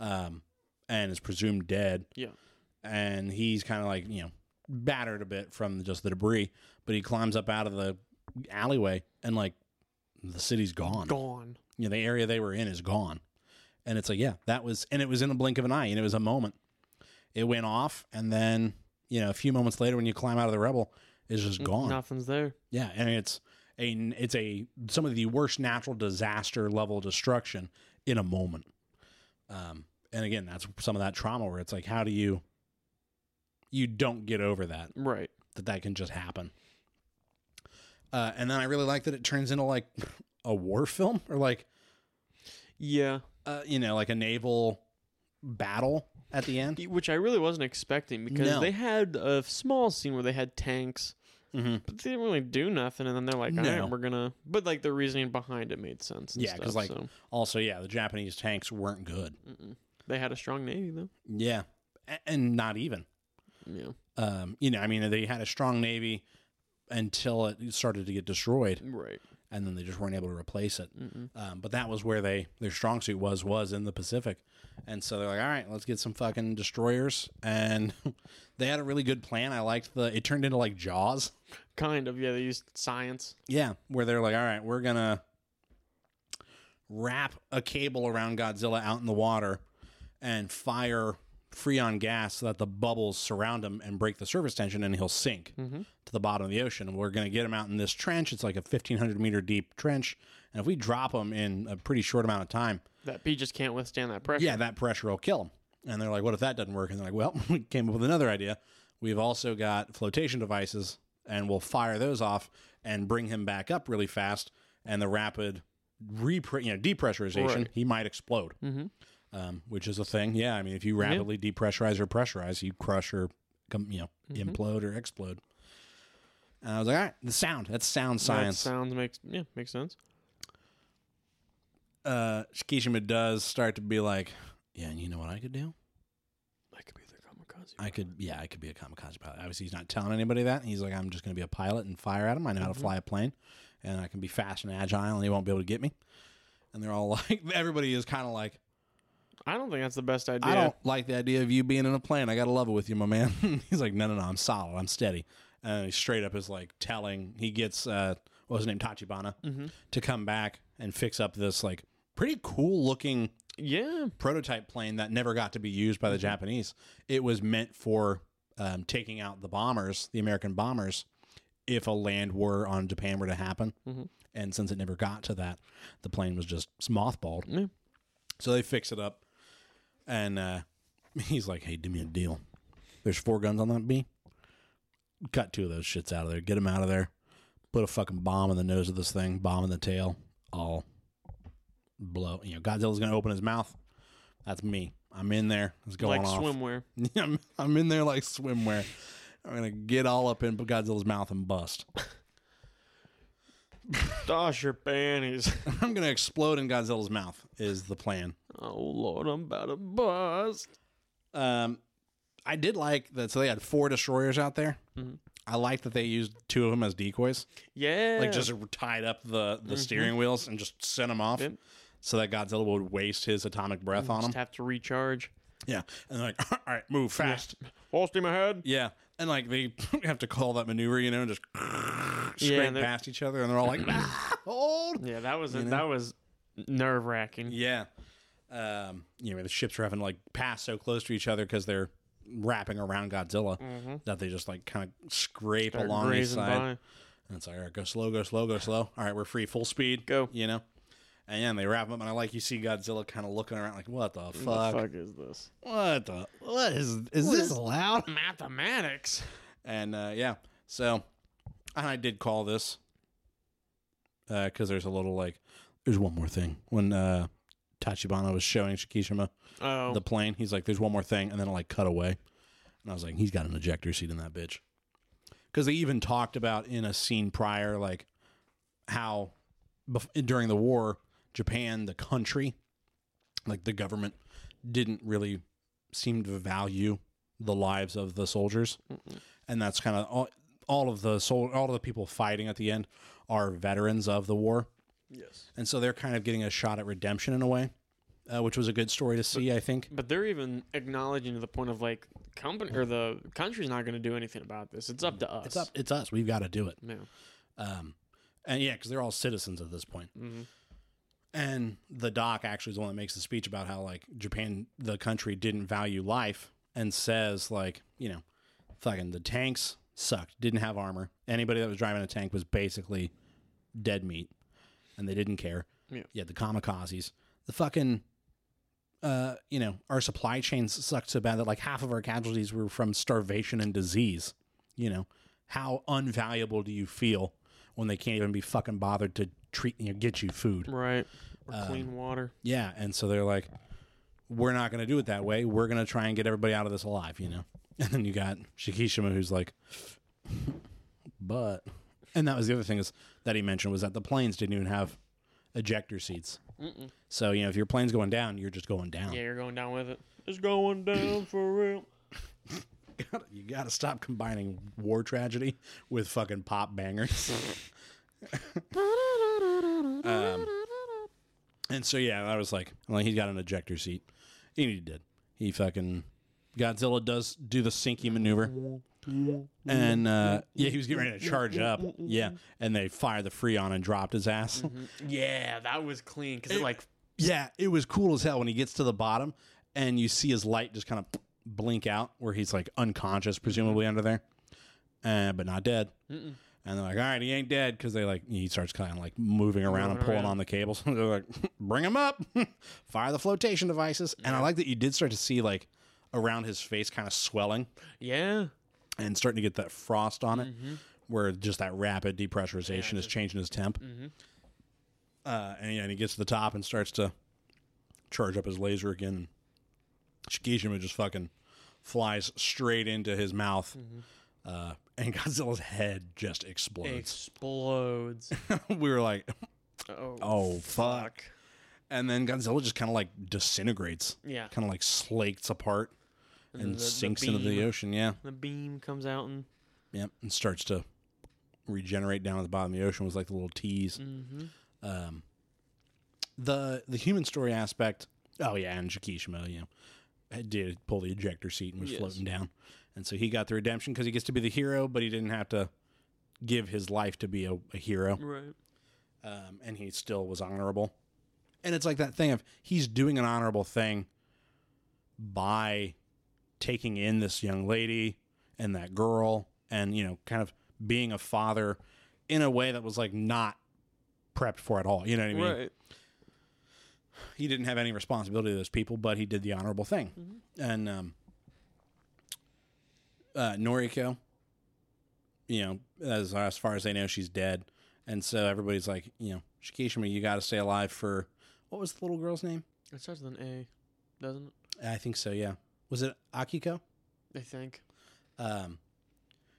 [SPEAKER 1] um, and is presumed dead
[SPEAKER 2] Yeah,
[SPEAKER 1] and he's kind of like you know battered a bit from just the debris but he climbs up out of the alleyway and like the city's gone
[SPEAKER 2] gone.
[SPEAKER 1] you know the area they were in is gone and it's like yeah that was and it was in a blink of an eye and it was a moment it went off and then you know a few moments later when you climb out of the rubble it's just
[SPEAKER 2] Mm-hmm.
[SPEAKER 1] gone
[SPEAKER 2] Nothing's there.
[SPEAKER 1] yeah and it's a it's a some of the worst natural disaster level destruction in a moment um and again that's some of that trauma where it's like how do you you don't get over that
[SPEAKER 2] Right.
[SPEAKER 1] that that can just happen Uh, and then I really like that it turns into like a war film or like
[SPEAKER 2] Yeah.
[SPEAKER 1] uh, you know like a naval battle at the end.
[SPEAKER 2] E, Which I really wasn't expecting because
[SPEAKER 1] No.
[SPEAKER 2] they had a small scene where they had tanks,
[SPEAKER 1] Mm-hmm.
[SPEAKER 2] but they didn't really do nothing. And then they're like, all
[SPEAKER 1] No.
[SPEAKER 2] right, we're going to. But like the reasoning behind it made sense. And
[SPEAKER 1] Yeah, 'cause,
[SPEAKER 2] stuff,
[SPEAKER 1] like-
[SPEAKER 2] so.
[SPEAKER 1] Also, yeah, the Japanese tanks weren't good.
[SPEAKER 2] Mm-mm. They had a strong navy though.
[SPEAKER 1] Yeah, A- and not even.
[SPEAKER 2] Yeah,
[SPEAKER 1] Um, you know, I mean, they had a strong navy until it started to get destroyed,
[SPEAKER 2] right.
[SPEAKER 1] and then they just weren't able to replace it.
[SPEAKER 2] Mm-mm.
[SPEAKER 1] Um, but that was where they their strong suit was was in the Pacific, and so they're like, all right, let's get some fucking destroyers. And they had a really good plan. I liked the. It turned into like Jaws.
[SPEAKER 2] Kind of. Yeah, they used science.
[SPEAKER 1] Yeah, where they're like, all right, we're gonna wrap a cable around Godzilla out in the water and fire freon gas so that the bubbles surround him and break the surface tension, and he'll sink
[SPEAKER 2] Mhm.
[SPEAKER 1] to the bottom of the ocean. And we're gonna get him out in this trench. It's like a fifteen hundred meter deep trench, and if we drop him in a pretty short amount of time.
[SPEAKER 2] That bee just can't withstand that pressure.
[SPEAKER 1] yeah, that pressure will kill them. And they're like, what if that doesn't work? And they're like, well, we came up with another idea. We've also got flotation devices, and we'll fire those off and bring him back up really fast. And the rapid repre- you know, depressurization,
[SPEAKER 2] Right.
[SPEAKER 1] he might explode,
[SPEAKER 2] Mhm.
[SPEAKER 1] um, which is a thing. Yeah, I mean, if you rapidly depressurize or pressurize, you crush or com- you know implode or explode. And I was like, all right, the sound. That's sound
[SPEAKER 2] That
[SPEAKER 1] science.
[SPEAKER 2] sounds makes yeah makes sense.
[SPEAKER 1] uh, Shikishima does start to be like, yeah, and you know what I could do?
[SPEAKER 2] I could be the kamikaze.
[SPEAKER 1] I could, yeah, I could be a kamikaze pilot. Obviously, he's not telling anybody that. He's like, I'm just going to be a pilot and fire at him. I know how to fly a plane, and I can be fast and agile, and he won't be able to get me. And they're all like, everybody is kind of like,
[SPEAKER 2] I don't think that's the best idea.
[SPEAKER 1] I don't like the idea of you being in a plane. I got to level with you, my man. he's like, no, no, no, I'm solid. I'm steady. And he straight up is like telling, he gets, uh, what was his name, Tachibana,
[SPEAKER 2] Mm-hmm.
[SPEAKER 1] to come back and fix up this like pretty cool looking
[SPEAKER 2] Yeah,
[SPEAKER 1] prototype plane that never got to be used by the Japanese. It was meant for um, taking out the bombers, the American bombers, if a land war on Japan were to happen.
[SPEAKER 2] Mhm.
[SPEAKER 1] And since it never got to that, the plane was just mothballed.
[SPEAKER 2] Yeah.
[SPEAKER 1] So they fix it up, and uh, he's like, "Hey, do me a deal. There's four guns on that B. Cut two of those shits out of there. Get them out of there. Put a fucking bomb in the nose of this thing. Bomb in the tail. I'll blow. You know, Godzilla's gonna open his mouth. That's me. I'm in there. It's going
[SPEAKER 2] like
[SPEAKER 1] off.
[SPEAKER 2] swimwear.
[SPEAKER 1] I'm, I'm in there like swimwear. I'm gonna get all up in Godzilla's mouth and bust.
[SPEAKER 2] Dosh your panties.
[SPEAKER 1] I'm gonna explode in Godzilla's mouth. Is the plan.
[SPEAKER 2] oh lord, I'm about to bust.
[SPEAKER 1] Um, I did like that. So they had four destroyers out there.
[SPEAKER 2] Mhm.
[SPEAKER 1] I liked that they used two of them as decoys,
[SPEAKER 2] Yeah, Mm-hmm.
[SPEAKER 1] like just tied up the the steering wheels and just sent them off,
[SPEAKER 2] Yep.
[SPEAKER 1] so that Godzilla would waste his atomic breath on
[SPEAKER 2] just
[SPEAKER 1] them.
[SPEAKER 2] have to recharge.
[SPEAKER 1] yeah, and they're like, all right, move fast.
[SPEAKER 2] Full steam ahead.
[SPEAKER 1] Yeah. And like they have to call that maneuver, you know, and just scrape
[SPEAKER 2] they're-
[SPEAKER 1] past each other, and they're all like, ah, hold.
[SPEAKER 2] Yeah, that was that was nerve wracking.
[SPEAKER 1] Yeah. Um, you know, the ships are having to like pass so close to each other because they're wrapping around Godzilla
[SPEAKER 2] Mm-hmm.
[SPEAKER 1] that they just like kind of scrape along each side. And it's like, all right, go slow, go slow, go slow. All right, we're free, full speed.
[SPEAKER 2] Go.
[SPEAKER 1] You know? And yeah, and they wrap 'em up, and I like you see Godzilla kind of looking around like, what the
[SPEAKER 2] What
[SPEAKER 1] fuck?
[SPEAKER 2] the fuck is this?
[SPEAKER 1] What the? What is, is this allowed?
[SPEAKER 2] Mathematics.
[SPEAKER 1] And uh, yeah, so, and I did call this because there's a little like, there's one more thing. When uh, Tachibana was showing Shikishima
[SPEAKER 2] Oh,
[SPEAKER 1] the plane. He's like, "There's one more thing," and then I like cut away, and I was like, "He's got an ejector seat in that bitch," because they even talked about in a scene prior, like how bef- during the war, Japan, the country, like the government, didn't really seem to value the lives of the soldiers, and that's kind of all, all of the sol- all of the people fighting at the end are veterans of the war.
[SPEAKER 2] yes.
[SPEAKER 1] And so they're kind of getting a shot at redemption in a way, uh, which was a good story to see, I think.
[SPEAKER 2] But they're even acknowledging to the point of like company or the country's not going to do anything about this. It's up to us.
[SPEAKER 1] It's up. It's us. We've got to do it.
[SPEAKER 2] Yeah.
[SPEAKER 1] Um, and yeah, because they're all citizens at this point.
[SPEAKER 2] Mm-hmm.
[SPEAKER 1] And the doc actually is the one that makes the speech about how like Japan, the country, didn't value life, and says like you know, fucking the tanks sucked, didn't have armor. Anybody that was driving a tank was basically dead meat, and they didn't care.
[SPEAKER 2] Yeah.
[SPEAKER 1] the kamikazes, the fucking. Uh, you know, our supply chains sucked so bad that like half of our casualties were from starvation and disease. You know, how unvaluable do you feel when they can't even be fucking bothered to treat you know, get you food.
[SPEAKER 2] Right. Or
[SPEAKER 1] Um,
[SPEAKER 2] clean water.
[SPEAKER 1] Yeah, and so they're like, we're not going to do it that way. We're going to try and get everybody out of this alive, you know. And then you got Shikishima who's like, but, and that was the other thing is that he mentioned was that the planes didn't even have ejector seats.
[SPEAKER 2] Mm-mm.
[SPEAKER 1] So you know if your plane's going down, you're just going down.
[SPEAKER 2] Yeah, you're going down with it. It's going down for real.
[SPEAKER 1] You got to stop combining war tragedy with fucking pop bangers. Um, and so yeah, I was like, I'm like he's got an ejector seat, and he did. He fucking Godzilla does do the sinking maneuver, and uh, yeah, he was getting ready to charge up, yeah, and they fired the Freon and dropped his ass.
[SPEAKER 2] Mm, Yeah, that was clean because it, like
[SPEAKER 1] Yeah, it was cool as hell when he gets to the bottom and you see his light just kind of blink out where he's like unconscious,
[SPEAKER 2] Mm-hmm.
[SPEAKER 1] presumably under there, uh, but not dead. And they're like, all right, he ain't dead because they like, he starts kind of like moving around and
[SPEAKER 2] Moving
[SPEAKER 1] pulling
[SPEAKER 2] around.
[SPEAKER 1] on the cables. they're like, bring him up, fire the flotation devices. And I like that you did start to see like around his face kind of swelling
[SPEAKER 2] yeah,
[SPEAKER 1] and starting to get that frost on it
[SPEAKER 2] Mm-hmm.
[SPEAKER 1] where just that rapid depressurization is changing his temp.
[SPEAKER 2] Mm-hmm.
[SPEAKER 1] Uh, and, yeah, and he gets to the top and starts to charge up his laser again. Shikishima just fucking flies straight into his mouth.
[SPEAKER 2] Mm-hmm.
[SPEAKER 1] Uh, and Godzilla's head just explodes.
[SPEAKER 2] explodes.
[SPEAKER 1] we were like,
[SPEAKER 2] Oh,
[SPEAKER 1] oh, fuck. And then Godzilla just kind of like disintegrates,
[SPEAKER 2] Yeah,
[SPEAKER 1] kind of like slakes apart and,
[SPEAKER 2] then the- the
[SPEAKER 1] sinks into the
[SPEAKER 2] beam.
[SPEAKER 1] ocean. Yeah.
[SPEAKER 2] the beam comes out and
[SPEAKER 1] Yep, and starts to regenerate down at the bottom of the ocean with like the little T's.
[SPEAKER 2] Mm-hmm.
[SPEAKER 1] Um, the the human story aspect. Oh yeah, and Shikishima, you know, did pull the ejector seat and was
[SPEAKER 2] Yes.
[SPEAKER 1] floating down, and so he got the redemption because he gets to be the hero, but he didn't have to give his life to be a, a hero,
[SPEAKER 2] right.
[SPEAKER 1] um, and he still was honorable. And it's like that thing of he's doing an honorable thing by taking in this young lady and that girl and you know kind of being a father in a way that was like not prepped for at all you know what i mean
[SPEAKER 2] right.
[SPEAKER 1] he didn't have any responsibility to those people but he did the honorable thing and um uh noriko you know as as far as they know she's dead and so everybody's like you know shikishima you got to stay alive for what was the little girl's name
[SPEAKER 2] It starts with an A, doesn't it?
[SPEAKER 1] i think so yeah was it akiko
[SPEAKER 2] I think.
[SPEAKER 1] um,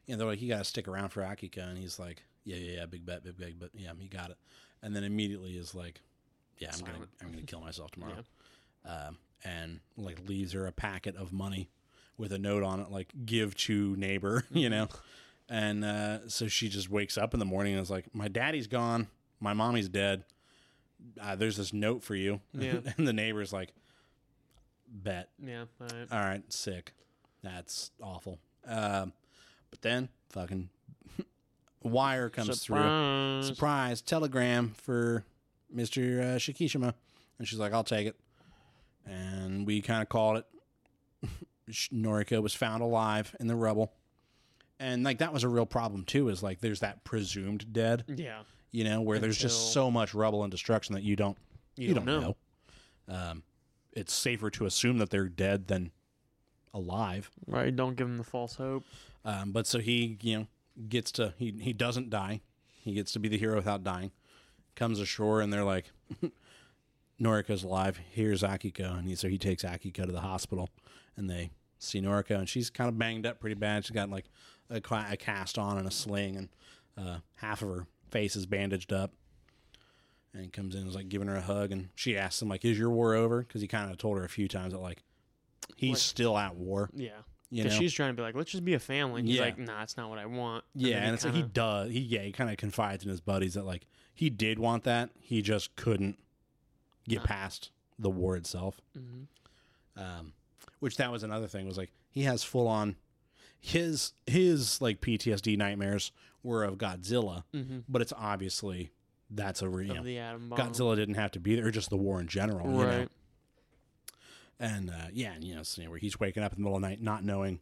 [SPEAKER 1] and they're like, you got to stick around for Akiko. And he's like, yeah, yeah, yeah, big bet, big bet, but yeah, he got it. And then immediately is like, yeah, I'm going to,
[SPEAKER 2] Silent.
[SPEAKER 1] I'm going to kill myself tomorrow. Um, and like leaves her a packet of money with a note on it, like give to neighbor, you know? And, uh, so she just wakes up in the morning and is like, my daddy's gone. My mommy's dead. Uh, there's this note for you.
[SPEAKER 2] Yeah.
[SPEAKER 1] and the neighbor's like, bet.
[SPEAKER 2] Yeah. All right.
[SPEAKER 1] All right, sick. That's awful. Um, but then fucking wire comes through.
[SPEAKER 2] Surprise.
[SPEAKER 1] Surprise telegram for Mister uh, Shikishima, and she's like, "I'll take it." And we kind of called it. Sh- Noriko was found alive in the rubble, and like that was a real problem too. Is like there's that presumed dead,
[SPEAKER 2] Yeah.
[SPEAKER 1] you know, where there's just
[SPEAKER 2] Until-
[SPEAKER 1] so much rubble and destruction that you don't
[SPEAKER 2] You, don't, know.
[SPEAKER 1] Um, it's safer to assume that they're dead than alive.
[SPEAKER 2] Right. Don't give them the false hope.
[SPEAKER 1] Um, but so he, you know, gets to he he doesn't die. He gets to be the hero without dying. Comes ashore and they're like, Noriko's alive. Here's Akiko, and he, so he takes Akiko to the hospital, and they see Noriko, and she's kind of banged up pretty bad. She's got like a, ca- a cast on and a sling, and uh, half of her face is bandaged up. And he comes in and is like giving her a hug, and she asks him like, "Is your war over?" Because he kind of told her a few times that like he's
[SPEAKER 2] Like-
[SPEAKER 1] still at war.
[SPEAKER 2] Yeah.
[SPEAKER 1] You know,
[SPEAKER 2] Because she's trying to be like, let's just be a family. And he's
[SPEAKER 1] Yeah.
[SPEAKER 2] like, nah, that's not what I want.
[SPEAKER 1] Yeah,
[SPEAKER 2] then
[SPEAKER 1] and,
[SPEAKER 2] he
[SPEAKER 1] it's like he
[SPEAKER 2] kinda-
[SPEAKER 1] does. He yeah, he kind of confides in his buddies that like he did want that. He just couldn't get
[SPEAKER 2] Uh.
[SPEAKER 1] past the war itself.
[SPEAKER 2] Mhm.
[SPEAKER 1] Um, which that was another thing was like he has full on his his like PTSD nightmares were of Godzilla,
[SPEAKER 2] Mhm.
[SPEAKER 1] but it's obviously that's a real.
[SPEAKER 2] Of the atom bomb.
[SPEAKER 1] Godzilla didn't have to be there, or just the war in general. You know?
[SPEAKER 2] Right.
[SPEAKER 1] And uh, yeah, and you know, so, you know, where he's waking up in the middle of the night not knowing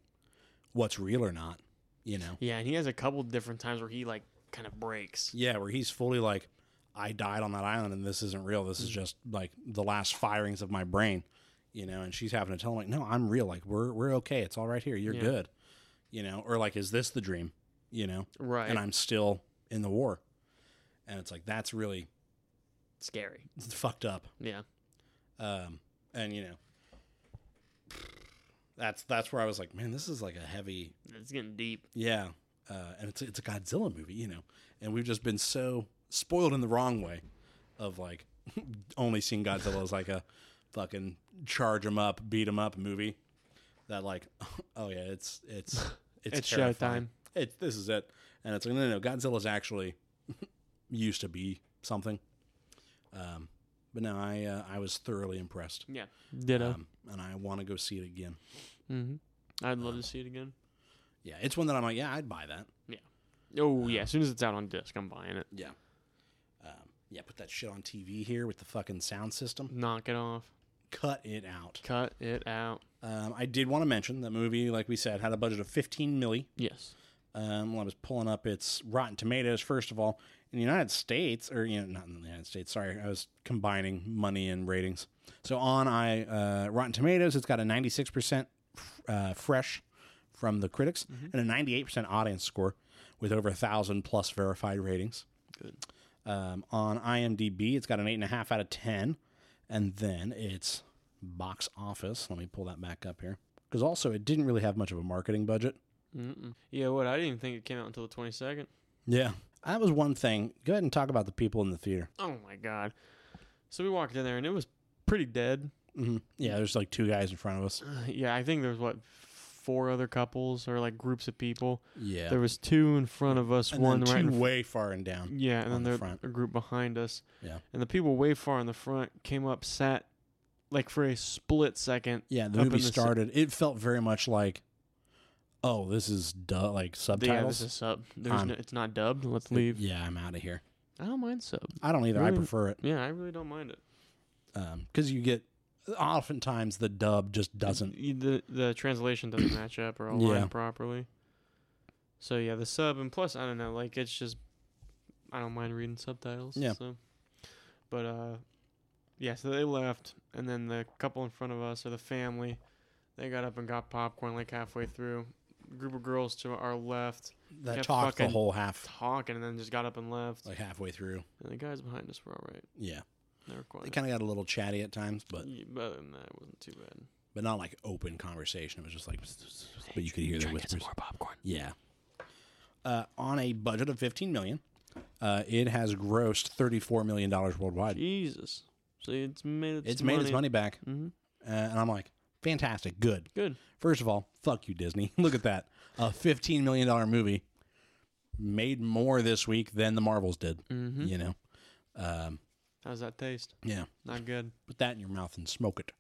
[SPEAKER 1] what's real or not. You know.
[SPEAKER 2] Yeah, and he has a couple different times where he like kind of breaks.
[SPEAKER 1] Yeah, where he's fully like, I died on that island and this isn't real. This is
[SPEAKER 2] Mm-hmm.
[SPEAKER 1] just like the last firings of my brain, you know. And she's having to tell him like, no, I'm real. Like we're we're okay. It's all right here. You're
[SPEAKER 2] Yeah.
[SPEAKER 1] good, you know. Or like, is this the dream, you know?
[SPEAKER 2] Right.
[SPEAKER 1] And I'm still in the war, and it's like that's really
[SPEAKER 2] Scary.
[SPEAKER 1] fucked up.
[SPEAKER 2] Yeah.
[SPEAKER 1] Um, and you know, that's that's where I was like, man, this is like a heavy,
[SPEAKER 2] It's getting deep.
[SPEAKER 1] yeah. Uh, and it's it's a Godzilla movie, you know, and we've just been so spoiled in the wrong way, of like only seeing Godzilla as like a fucking charge him up, beat him up movie. That like, oh yeah, it's it's it's,
[SPEAKER 2] It's
[SPEAKER 1] terrifying.
[SPEAKER 2] showtime.
[SPEAKER 1] It this is it, and it's like no no, Godzilla's actually used to be something. Um, but no, I uh, I was thoroughly impressed.
[SPEAKER 2] Yeah. Ditto.
[SPEAKER 1] Um, and I want to go see it again.
[SPEAKER 2] mm-hmm. I'd love to see it again.
[SPEAKER 1] Yeah, it's one that I'm like, yeah, I'd buy that.
[SPEAKER 2] Oh yeah, as soon as it's out on disc, I'm buying it.
[SPEAKER 1] Yeah. Um, yeah, put that shit on TV here with the fucking sound system.
[SPEAKER 2] Knock it off.
[SPEAKER 1] Cut it out.
[SPEAKER 2] Cut it out.
[SPEAKER 1] Um, I did want to mention that movie, like we said, had a budget of 15 milli.
[SPEAKER 2] Yes.
[SPEAKER 1] Um, when I was pulling up its Rotten Tomatoes, first of all, in the United States, or you know, not in the United States. Sorry, I was combining money and ratings. So on I uh, Rotten Tomatoes, it's got a 96% f- uh, fresh from the critics and a 98% audience score, with over a thousand plus verified ratings.
[SPEAKER 2] Good.
[SPEAKER 1] Um, on IMDb, it's got an eight and a half out of ten, and then it's box office. Let me pull that back up here because also it didn't really have much of a marketing budget.
[SPEAKER 2] Mm-mm. Yeah. What? I didn't even think it came out until the 22nd.
[SPEAKER 1] Yeah. That was one thing. Go ahead and talk about the people in the theater.
[SPEAKER 2] Oh my god. So we walked in there and it was pretty dead.
[SPEAKER 1] Mm-hmm. Yeah, there's like two guys in front of us.
[SPEAKER 2] yeah, I think there was what four other couples or like groups of people.
[SPEAKER 1] Yeah.
[SPEAKER 2] There was two in front of us,
[SPEAKER 1] and
[SPEAKER 2] one
[SPEAKER 1] then
[SPEAKER 2] right
[SPEAKER 1] two
[SPEAKER 2] in
[SPEAKER 1] way far and down.
[SPEAKER 2] Yeah, and
[SPEAKER 1] on
[SPEAKER 2] then
[SPEAKER 1] the
[SPEAKER 2] there
[SPEAKER 1] front.
[SPEAKER 2] a group behind us.
[SPEAKER 1] Yeah.
[SPEAKER 2] And the people way far in the front came up, sat like for a split second.
[SPEAKER 1] Yeah, the
[SPEAKER 2] Up
[SPEAKER 1] movie
[SPEAKER 2] in the se-
[SPEAKER 1] started. It felt very much like, oh, this is duh, like
[SPEAKER 2] Yeah, this
[SPEAKER 1] subtitles.
[SPEAKER 2] is sub. There's
[SPEAKER 1] I'm-
[SPEAKER 2] no, it's not dubbed. Let's leave.
[SPEAKER 1] Yeah, I'm out of here.
[SPEAKER 2] I don't mind sub.
[SPEAKER 1] I don't either. I
[SPEAKER 2] Really?
[SPEAKER 1] prefer it
[SPEAKER 2] Yeah, I really don't mind it.
[SPEAKER 1] because you get oftentimes the dub just doesn't.
[SPEAKER 2] Y- the the translation doesn't match up or align
[SPEAKER 1] Yeah.
[SPEAKER 2] properly. So yeah, the sub and plus I don't know, like it's just I don't mind reading subtitles.
[SPEAKER 1] Yeah.
[SPEAKER 2] So, but uh, yeah. So they left, and then the couple in front of us or the family, they got up and got popcorn like halfway through. Group of girls to our left
[SPEAKER 1] That
[SPEAKER 2] Yeah,
[SPEAKER 1] talked the
[SPEAKER 2] fucking-
[SPEAKER 1] whole half,
[SPEAKER 2] talking, and then just got up and left.
[SPEAKER 1] like halfway through.
[SPEAKER 2] and the guys behind us were all right.
[SPEAKER 1] Yeah,
[SPEAKER 2] They were quiet.
[SPEAKER 1] it kind of got a little chatty at times, but
[SPEAKER 2] Yeah, but other than that, it wasn't too bad.
[SPEAKER 1] but not like open conversation. It was just like, but you could hear the whispers.
[SPEAKER 2] popcorn.
[SPEAKER 1] Yeah. Uh, on a budget of 15 million, uh, it has grossed 34 million dollars worldwide.
[SPEAKER 2] Jesus. So it's made its,
[SPEAKER 1] it's made its money back,
[SPEAKER 2] Mhm.
[SPEAKER 1] uh, and I'm like, fantastic, good.
[SPEAKER 2] Good.
[SPEAKER 1] First of all, fuck you, Disney. Look at that, a 15 million dollar movie made more this week than the Marvels did.
[SPEAKER 2] Mm-hmm.
[SPEAKER 1] You know, um,
[SPEAKER 2] How's that taste?
[SPEAKER 1] yeah.
[SPEAKER 2] Not good.
[SPEAKER 1] Put that in your mouth and smoke it.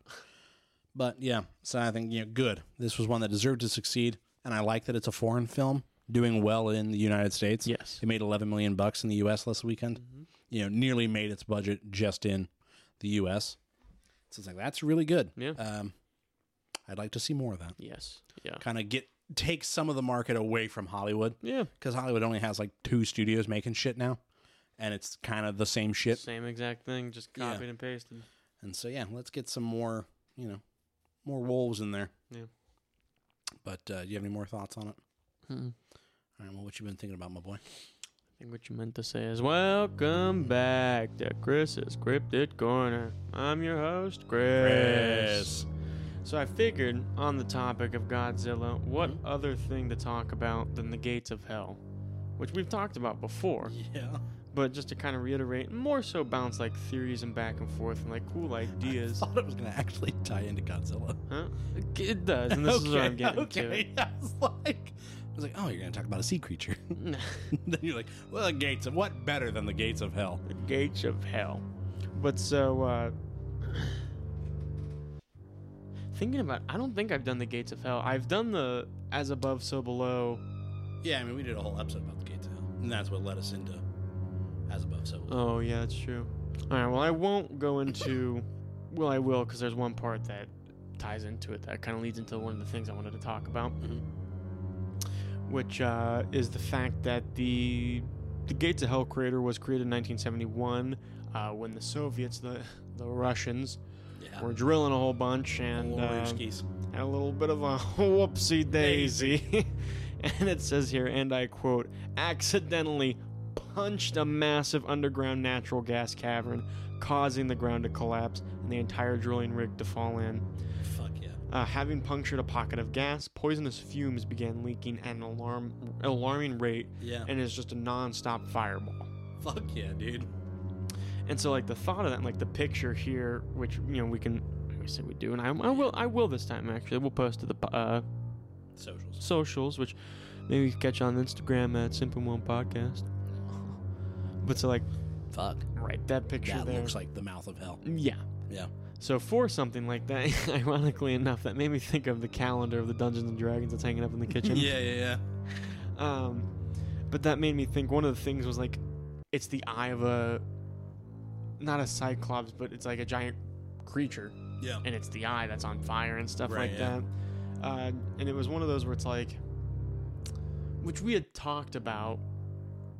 [SPEAKER 1] But yeah, so I think you know, good. This was one that deserved to succeed, and I like that it's a foreign film doing well in the United States.
[SPEAKER 2] Yes.
[SPEAKER 1] It made 11 million bucks in the U.S. last weekend.
[SPEAKER 2] Mm-hmm.
[SPEAKER 1] You know, nearly made its budget just in the U.S. So it's like that's really good.
[SPEAKER 2] Yeah.
[SPEAKER 1] Um, I'd like to see more of that.
[SPEAKER 2] Yes. Yeah.
[SPEAKER 1] Kind of get take some of the market away from Hollywood
[SPEAKER 2] Yeah.
[SPEAKER 1] because Hollywood only has like two studios making shit now, and it's kind of the same shit.
[SPEAKER 2] Same exact thing, just
[SPEAKER 1] Yeah.
[SPEAKER 2] copied and pasted.
[SPEAKER 1] And so yeah, let's get some more you know more wolves in there.
[SPEAKER 2] Yeah.
[SPEAKER 1] But uh, do you have any more thoughts on it?
[SPEAKER 2] Mm-mm.
[SPEAKER 1] All right, well, what you been thinking about, my boy?
[SPEAKER 2] I Hmm. think what you meant to say is welcome back to Chris's Cryptid Corner. I'm your host, Chris. So I figured on the topic of Godzilla, what
[SPEAKER 1] Mhm.
[SPEAKER 2] other thing to talk about than the gates of hell? Which we've talked about before,
[SPEAKER 1] Yeah.
[SPEAKER 2] but just to kind of reiterate, more so bounce like theories and back and forth and like cool ideas.
[SPEAKER 1] I thought it was going to actually tie into Godzilla.
[SPEAKER 2] Huh? It does, and this is what I'm getting
[SPEAKER 1] okay. I was like, I was like, oh, you're gonna talk about a sea creature.
[SPEAKER 2] to.
[SPEAKER 1] then you're like, well, the gates of what better than the gates of hell?
[SPEAKER 2] the gates of hell. But so, uh, thinking about, I don't think I've done the gates of hell. I've done the as above, so below.
[SPEAKER 1] Yeah, I mean, we did a whole episode about the gates of hell, and that's what led us into as above, so below.
[SPEAKER 2] Oh yeah, that's true. All right. Well, I won't go into. well, I will because there's one part that ties into it that kind of leads into one of the things I wanted to talk about,
[SPEAKER 1] Mhm.
[SPEAKER 2] which uh, is the fact that the the Gates of Hell crater was created in 1971 uh, when the Soviets, the the Russians,
[SPEAKER 1] yeah.
[SPEAKER 2] were drilling a whole bunch and
[SPEAKER 1] Little
[SPEAKER 2] uh,
[SPEAKER 1] Rooskies.
[SPEAKER 2] had a little bit of a whoopsie daisy. and it says here, and I quote, accidentally punched a massive underground natural gas cavern, causing the ground to collapse and the entire drilling rig to fall in.
[SPEAKER 1] Fuck yeah.
[SPEAKER 2] Uh, having punctured a pocket of gas, poisonous fumes began leaking at an alarm, alarming rate,
[SPEAKER 1] Yeah.
[SPEAKER 2] and it's just a nonstop fireball.
[SPEAKER 1] Fuck yeah, dude.
[SPEAKER 2] And so, like the thought of that, and, like the picture here, which you know we can, I said we do, and I, I will, I will this time actually. We'll post to the po- uh,
[SPEAKER 1] Socials.
[SPEAKER 2] socials, which maybe you can catch on Instagram at Simple One Podcast. But so, like,
[SPEAKER 1] Fuck.
[SPEAKER 2] right, that picture
[SPEAKER 1] That
[SPEAKER 2] there,
[SPEAKER 1] looks like the mouth of hell.
[SPEAKER 2] yeah,
[SPEAKER 1] Yeah.
[SPEAKER 2] So for something like that, ironically enough, that made me think of the calendar of the Dungeons and Dragons that's hanging up in the kitchen.
[SPEAKER 1] yeah, yeah.
[SPEAKER 2] Um, but that made me think. One of the things was like, it's the eye of a, not a cyclops, but it's like a giant creature,
[SPEAKER 1] Yeah.
[SPEAKER 2] and it's the eye that's on fire and stuff
[SPEAKER 1] Right,
[SPEAKER 2] like
[SPEAKER 1] yeah.
[SPEAKER 2] that. Uh, and it was one of those where it's like, which we had talked about,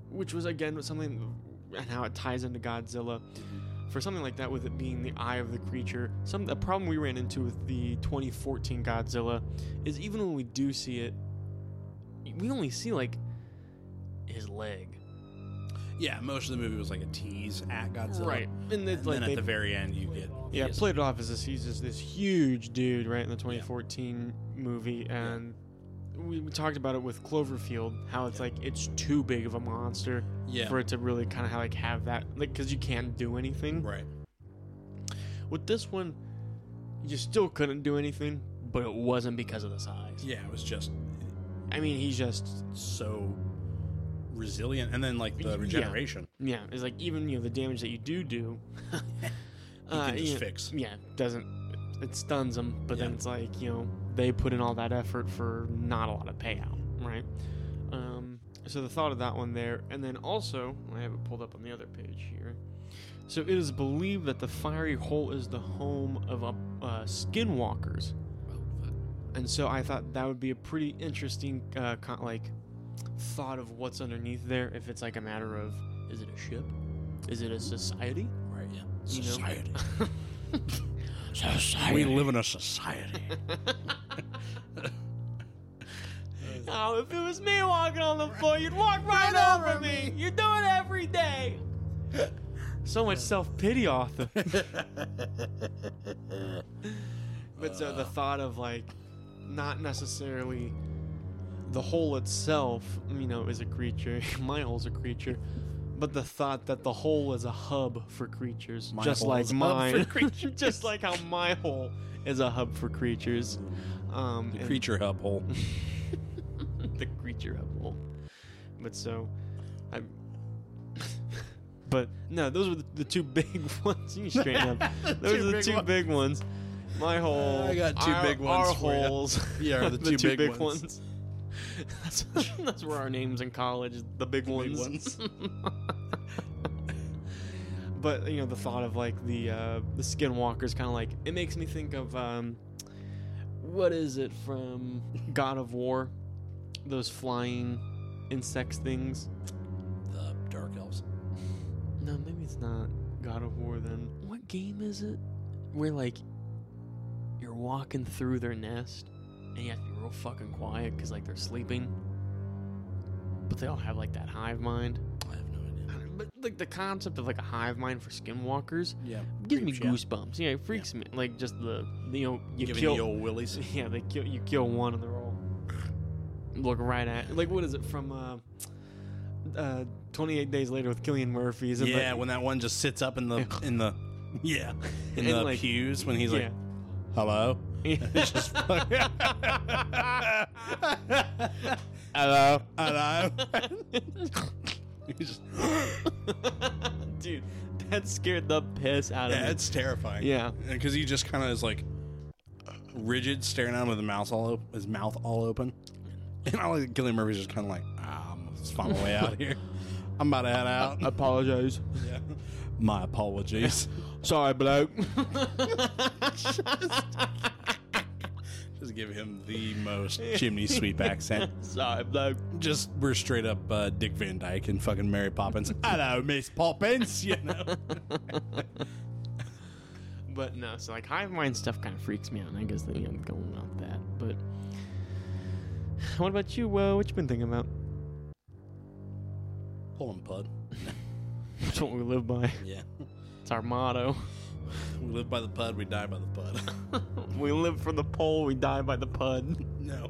[SPEAKER 2] which was again something, and how it ties into Godzilla
[SPEAKER 1] Mm-hmm.
[SPEAKER 2] for something like that with it being the eye of the creature some the problem we ran into with the 2014 godzilla is even when we do see it we only see like his leg
[SPEAKER 1] Yeah, most of the movie was like a tease at Godzilla.
[SPEAKER 2] and, it's
[SPEAKER 1] And
[SPEAKER 2] like
[SPEAKER 1] then
[SPEAKER 2] they,
[SPEAKER 1] at the very end, you get.
[SPEAKER 2] yeah
[SPEAKER 1] yes.
[SPEAKER 2] played it off as this he's just this huge dude right in the 2014 movie and we, we talked about it with cloverfield how it's
[SPEAKER 1] Yeah.
[SPEAKER 2] like it's too big of a monster
[SPEAKER 1] Yeah.
[SPEAKER 2] for it to really kind of like have that like because you can't do anything
[SPEAKER 1] right.
[SPEAKER 2] With this one, you still couldn't do anything, but it wasn't because of the size.
[SPEAKER 1] Yeah, it was just
[SPEAKER 2] I mean, he's just
[SPEAKER 1] so resilient. And then, like,
[SPEAKER 2] Yeah.
[SPEAKER 1] the regeneration.
[SPEAKER 2] yeah. It's like even you know the damage that you do do,
[SPEAKER 1] You
[SPEAKER 2] uh,
[SPEAKER 1] can
[SPEAKER 2] you
[SPEAKER 1] just
[SPEAKER 2] know,
[SPEAKER 1] fix.
[SPEAKER 2] yeah, doesn't it stuns them? But then
[SPEAKER 1] Yeah.
[SPEAKER 2] it's like you know they put in all that effort for not a lot of payout, right? Um, so the thought of that one there, and then also I have it pulled up on the other page here. So it is believed that the fiery hole is the home of a, uh, skinwalkers. and so I thought that would be a pretty interesting uh, con- like thought of what's underneath there. If it's like a matter of is it a ship, is it a society?
[SPEAKER 1] Right, yeah.
[SPEAKER 2] You know?
[SPEAKER 1] Society. society. We live in a society.
[SPEAKER 2] Oh, if it was me walking on the floor, you'd walk right, over, me. You do it every day. so much self pity, Arthur. But so the thought of like not necessarily the whole itself, you know, is a creature. My hole's a creature. But the thought that the hole is a hub for creatures,
[SPEAKER 1] My
[SPEAKER 2] just
[SPEAKER 1] hole
[SPEAKER 2] like
[SPEAKER 1] is a hub for
[SPEAKER 2] mine, just like how my hole is a hub for creatures. Um,
[SPEAKER 1] The
[SPEAKER 2] and-
[SPEAKER 1] creature hub hole.
[SPEAKER 2] the creature of hole. But so, I. but no, those were the, the two big ones. You straighten up. Those
[SPEAKER 1] two
[SPEAKER 2] are the
[SPEAKER 1] big
[SPEAKER 2] two
[SPEAKER 1] ones.
[SPEAKER 2] big ones. My hole.
[SPEAKER 1] I got two
[SPEAKER 2] our,
[SPEAKER 1] big ones
[SPEAKER 2] Our
[SPEAKER 1] for ya.
[SPEAKER 2] holes.
[SPEAKER 1] Yeah,
[SPEAKER 2] the two big, ones. that's, that's where our names in college. The big ones.
[SPEAKER 1] ones.
[SPEAKER 2] but you know, the thought of like the uh, the skinwalkers kind of like it makes me think of um, what is it from God of War? Those flying insects things.
[SPEAKER 1] The dark elves.
[SPEAKER 2] No, maybe it's not God of War then. What game is it? Where like you're walking through their nest and you have to be real fucking quiet because like they're sleeping. But they all have like that hive mind.
[SPEAKER 1] I have no idea.
[SPEAKER 2] But like the concept of like a hive mind for skinwalkers
[SPEAKER 1] Yeah.
[SPEAKER 2] gives me
[SPEAKER 1] Creeps you out.
[SPEAKER 2] goosebumps. Yeah, it freaks me. Like just the you know you
[SPEAKER 1] Giving
[SPEAKER 2] kill
[SPEAKER 1] the old willies.
[SPEAKER 2] yeah they kill you kill one and they're all look right at like what is it from uh, uh 28 Days Later with Killian Murphy? Is it
[SPEAKER 1] Yeah,
[SPEAKER 2] like,
[SPEAKER 1] when that one just sits up in the in the yeah in
[SPEAKER 2] And,
[SPEAKER 1] the
[SPEAKER 2] like-
[SPEAKER 1] pews when he's
[SPEAKER 2] yeah.
[SPEAKER 1] like hello.
[SPEAKER 2] Yeah.
[SPEAKER 1] It's just fuck-
[SPEAKER 2] Hello.
[SPEAKER 1] hello. He's just-
[SPEAKER 2] Dude, that scared the piss out of
[SPEAKER 1] yeah,
[SPEAKER 2] me.
[SPEAKER 1] it's terrifying.
[SPEAKER 2] Yeah.
[SPEAKER 1] because he just kind of is like rigid, staring at him with the mouth all op- his mouth all open, and all like Gillian Murphy's just kind of like, ah, I'm gonna just find my way out of here. I'm about to head out.
[SPEAKER 2] Apologize.
[SPEAKER 1] Yeah. My apologies.
[SPEAKER 2] Sorry, bloke.
[SPEAKER 1] just give him the most chimney sweep accent.
[SPEAKER 2] Sorry, bloke.
[SPEAKER 1] just we're straight up uh, Dick Van Dyke and fucking Mary Poppins. Hello, Miss Poppins. You know.
[SPEAKER 2] But no, so like hive mind stuff kind of freaks me out, and I guess that, yeah, I'm going about that. But what about you, Whoa? What you been thinking about?
[SPEAKER 1] Pull him, Pud.
[SPEAKER 2] That's what we live by.
[SPEAKER 1] Yeah.
[SPEAKER 2] It's our motto.
[SPEAKER 1] We live by the Pud, we die by the Pud.
[SPEAKER 2] We live for the pole, we die by the pud.
[SPEAKER 1] no.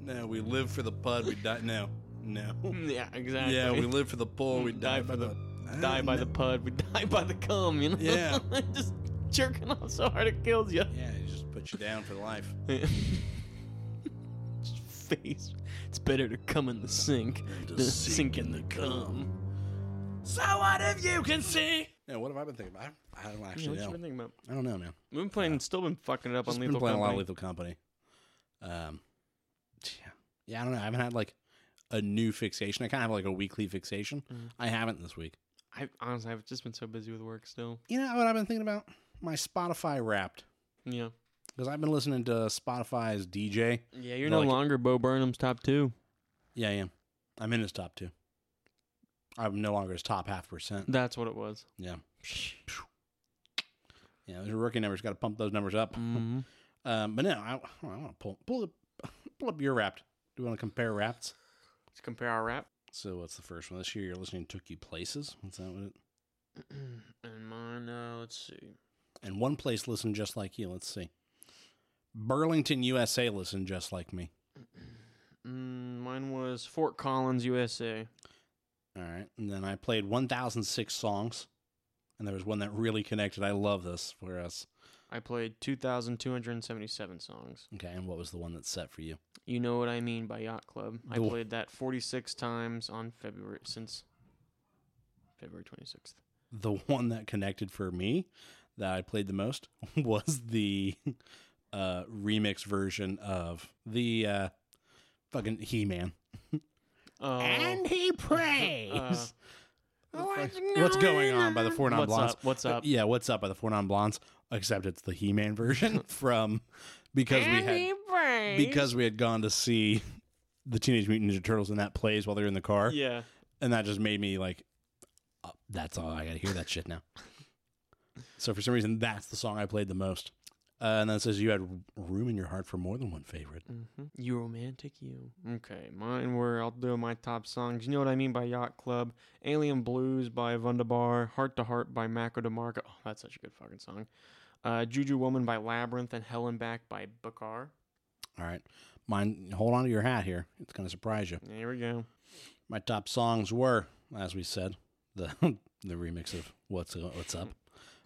[SPEAKER 1] No, we live for the Pud, we die. No. No.
[SPEAKER 2] Yeah, exactly.
[SPEAKER 1] Yeah, we live for the pull, we Mm, die, by the.
[SPEAKER 2] die by the pud, we die by the cum, you know?
[SPEAKER 1] Yeah.
[SPEAKER 2] Just jerking off so hard it kills you.
[SPEAKER 1] Yeah, it just puts you down for life.
[SPEAKER 2] Face. It's better to come in the sink than to sink in the cum.
[SPEAKER 1] So what if you can see? Um, Yeah, what have I been thinking about? I don't
[SPEAKER 2] Yeah,
[SPEAKER 1] actually
[SPEAKER 2] what you
[SPEAKER 1] know.
[SPEAKER 2] been thinking about?
[SPEAKER 1] I don't know, man.
[SPEAKER 2] We've been playing, still been fucking it up
[SPEAKER 1] Just
[SPEAKER 2] on
[SPEAKER 1] been
[SPEAKER 2] Lethal
[SPEAKER 1] playing a lot of
[SPEAKER 2] Company.
[SPEAKER 1] Lethal Company. Um, yeah, yeah. I don't know. I haven't had like a new fixation. I kind of have like a weekly fixation.
[SPEAKER 2] Mhm.
[SPEAKER 1] I haven't this week.
[SPEAKER 2] I honestly, I've just been so busy with work still.
[SPEAKER 1] You know what I've been thinking about? My Spotify Wrapped
[SPEAKER 2] Yeah.
[SPEAKER 1] because I've been listening to Spotify's DJ.
[SPEAKER 2] Yeah, you're
[SPEAKER 1] But
[SPEAKER 2] no
[SPEAKER 1] like-
[SPEAKER 2] longer Bo Burnham's top two.
[SPEAKER 1] Yeah, I am. I'm in his top two. I'm no longer his top half percent.
[SPEAKER 2] That's what it was.
[SPEAKER 1] Yeah. Yeah, those are rookie numbers. Got to pump those numbers up.
[SPEAKER 2] Mhm.
[SPEAKER 1] Um, but no, I, I want to pull pull up, pull up your Wrapped. Do you want to compare Wrapped?
[SPEAKER 2] Let's compare our rap.
[SPEAKER 1] So what's the first one this year? You're listening took you places. Is that what it?
[SPEAKER 2] and mine, uh, let's see.
[SPEAKER 1] And one place listened just like you. Let's see. Burlington, USA listened just like me.
[SPEAKER 2] Mm, mine was Fort Collins, USA.
[SPEAKER 1] All right. And then I played 1006 songs. And there was one that really connected. I love this for us.
[SPEAKER 2] I played 2,277 songs.
[SPEAKER 1] Okay. And what was the one that's set for you?
[SPEAKER 2] You know what I mean by Yacht Club. I
[SPEAKER 1] Cool.
[SPEAKER 2] played that 46 times on February since February 26th.
[SPEAKER 1] The one that connected for me that I played the most was the uh, remix version of the uh, fucking He Man.
[SPEAKER 2] Oh,
[SPEAKER 1] he prays. Uh, Oh, What's going on by the Four Non
[SPEAKER 2] what's
[SPEAKER 1] Blondes?
[SPEAKER 2] up? What's
[SPEAKER 1] Uh,
[SPEAKER 2] up?
[SPEAKER 1] yeah, what's up by the Four Non Blondes? Except it's the He Man version from because we had because we had gone to see the Teenage Mutant Ninja Turtles and that plays while they're in the car,
[SPEAKER 2] Yeah.
[SPEAKER 1] and that just made me like, oh, that's all I got to hear that shit now. so for some reason, that's the song I played the most. Uh, and then it says you had room in your heart for more than one favorite.
[SPEAKER 2] Mm-hmm. You romantic, you. Okay, mine were I'll do my top songs. You know what I mean by Yacht Club, Alien Blues by Vundabar, Heart to Heart by Mako DeMarco. Oh, that's such a good fucking song. Uh, Juju Woman by Labyrinth and Helen Back by Bakar.
[SPEAKER 1] All right, mine. Hold on to your hat here; it's going to surprise you.
[SPEAKER 2] Here we go.
[SPEAKER 1] My top songs were, as we said, the the remix of "What's What's Up,"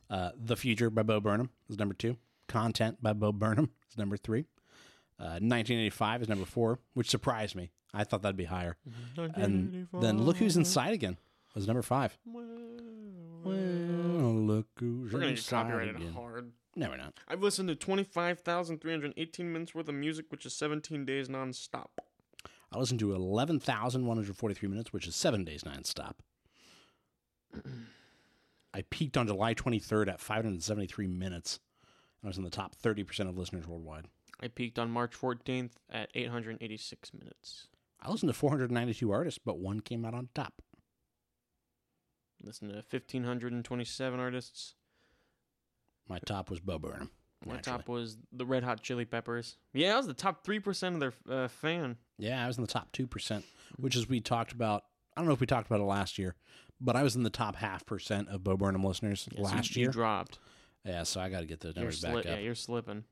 [SPEAKER 1] uh, "The Future" by Bo Burnham is number two. "Content" by Bo Burnham is number three. Uh, "1985" is number four, which surprised me. I thought that'd be higher. And then "Look Who's Inside Again" was number five. Well,
[SPEAKER 2] We're
[SPEAKER 1] look who's
[SPEAKER 2] gonna get
[SPEAKER 1] inside
[SPEAKER 2] copyrighted
[SPEAKER 1] again.
[SPEAKER 2] hard.
[SPEAKER 1] No, we're not.
[SPEAKER 2] I've listened to twenty five thousand three hundred eighteen minutes worth of music, which is seventeen days nonstop.
[SPEAKER 1] I listened to eleven thousand one hundred forty three minutes, which is seven days nonstop. I peaked on July 23rd at 573 minutes, and I was in the top 30% of listeners worldwide.
[SPEAKER 2] I peaked on March fourteenth at eight hundred eighty six minutes.
[SPEAKER 1] I listened to 492 artists, but one came out on top.
[SPEAKER 2] Listen to 1,527 artists.
[SPEAKER 1] My top was Bo Burnham.
[SPEAKER 2] My
[SPEAKER 1] naturally.
[SPEAKER 2] top was the Red Hot Chili Peppers. Yeah, I was the top 3% of their uh, fan.
[SPEAKER 1] Yeah, I was in the top 2%, which is we talked about. I don't know if we talked about it last year, but I was in the top half percent of Bo Burnham listeners
[SPEAKER 2] Yeah, so
[SPEAKER 1] last
[SPEAKER 2] you,
[SPEAKER 1] year.
[SPEAKER 2] You dropped.
[SPEAKER 1] yeah, so I got to get those
[SPEAKER 2] You're,
[SPEAKER 1] numbers back
[SPEAKER 2] sli- yeah,
[SPEAKER 1] up.
[SPEAKER 2] you're slipping.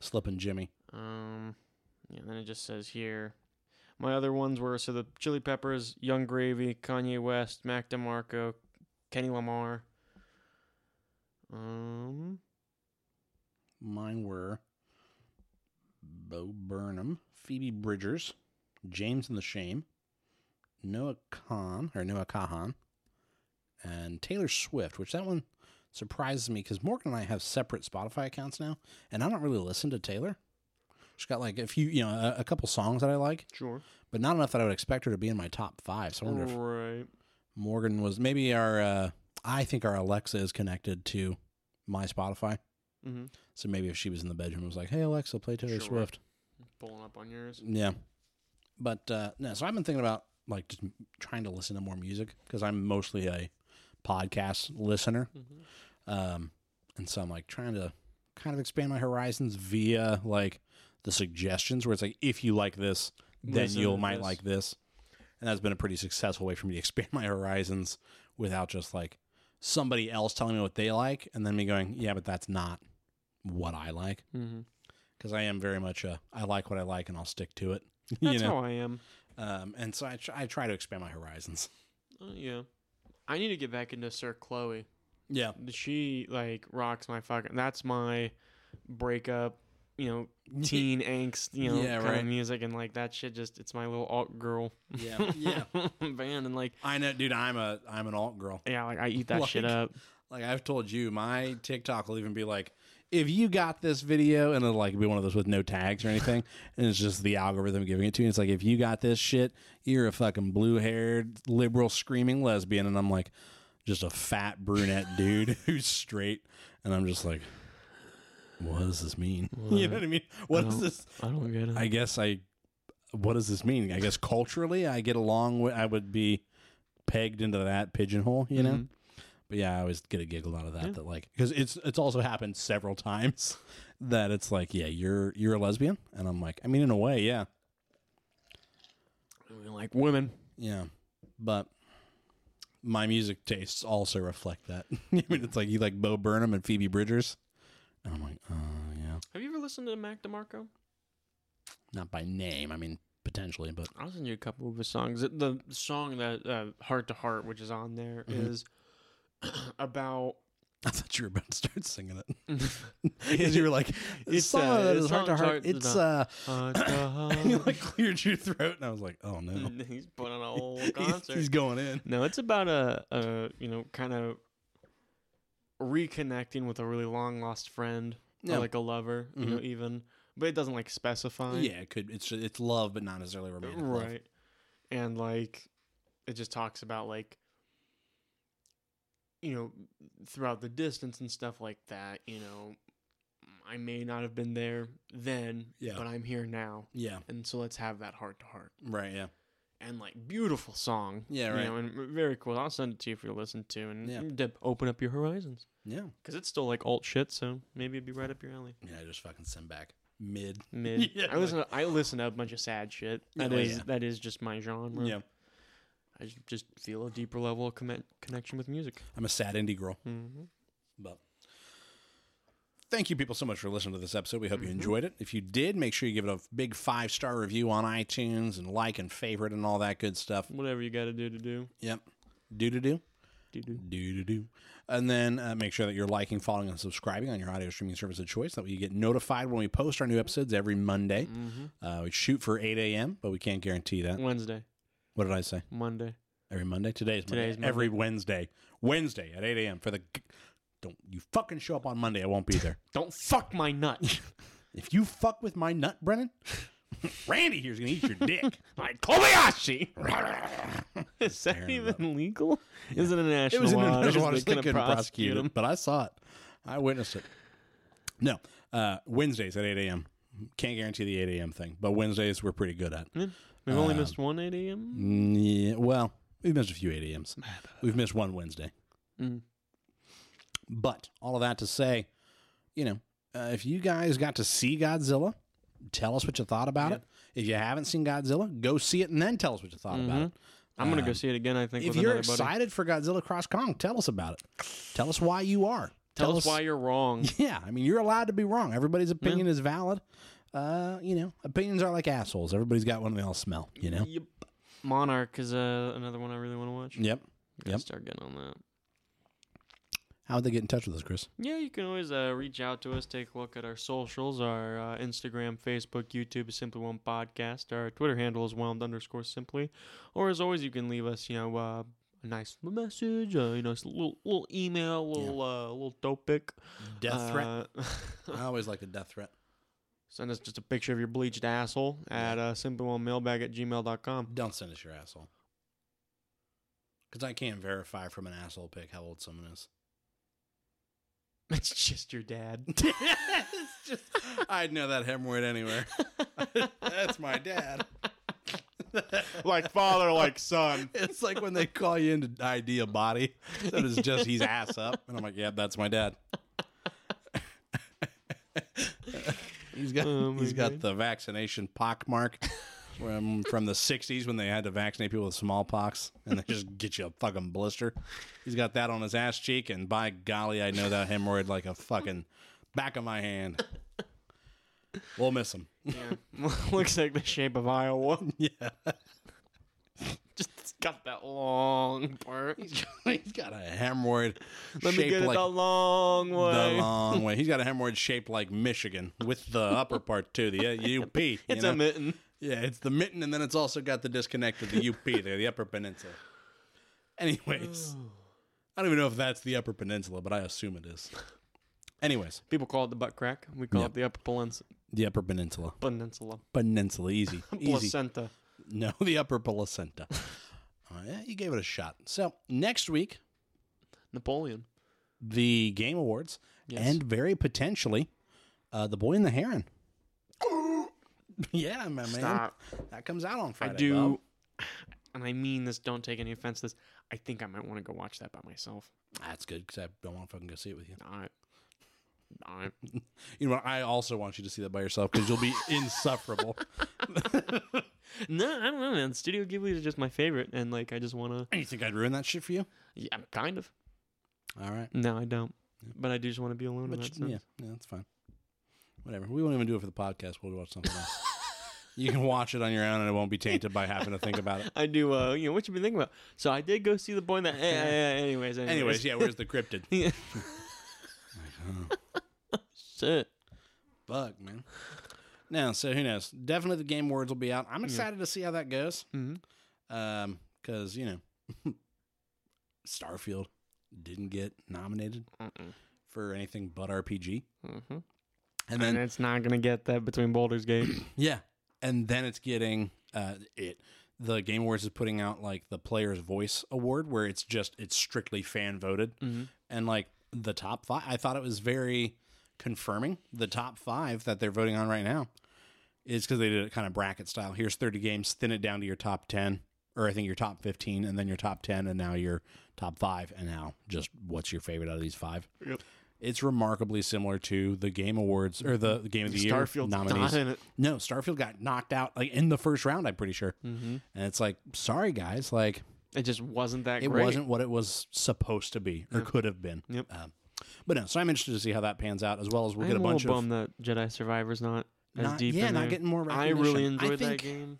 [SPEAKER 1] Slipping Jimmy.
[SPEAKER 2] Um, yeah, and then it just says here. My other ones were so the Chili Peppers, Young Gravy, Kanye West, Mac DeMarco, Kenny Lamar. Um,
[SPEAKER 1] Mine were Bo Burnham, Phoebe Bridgers, James and the Shame, Noah Kahn or Noah Kahan, and Taylor Swift. Which that one surprises me because Morgan and I have separate Spotify accounts now, and I don't really listen to Taylor. She's got like a few, you know, a, a couple songs that I like,
[SPEAKER 2] sure.
[SPEAKER 1] but not enough that I would expect her to be in my top five. So I
[SPEAKER 2] Oh.
[SPEAKER 1] wonder if
[SPEAKER 2] Right.
[SPEAKER 1] Morgan was maybe our. Uh, I think our Alexa is connected to my Spotify.
[SPEAKER 2] Mm-hmm.
[SPEAKER 1] So maybe if she was in the bedroom, it was like, "Hey Alexa, play Taylor
[SPEAKER 2] Sure.
[SPEAKER 1] Swift."
[SPEAKER 2] Pulling up on yours.
[SPEAKER 1] Yeah, but uh, no. So I've been thinking about like just trying to listen to more music because I'm mostly a podcast listener,
[SPEAKER 2] Mhm.
[SPEAKER 1] um, and so I'm like trying to kind of expand my horizons via like the suggestions where it's like if you like this, then
[SPEAKER 2] Listen
[SPEAKER 1] you'll
[SPEAKER 2] to
[SPEAKER 1] might
[SPEAKER 2] this.
[SPEAKER 1] like this, and that's been a pretty successful way for me to expand my horizons without just like somebody else telling me what they like and then me going, yeah, but that's not what I like
[SPEAKER 2] Mm-hmm.
[SPEAKER 1] because I am very much a I like what I like and I'll stick to it.
[SPEAKER 2] That's
[SPEAKER 1] you know,
[SPEAKER 2] how I am.
[SPEAKER 1] um, and so I, tr- I try to expand my horizons.
[SPEAKER 2] Uh, yeah, I need to get back into Sir Chloe.
[SPEAKER 1] Yeah,
[SPEAKER 2] She like rocks my fucking. That's my breakup. You know, teen angst. You know,
[SPEAKER 1] Yeah,
[SPEAKER 2] kind
[SPEAKER 1] right.
[SPEAKER 2] of music and like that shit. Just it's my little alt girl.
[SPEAKER 1] yeah, yeah.
[SPEAKER 2] band and like
[SPEAKER 1] I know, dude. I'm a I'm an alt girl.
[SPEAKER 2] yeah, like I eat that shit
[SPEAKER 1] Like-
[SPEAKER 2] up.
[SPEAKER 1] Like I've told you, my TikTok will even be like, if you got this video, and it'll like be one of those with no tags or anything, and it's just the algorithm giving it to you. It's like if you got this shit, you're a fucking blue haired liberal screaming lesbian, and I'm like, just a fat brunette dude who's straight, and I'm just like, what does this mean? You know what I mean? What is
[SPEAKER 2] Well,
[SPEAKER 1] this?
[SPEAKER 2] I don't get it.
[SPEAKER 1] I guess I. What does this mean? I guess culturally, I get along with. I would be pegged into that pigeonhole, you know.
[SPEAKER 2] Mhm.
[SPEAKER 1] But yeah, I always get a giggle out of that.
[SPEAKER 2] Yeah.
[SPEAKER 1] That like because it's it's also happened several times that it's like, yeah, you're you're a lesbian, and I'm like, I mean, in a way, yeah,
[SPEAKER 2] I mean, like women.
[SPEAKER 1] yeah, but my music tastes also reflect that. I mean, it's like you like Bo Burnham and Phoebe Bridgers, and I'm like, oh yeah,
[SPEAKER 2] Have you ever listened to Mac DeMarco?
[SPEAKER 1] not by name, I mean potentially, but
[SPEAKER 2] I listened to a couple of his songs. The- The song that uh, Heart to Heart, which is on there,
[SPEAKER 1] Mhm.
[SPEAKER 2] is about.
[SPEAKER 1] I thought you were about to start singing it. Because you were like, it's
[SPEAKER 2] It's,
[SPEAKER 1] some
[SPEAKER 2] uh,
[SPEAKER 1] of that
[SPEAKER 2] it's
[SPEAKER 1] is heart to
[SPEAKER 2] not-
[SPEAKER 1] heart.
[SPEAKER 2] it's
[SPEAKER 1] It's uh,
[SPEAKER 2] Heart to
[SPEAKER 1] you
[SPEAKER 2] Heart.
[SPEAKER 1] like cleared your throat, and I was like, oh no,
[SPEAKER 2] He's put on a whole
[SPEAKER 1] he's,
[SPEAKER 2] concert.
[SPEAKER 1] he's going in.
[SPEAKER 2] No, it's about a, a you know kind of reconnecting with a really long lost friend,
[SPEAKER 1] Yeah. Mm-hmm.
[SPEAKER 2] or like a lover, you know, even. But it doesn't like specify.
[SPEAKER 1] Yeah, it could. It's it's love, but not necessarily romantic. love.
[SPEAKER 2] right and like it just talks about like you know throughout the distance and stuff like that you know i may not have been there then
[SPEAKER 1] Yeah.
[SPEAKER 2] but i'm here now
[SPEAKER 1] Yeah.
[SPEAKER 2] and so let's have that heart to heart
[SPEAKER 1] Right. Yeah.
[SPEAKER 2] and like beautiful song
[SPEAKER 1] Yeah, right.
[SPEAKER 2] you know, and very cool i'll send it to you for you to listen to and
[SPEAKER 1] Yeah.
[SPEAKER 2] dip- open up your horizons
[SPEAKER 1] Yeah.
[SPEAKER 2] because it's still like alt shit so maybe it'd be right up your alley
[SPEAKER 1] Yeah. I just fucking send back mid.
[SPEAKER 2] mid
[SPEAKER 1] Yeah,
[SPEAKER 2] i listen to, i listen to a bunch of sad shit
[SPEAKER 1] Yeah,
[SPEAKER 2] That
[SPEAKER 1] well,
[SPEAKER 2] is
[SPEAKER 1] yeah.
[SPEAKER 2] that is just my genre
[SPEAKER 1] Yeah.
[SPEAKER 2] I j- just feel a deeper level of connect- connection with music.
[SPEAKER 1] I'm a sad indie girl, but. Thank you, people, so much for listening to this episode. We hope you enjoyed it. If you did, make sure you give it a big five star review on iTunes and like and favorite and all that good stuff.
[SPEAKER 2] Whatever you got to do to do.
[SPEAKER 1] Yep. Do to do.
[SPEAKER 2] do, do.
[SPEAKER 1] do do do and then uh, make sure that you're liking following and subscribing on your audio streaming service of choice that way you get notified when we post our new episodes every monday
[SPEAKER 2] Mm-hmm.
[SPEAKER 1] uh, we shoot for 8 a.m but we can't guarantee that
[SPEAKER 2] Wednesday,
[SPEAKER 1] what did i say
[SPEAKER 2] Monday.
[SPEAKER 1] every monday today's monday,
[SPEAKER 2] Today's Monday.
[SPEAKER 1] every wednesday wednesday at 8 a.m for the g- don't you fucking show up on monday i won't be there
[SPEAKER 2] Don't fuck my nut.
[SPEAKER 1] if you fuck with my nut brennan randy here's gonna eat your dick
[SPEAKER 2] my Kobayashi. Is that
[SPEAKER 1] tearing it
[SPEAKER 2] even legal? Is it an
[SPEAKER 1] it
[SPEAKER 2] national
[SPEAKER 1] was in
[SPEAKER 2] law?
[SPEAKER 1] international
[SPEAKER 2] Is
[SPEAKER 1] waters.
[SPEAKER 2] it
[SPEAKER 1] They
[SPEAKER 2] gonna
[SPEAKER 1] couldn't prosecute
[SPEAKER 2] him?
[SPEAKER 1] it, but I saw it. I witnessed it. No, uh, Wednesdays at 8 a.m. Can't guarantee the 8 a.m. thing, but Wednesdays we're pretty good at.
[SPEAKER 2] Yeah. We've only missed one 8 a.m.
[SPEAKER 1] Mm, yeah, well, we've missed a few 8 a.m.s. We've missed one Wednesday.
[SPEAKER 2] Mm.
[SPEAKER 1] But all of that to say, you know, uh, if you guys got to see Godzilla, tell us what you thought about it. If you haven't seen Godzilla, go see it and then tell us what you thought about it.
[SPEAKER 2] I'm gonna go see it again. I think
[SPEAKER 1] If
[SPEAKER 2] with
[SPEAKER 1] you're
[SPEAKER 2] another buddy.
[SPEAKER 1] excited for Godzilla Cross Kong, tell us about it. Tell us why you are.
[SPEAKER 2] Tell, us why you're wrong.
[SPEAKER 1] Yeah, I mean, you're allowed to be wrong. Everybody's opinion is valid. Uh, you know, opinions are like assholes. Everybody's got one they all smell. You know.
[SPEAKER 2] Yep. Monarch is uh, another one I really want to watch.
[SPEAKER 1] Yep.
[SPEAKER 2] Gotta
[SPEAKER 1] yep.
[SPEAKER 2] Start getting on that.
[SPEAKER 1] How would they get in touch with us, Chris?
[SPEAKER 2] Yeah, you can always uh, reach out to us. Take a look at our socials. Our uh, Instagram, Facebook, YouTube is Simply One Podcast. Our Twitter handle is Whelmed underscore Simply. Or as always, you can leave us, you know, uh, a nice message, uh, you know, s- little, little email, little uh, little dope pic. Uh,
[SPEAKER 1] I always like a death threat.
[SPEAKER 2] send us just a picture of your bleached asshole at uh, simply one mailbag at gmail.com.
[SPEAKER 1] Don't send us your asshole. Because I can't verify from an asshole pic how old someone is.
[SPEAKER 2] It's just your dad.
[SPEAKER 1] it's just, I'd know that hemorrhoid anywhere. That's my dad.
[SPEAKER 2] like father, like son.
[SPEAKER 1] It's like when they call you in to ID a body. So it's just he's ass up, and I'm like, yeah, that's my dad. he's got
[SPEAKER 2] Oh my
[SPEAKER 1] he's got
[SPEAKER 2] God. Oh,
[SPEAKER 1] the vaccination pock mark. from from the '60s when they had to vaccinate people with smallpox and they just get you a fucking blister. He's got that on his ass cheek, and by golly, I know that hemorrhoid like a fucking back of my hand. We'll miss him.
[SPEAKER 2] Yeah. Looks like the shape of Iowa.
[SPEAKER 1] Yeah,
[SPEAKER 2] Just got that long part.
[SPEAKER 1] he's got a hemorrhoid
[SPEAKER 2] Let me
[SPEAKER 1] shaped
[SPEAKER 2] get it
[SPEAKER 1] like
[SPEAKER 2] the long way.
[SPEAKER 1] the long way. He's got a hemorrhoid shaped like Michigan with the upper part too, the uh, UP. you
[SPEAKER 2] it's
[SPEAKER 1] know?
[SPEAKER 2] a mitten.
[SPEAKER 1] Yeah, it's the mitten, and then it's also got the disconnect of the UP there, the Upper Peninsula. Anyways, I don't even know if that's the Upper Peninsula, but I assume it is. Anyways,
[SPEAKER 2] People call it the butt crack. We call it the upper pelens-
[SPEAKER 1] the Upper Peninsula.
[SPEAKER 2] peninsula.
[SPEAKER 1] Peninsula, easy. easy.
[SPEAKER 2] Placenta.
[SPEAKER 1] No, the Upper Placenta. All right, yeah, you gave it a shot. So next week,
[SPEAKER 2] Napoleon.
[SPEAKER 1] the Game Awards,
[SPEAKER 2] Yes.
[SPEAKER 1] and very potentially, uh, The Boy and the Heron. yeah, my man.
[SPEAKER 2] Stop.
[SPEAKER 1] That comes out on
[SPEAKER 2] I
[SPEAKER 1] Friday.
[SPEAKER 2] do.
[SPEAKER 1] Bob.
[SPEAKER 2] And I mean this. Don't take any offense. to This. I think I might want to go watch that by myself.
[SPEAKER 1] That's good because I don't want to fucking go see it with you.
[SPEAKER 2] All right. All right.
[SPEAKER 1] You know what? I also want you to see that by yourself because you'll be insufferable.
[SPEAKER 2] No, I don't know, man. Studio Ghibli is just my favorite, and like I just want to.
[SPEAKER 1] you think I'd ruin that shit for you?
[SPEAKER 2] Yeah, I'm kind of.
[SPEAKER 1] All right.
[SPEAKER 2] No, I don't. But I do just want to be alone. in
[SPEAKER 1] But
[SPEAKER 2] that
[SPEAKER 1] you- yeah,
[SPEAKER 2] sense.
[SPEAKER 1] yeah, that's fine. Whatever. We won't even do it for the podcast. We'll watch something else. you can watch it on your own and it won't be tainted by having to think about it.
[SPEAKER 2] I do. Uh, you know what you been thinking about? So I did go see the boy in the. eh, eh, eh, anyways, anyways,
[SPEAKER 1] Anyways, yeah, where's the cryptid?
[SPEAKER 2] Yeah. Shit.
[SPEAKER 1] Fuck, man. No, so who knows? Definitely the game words will be out. I'm excited to see how that goes.
[SPEAKER 2] Mhm.
[SPEAKER 1] Um, because you know, Starfield didn't get nominated
[SPEAKER 2] Mm-mm.
[SPEAKER 1] for anything but RPG,
[SPEAKER 2] Mhm.
[SPEAKER 1] and
[SPEAKER 2] And
[SPEAKER 1] then
[SPEAKER 2] it's not gonna get that between Baldur's Gate.
[SPEAKER 1] Yeah, and then it's getting uh, it. The Game Awards is putting out like the Player's Voice Award, where it's just it's strictly fan voted,
[SPEAKER 2] Mhm.
[SPEAKER 1] and like the top five. I thought it was very confirming. The top five that they're voting on right now is because they did it kind of bracket style. Here's 30 games, thin it down to your top 10, or I think your top 15, and then your top 10, and now your top five, and now just what's your favorite out of these five.
[SPEAKER 2] Yep.
[SPEAKER 1] It's remarkably similar to the Game Awards or the Game of the Year
[SPEAKER 2] Starfield's
[SPEAKER 1] nominees.
[SPEAKER 2] not in it.
[SPEAKER 1] No, Starfield got knocked out like in the first round, I'm pretty sure.
[SPEAKER 2] Mm-hmm.
[SPEAKER 1] And it's like, sorry guys, like
[SPEAKER 2] It just wasn't that
[SPEAKER 1] it
[SPEAKER 2] great.
[SPEAKER 1] wasn't what it was supposed to be or could have been.
[SPEAKER 2] Yep.
[SPEAKER 1] Um, but no, so I'm interested to see how that pans out as well as we'll get
[SPEAKER 2] I'm
[SPEAKER 1] a bunch
[SPEAKER 2] little
[SPEAKER 1] of
[SPEAKER 2] bummed that Jedi Survivor's not as
[SPEAKER 1] not,
[SPEAKER 2] deep.
[SPEAKER 1] yeah,
[SPEAKER 2] in
[SPEAKER 1] not
[SPEAKER 2] there.
[SPEAKER 1] getting more
[SPEAKER 2] I
[SPEAKER 1] recognition.
[SPEAKER 2] really enjoyed that
[SPEAKER 1] think-
[SPEAKER 2] game,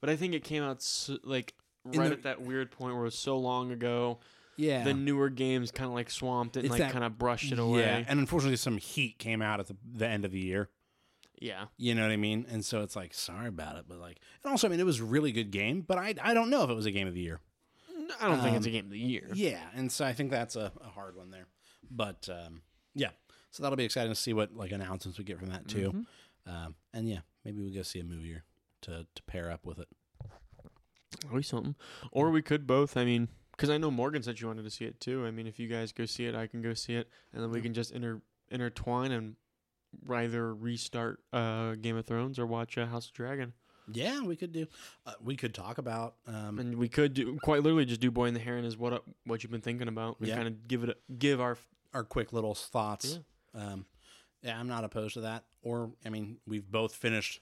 [SPEAKER 2] but I think it came out so, like
[SPEAKER 1] In
[SPEAKER 2] right
[SPEAKER 1] the-
[SPEAKER 2] at that weird point where it was so long ago.
[SPEAKER 1] Yeah.
[SPEAKER 2] The newer games kind of like swamped it and
[SPEAKER 1] It's
[SPEAKER 2] like
[SPEAKER 1] that-
[SPEAKER 2] kind of brushed it away.
[SPEAKER 1] Yeah, and unfortunately some heat came out at the, the end of the year.
[SPEAKER 2] yeah.
[SPEAKER 1] You know what I mean? And so it's like, sorry about it, but like and also I mean it was a really good game, but I I don't know if it was a game of the year.
[SPEAKER 2] No, I don't think it's a game of the year.
[SPEAKER 1] Um, Yeah, and so I think that's a, a hard one there. But um, yeah, so that'll be exciting to see what like announcements we get from that too. Um, and yeah, maybe we go see a movie or to to pair up with it.
[SPEAKER 2] Or something. Or we could both. I mean, because I know Morgan said you wanted to see it too. I mean, if you guys go see it, I can go see it, and then we can just inter intertwine and either restart uh, Game of Thrones or watch uh, House of Dragon.
[SPEAKER 1] Yeah, we could do. Uh, we could talk about. Um,
[SPEAKER 2] And we could do quite literally just do Boy and the Heron is what uh, what you've been thinking about. We
[SPEAKER 1] Yeah.
[SPEAKER 2] kind of give it a, give our
[SPEAKER 1] our quick little thoughts. Um, yeah, I'm not opposed to that. Or I mean, we've both finished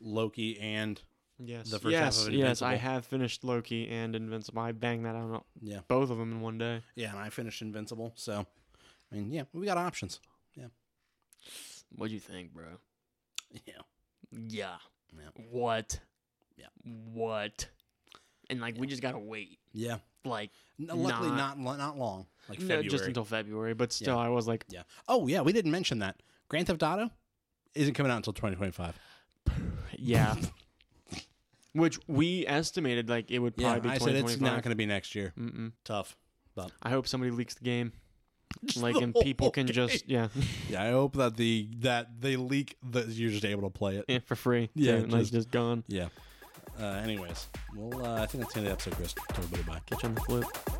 [SPEAKER 1] Loki and
[SPEAKER 2] yes
[SPEAKER 1] The first half
[SPEAKER 2] yes
[SPEAKER 1] of
[SPEAKER 2] yes. I
[SPEAKER 1] Invincible.
[SPEAKER 2] have finished Loki and Invincible. I banged that out
[SPEAKER 1] yeah,
[SPEAKER 2] both of them in one day.
[SPEAKER 1] yeah, and I finished Invincible. So, I mean, yeah, we got options.
[SPEAKER 2] What'd you think, bro?
[SPEAKER 1] Yeah,
[SPEAKER 2] Yeah.
[SPEAKER 1] Yeah.
[SPEAKER 2] What?
[SPEAKER 1] Yeah.
[SPEAKER 2] What? And like we just gotta wait.
[SPEAKER 1] yeah.
[SPEAKER 2] Like
[SPEAKER 1] No, luckily,
[SPEAKER 2] Not-
[SPEAKER 1] not not, long. Like
[SPEAKER 2] no,
[SPEAKER 1] February.
[SPEAKER 2] just until February. But still, I was like,
[SPEAKER 1] Yeah. Oh yeah, we didn't mention that. Grand Theft Auto isn't coming out until 2025.
[SPEAKER 2] yeah. Which we estimated like it would
[SPEAKER 1] Yeah,
[SPEAKER 2] probably
[SPEAKER 1] I
[SPEAKER 2] be
[SPEAKER 1] said
[SPEAKER 2] twenty
[SPEAKER 1] it's
[SPEAKER 2] twenty
[SPEAKER 1] not
[SPEAKER 2] five.
[SPEAKER 1] going to be next year.
[SPEAKER 2] Mm-mm.
[SPEAKER 1] Tough.
[SPEAKER 2] I hope somebody leaks the game, like
[SPEAKER 1] the
[SPEAKER 2] and people
[SPEAKER 1] whole
[SPEAKER 2] can just yeah,
[SPEAKER 1] Yeah, I hope that the that they leak that you're just able to play it.
[SPEAKER 2] yeah for free.
[SPEAKER 1] Yeah,
[SPEAKER 2] dude, like
[SPEAKER 1] just-
[SPEAKER 2] just gone.
[SPEAKER 1] Yeah. Uh, anyways, well, uh, I think that's the end of the episode, Chris. Tell everybody bye.
[SPEAKER 2] Catch on the flip.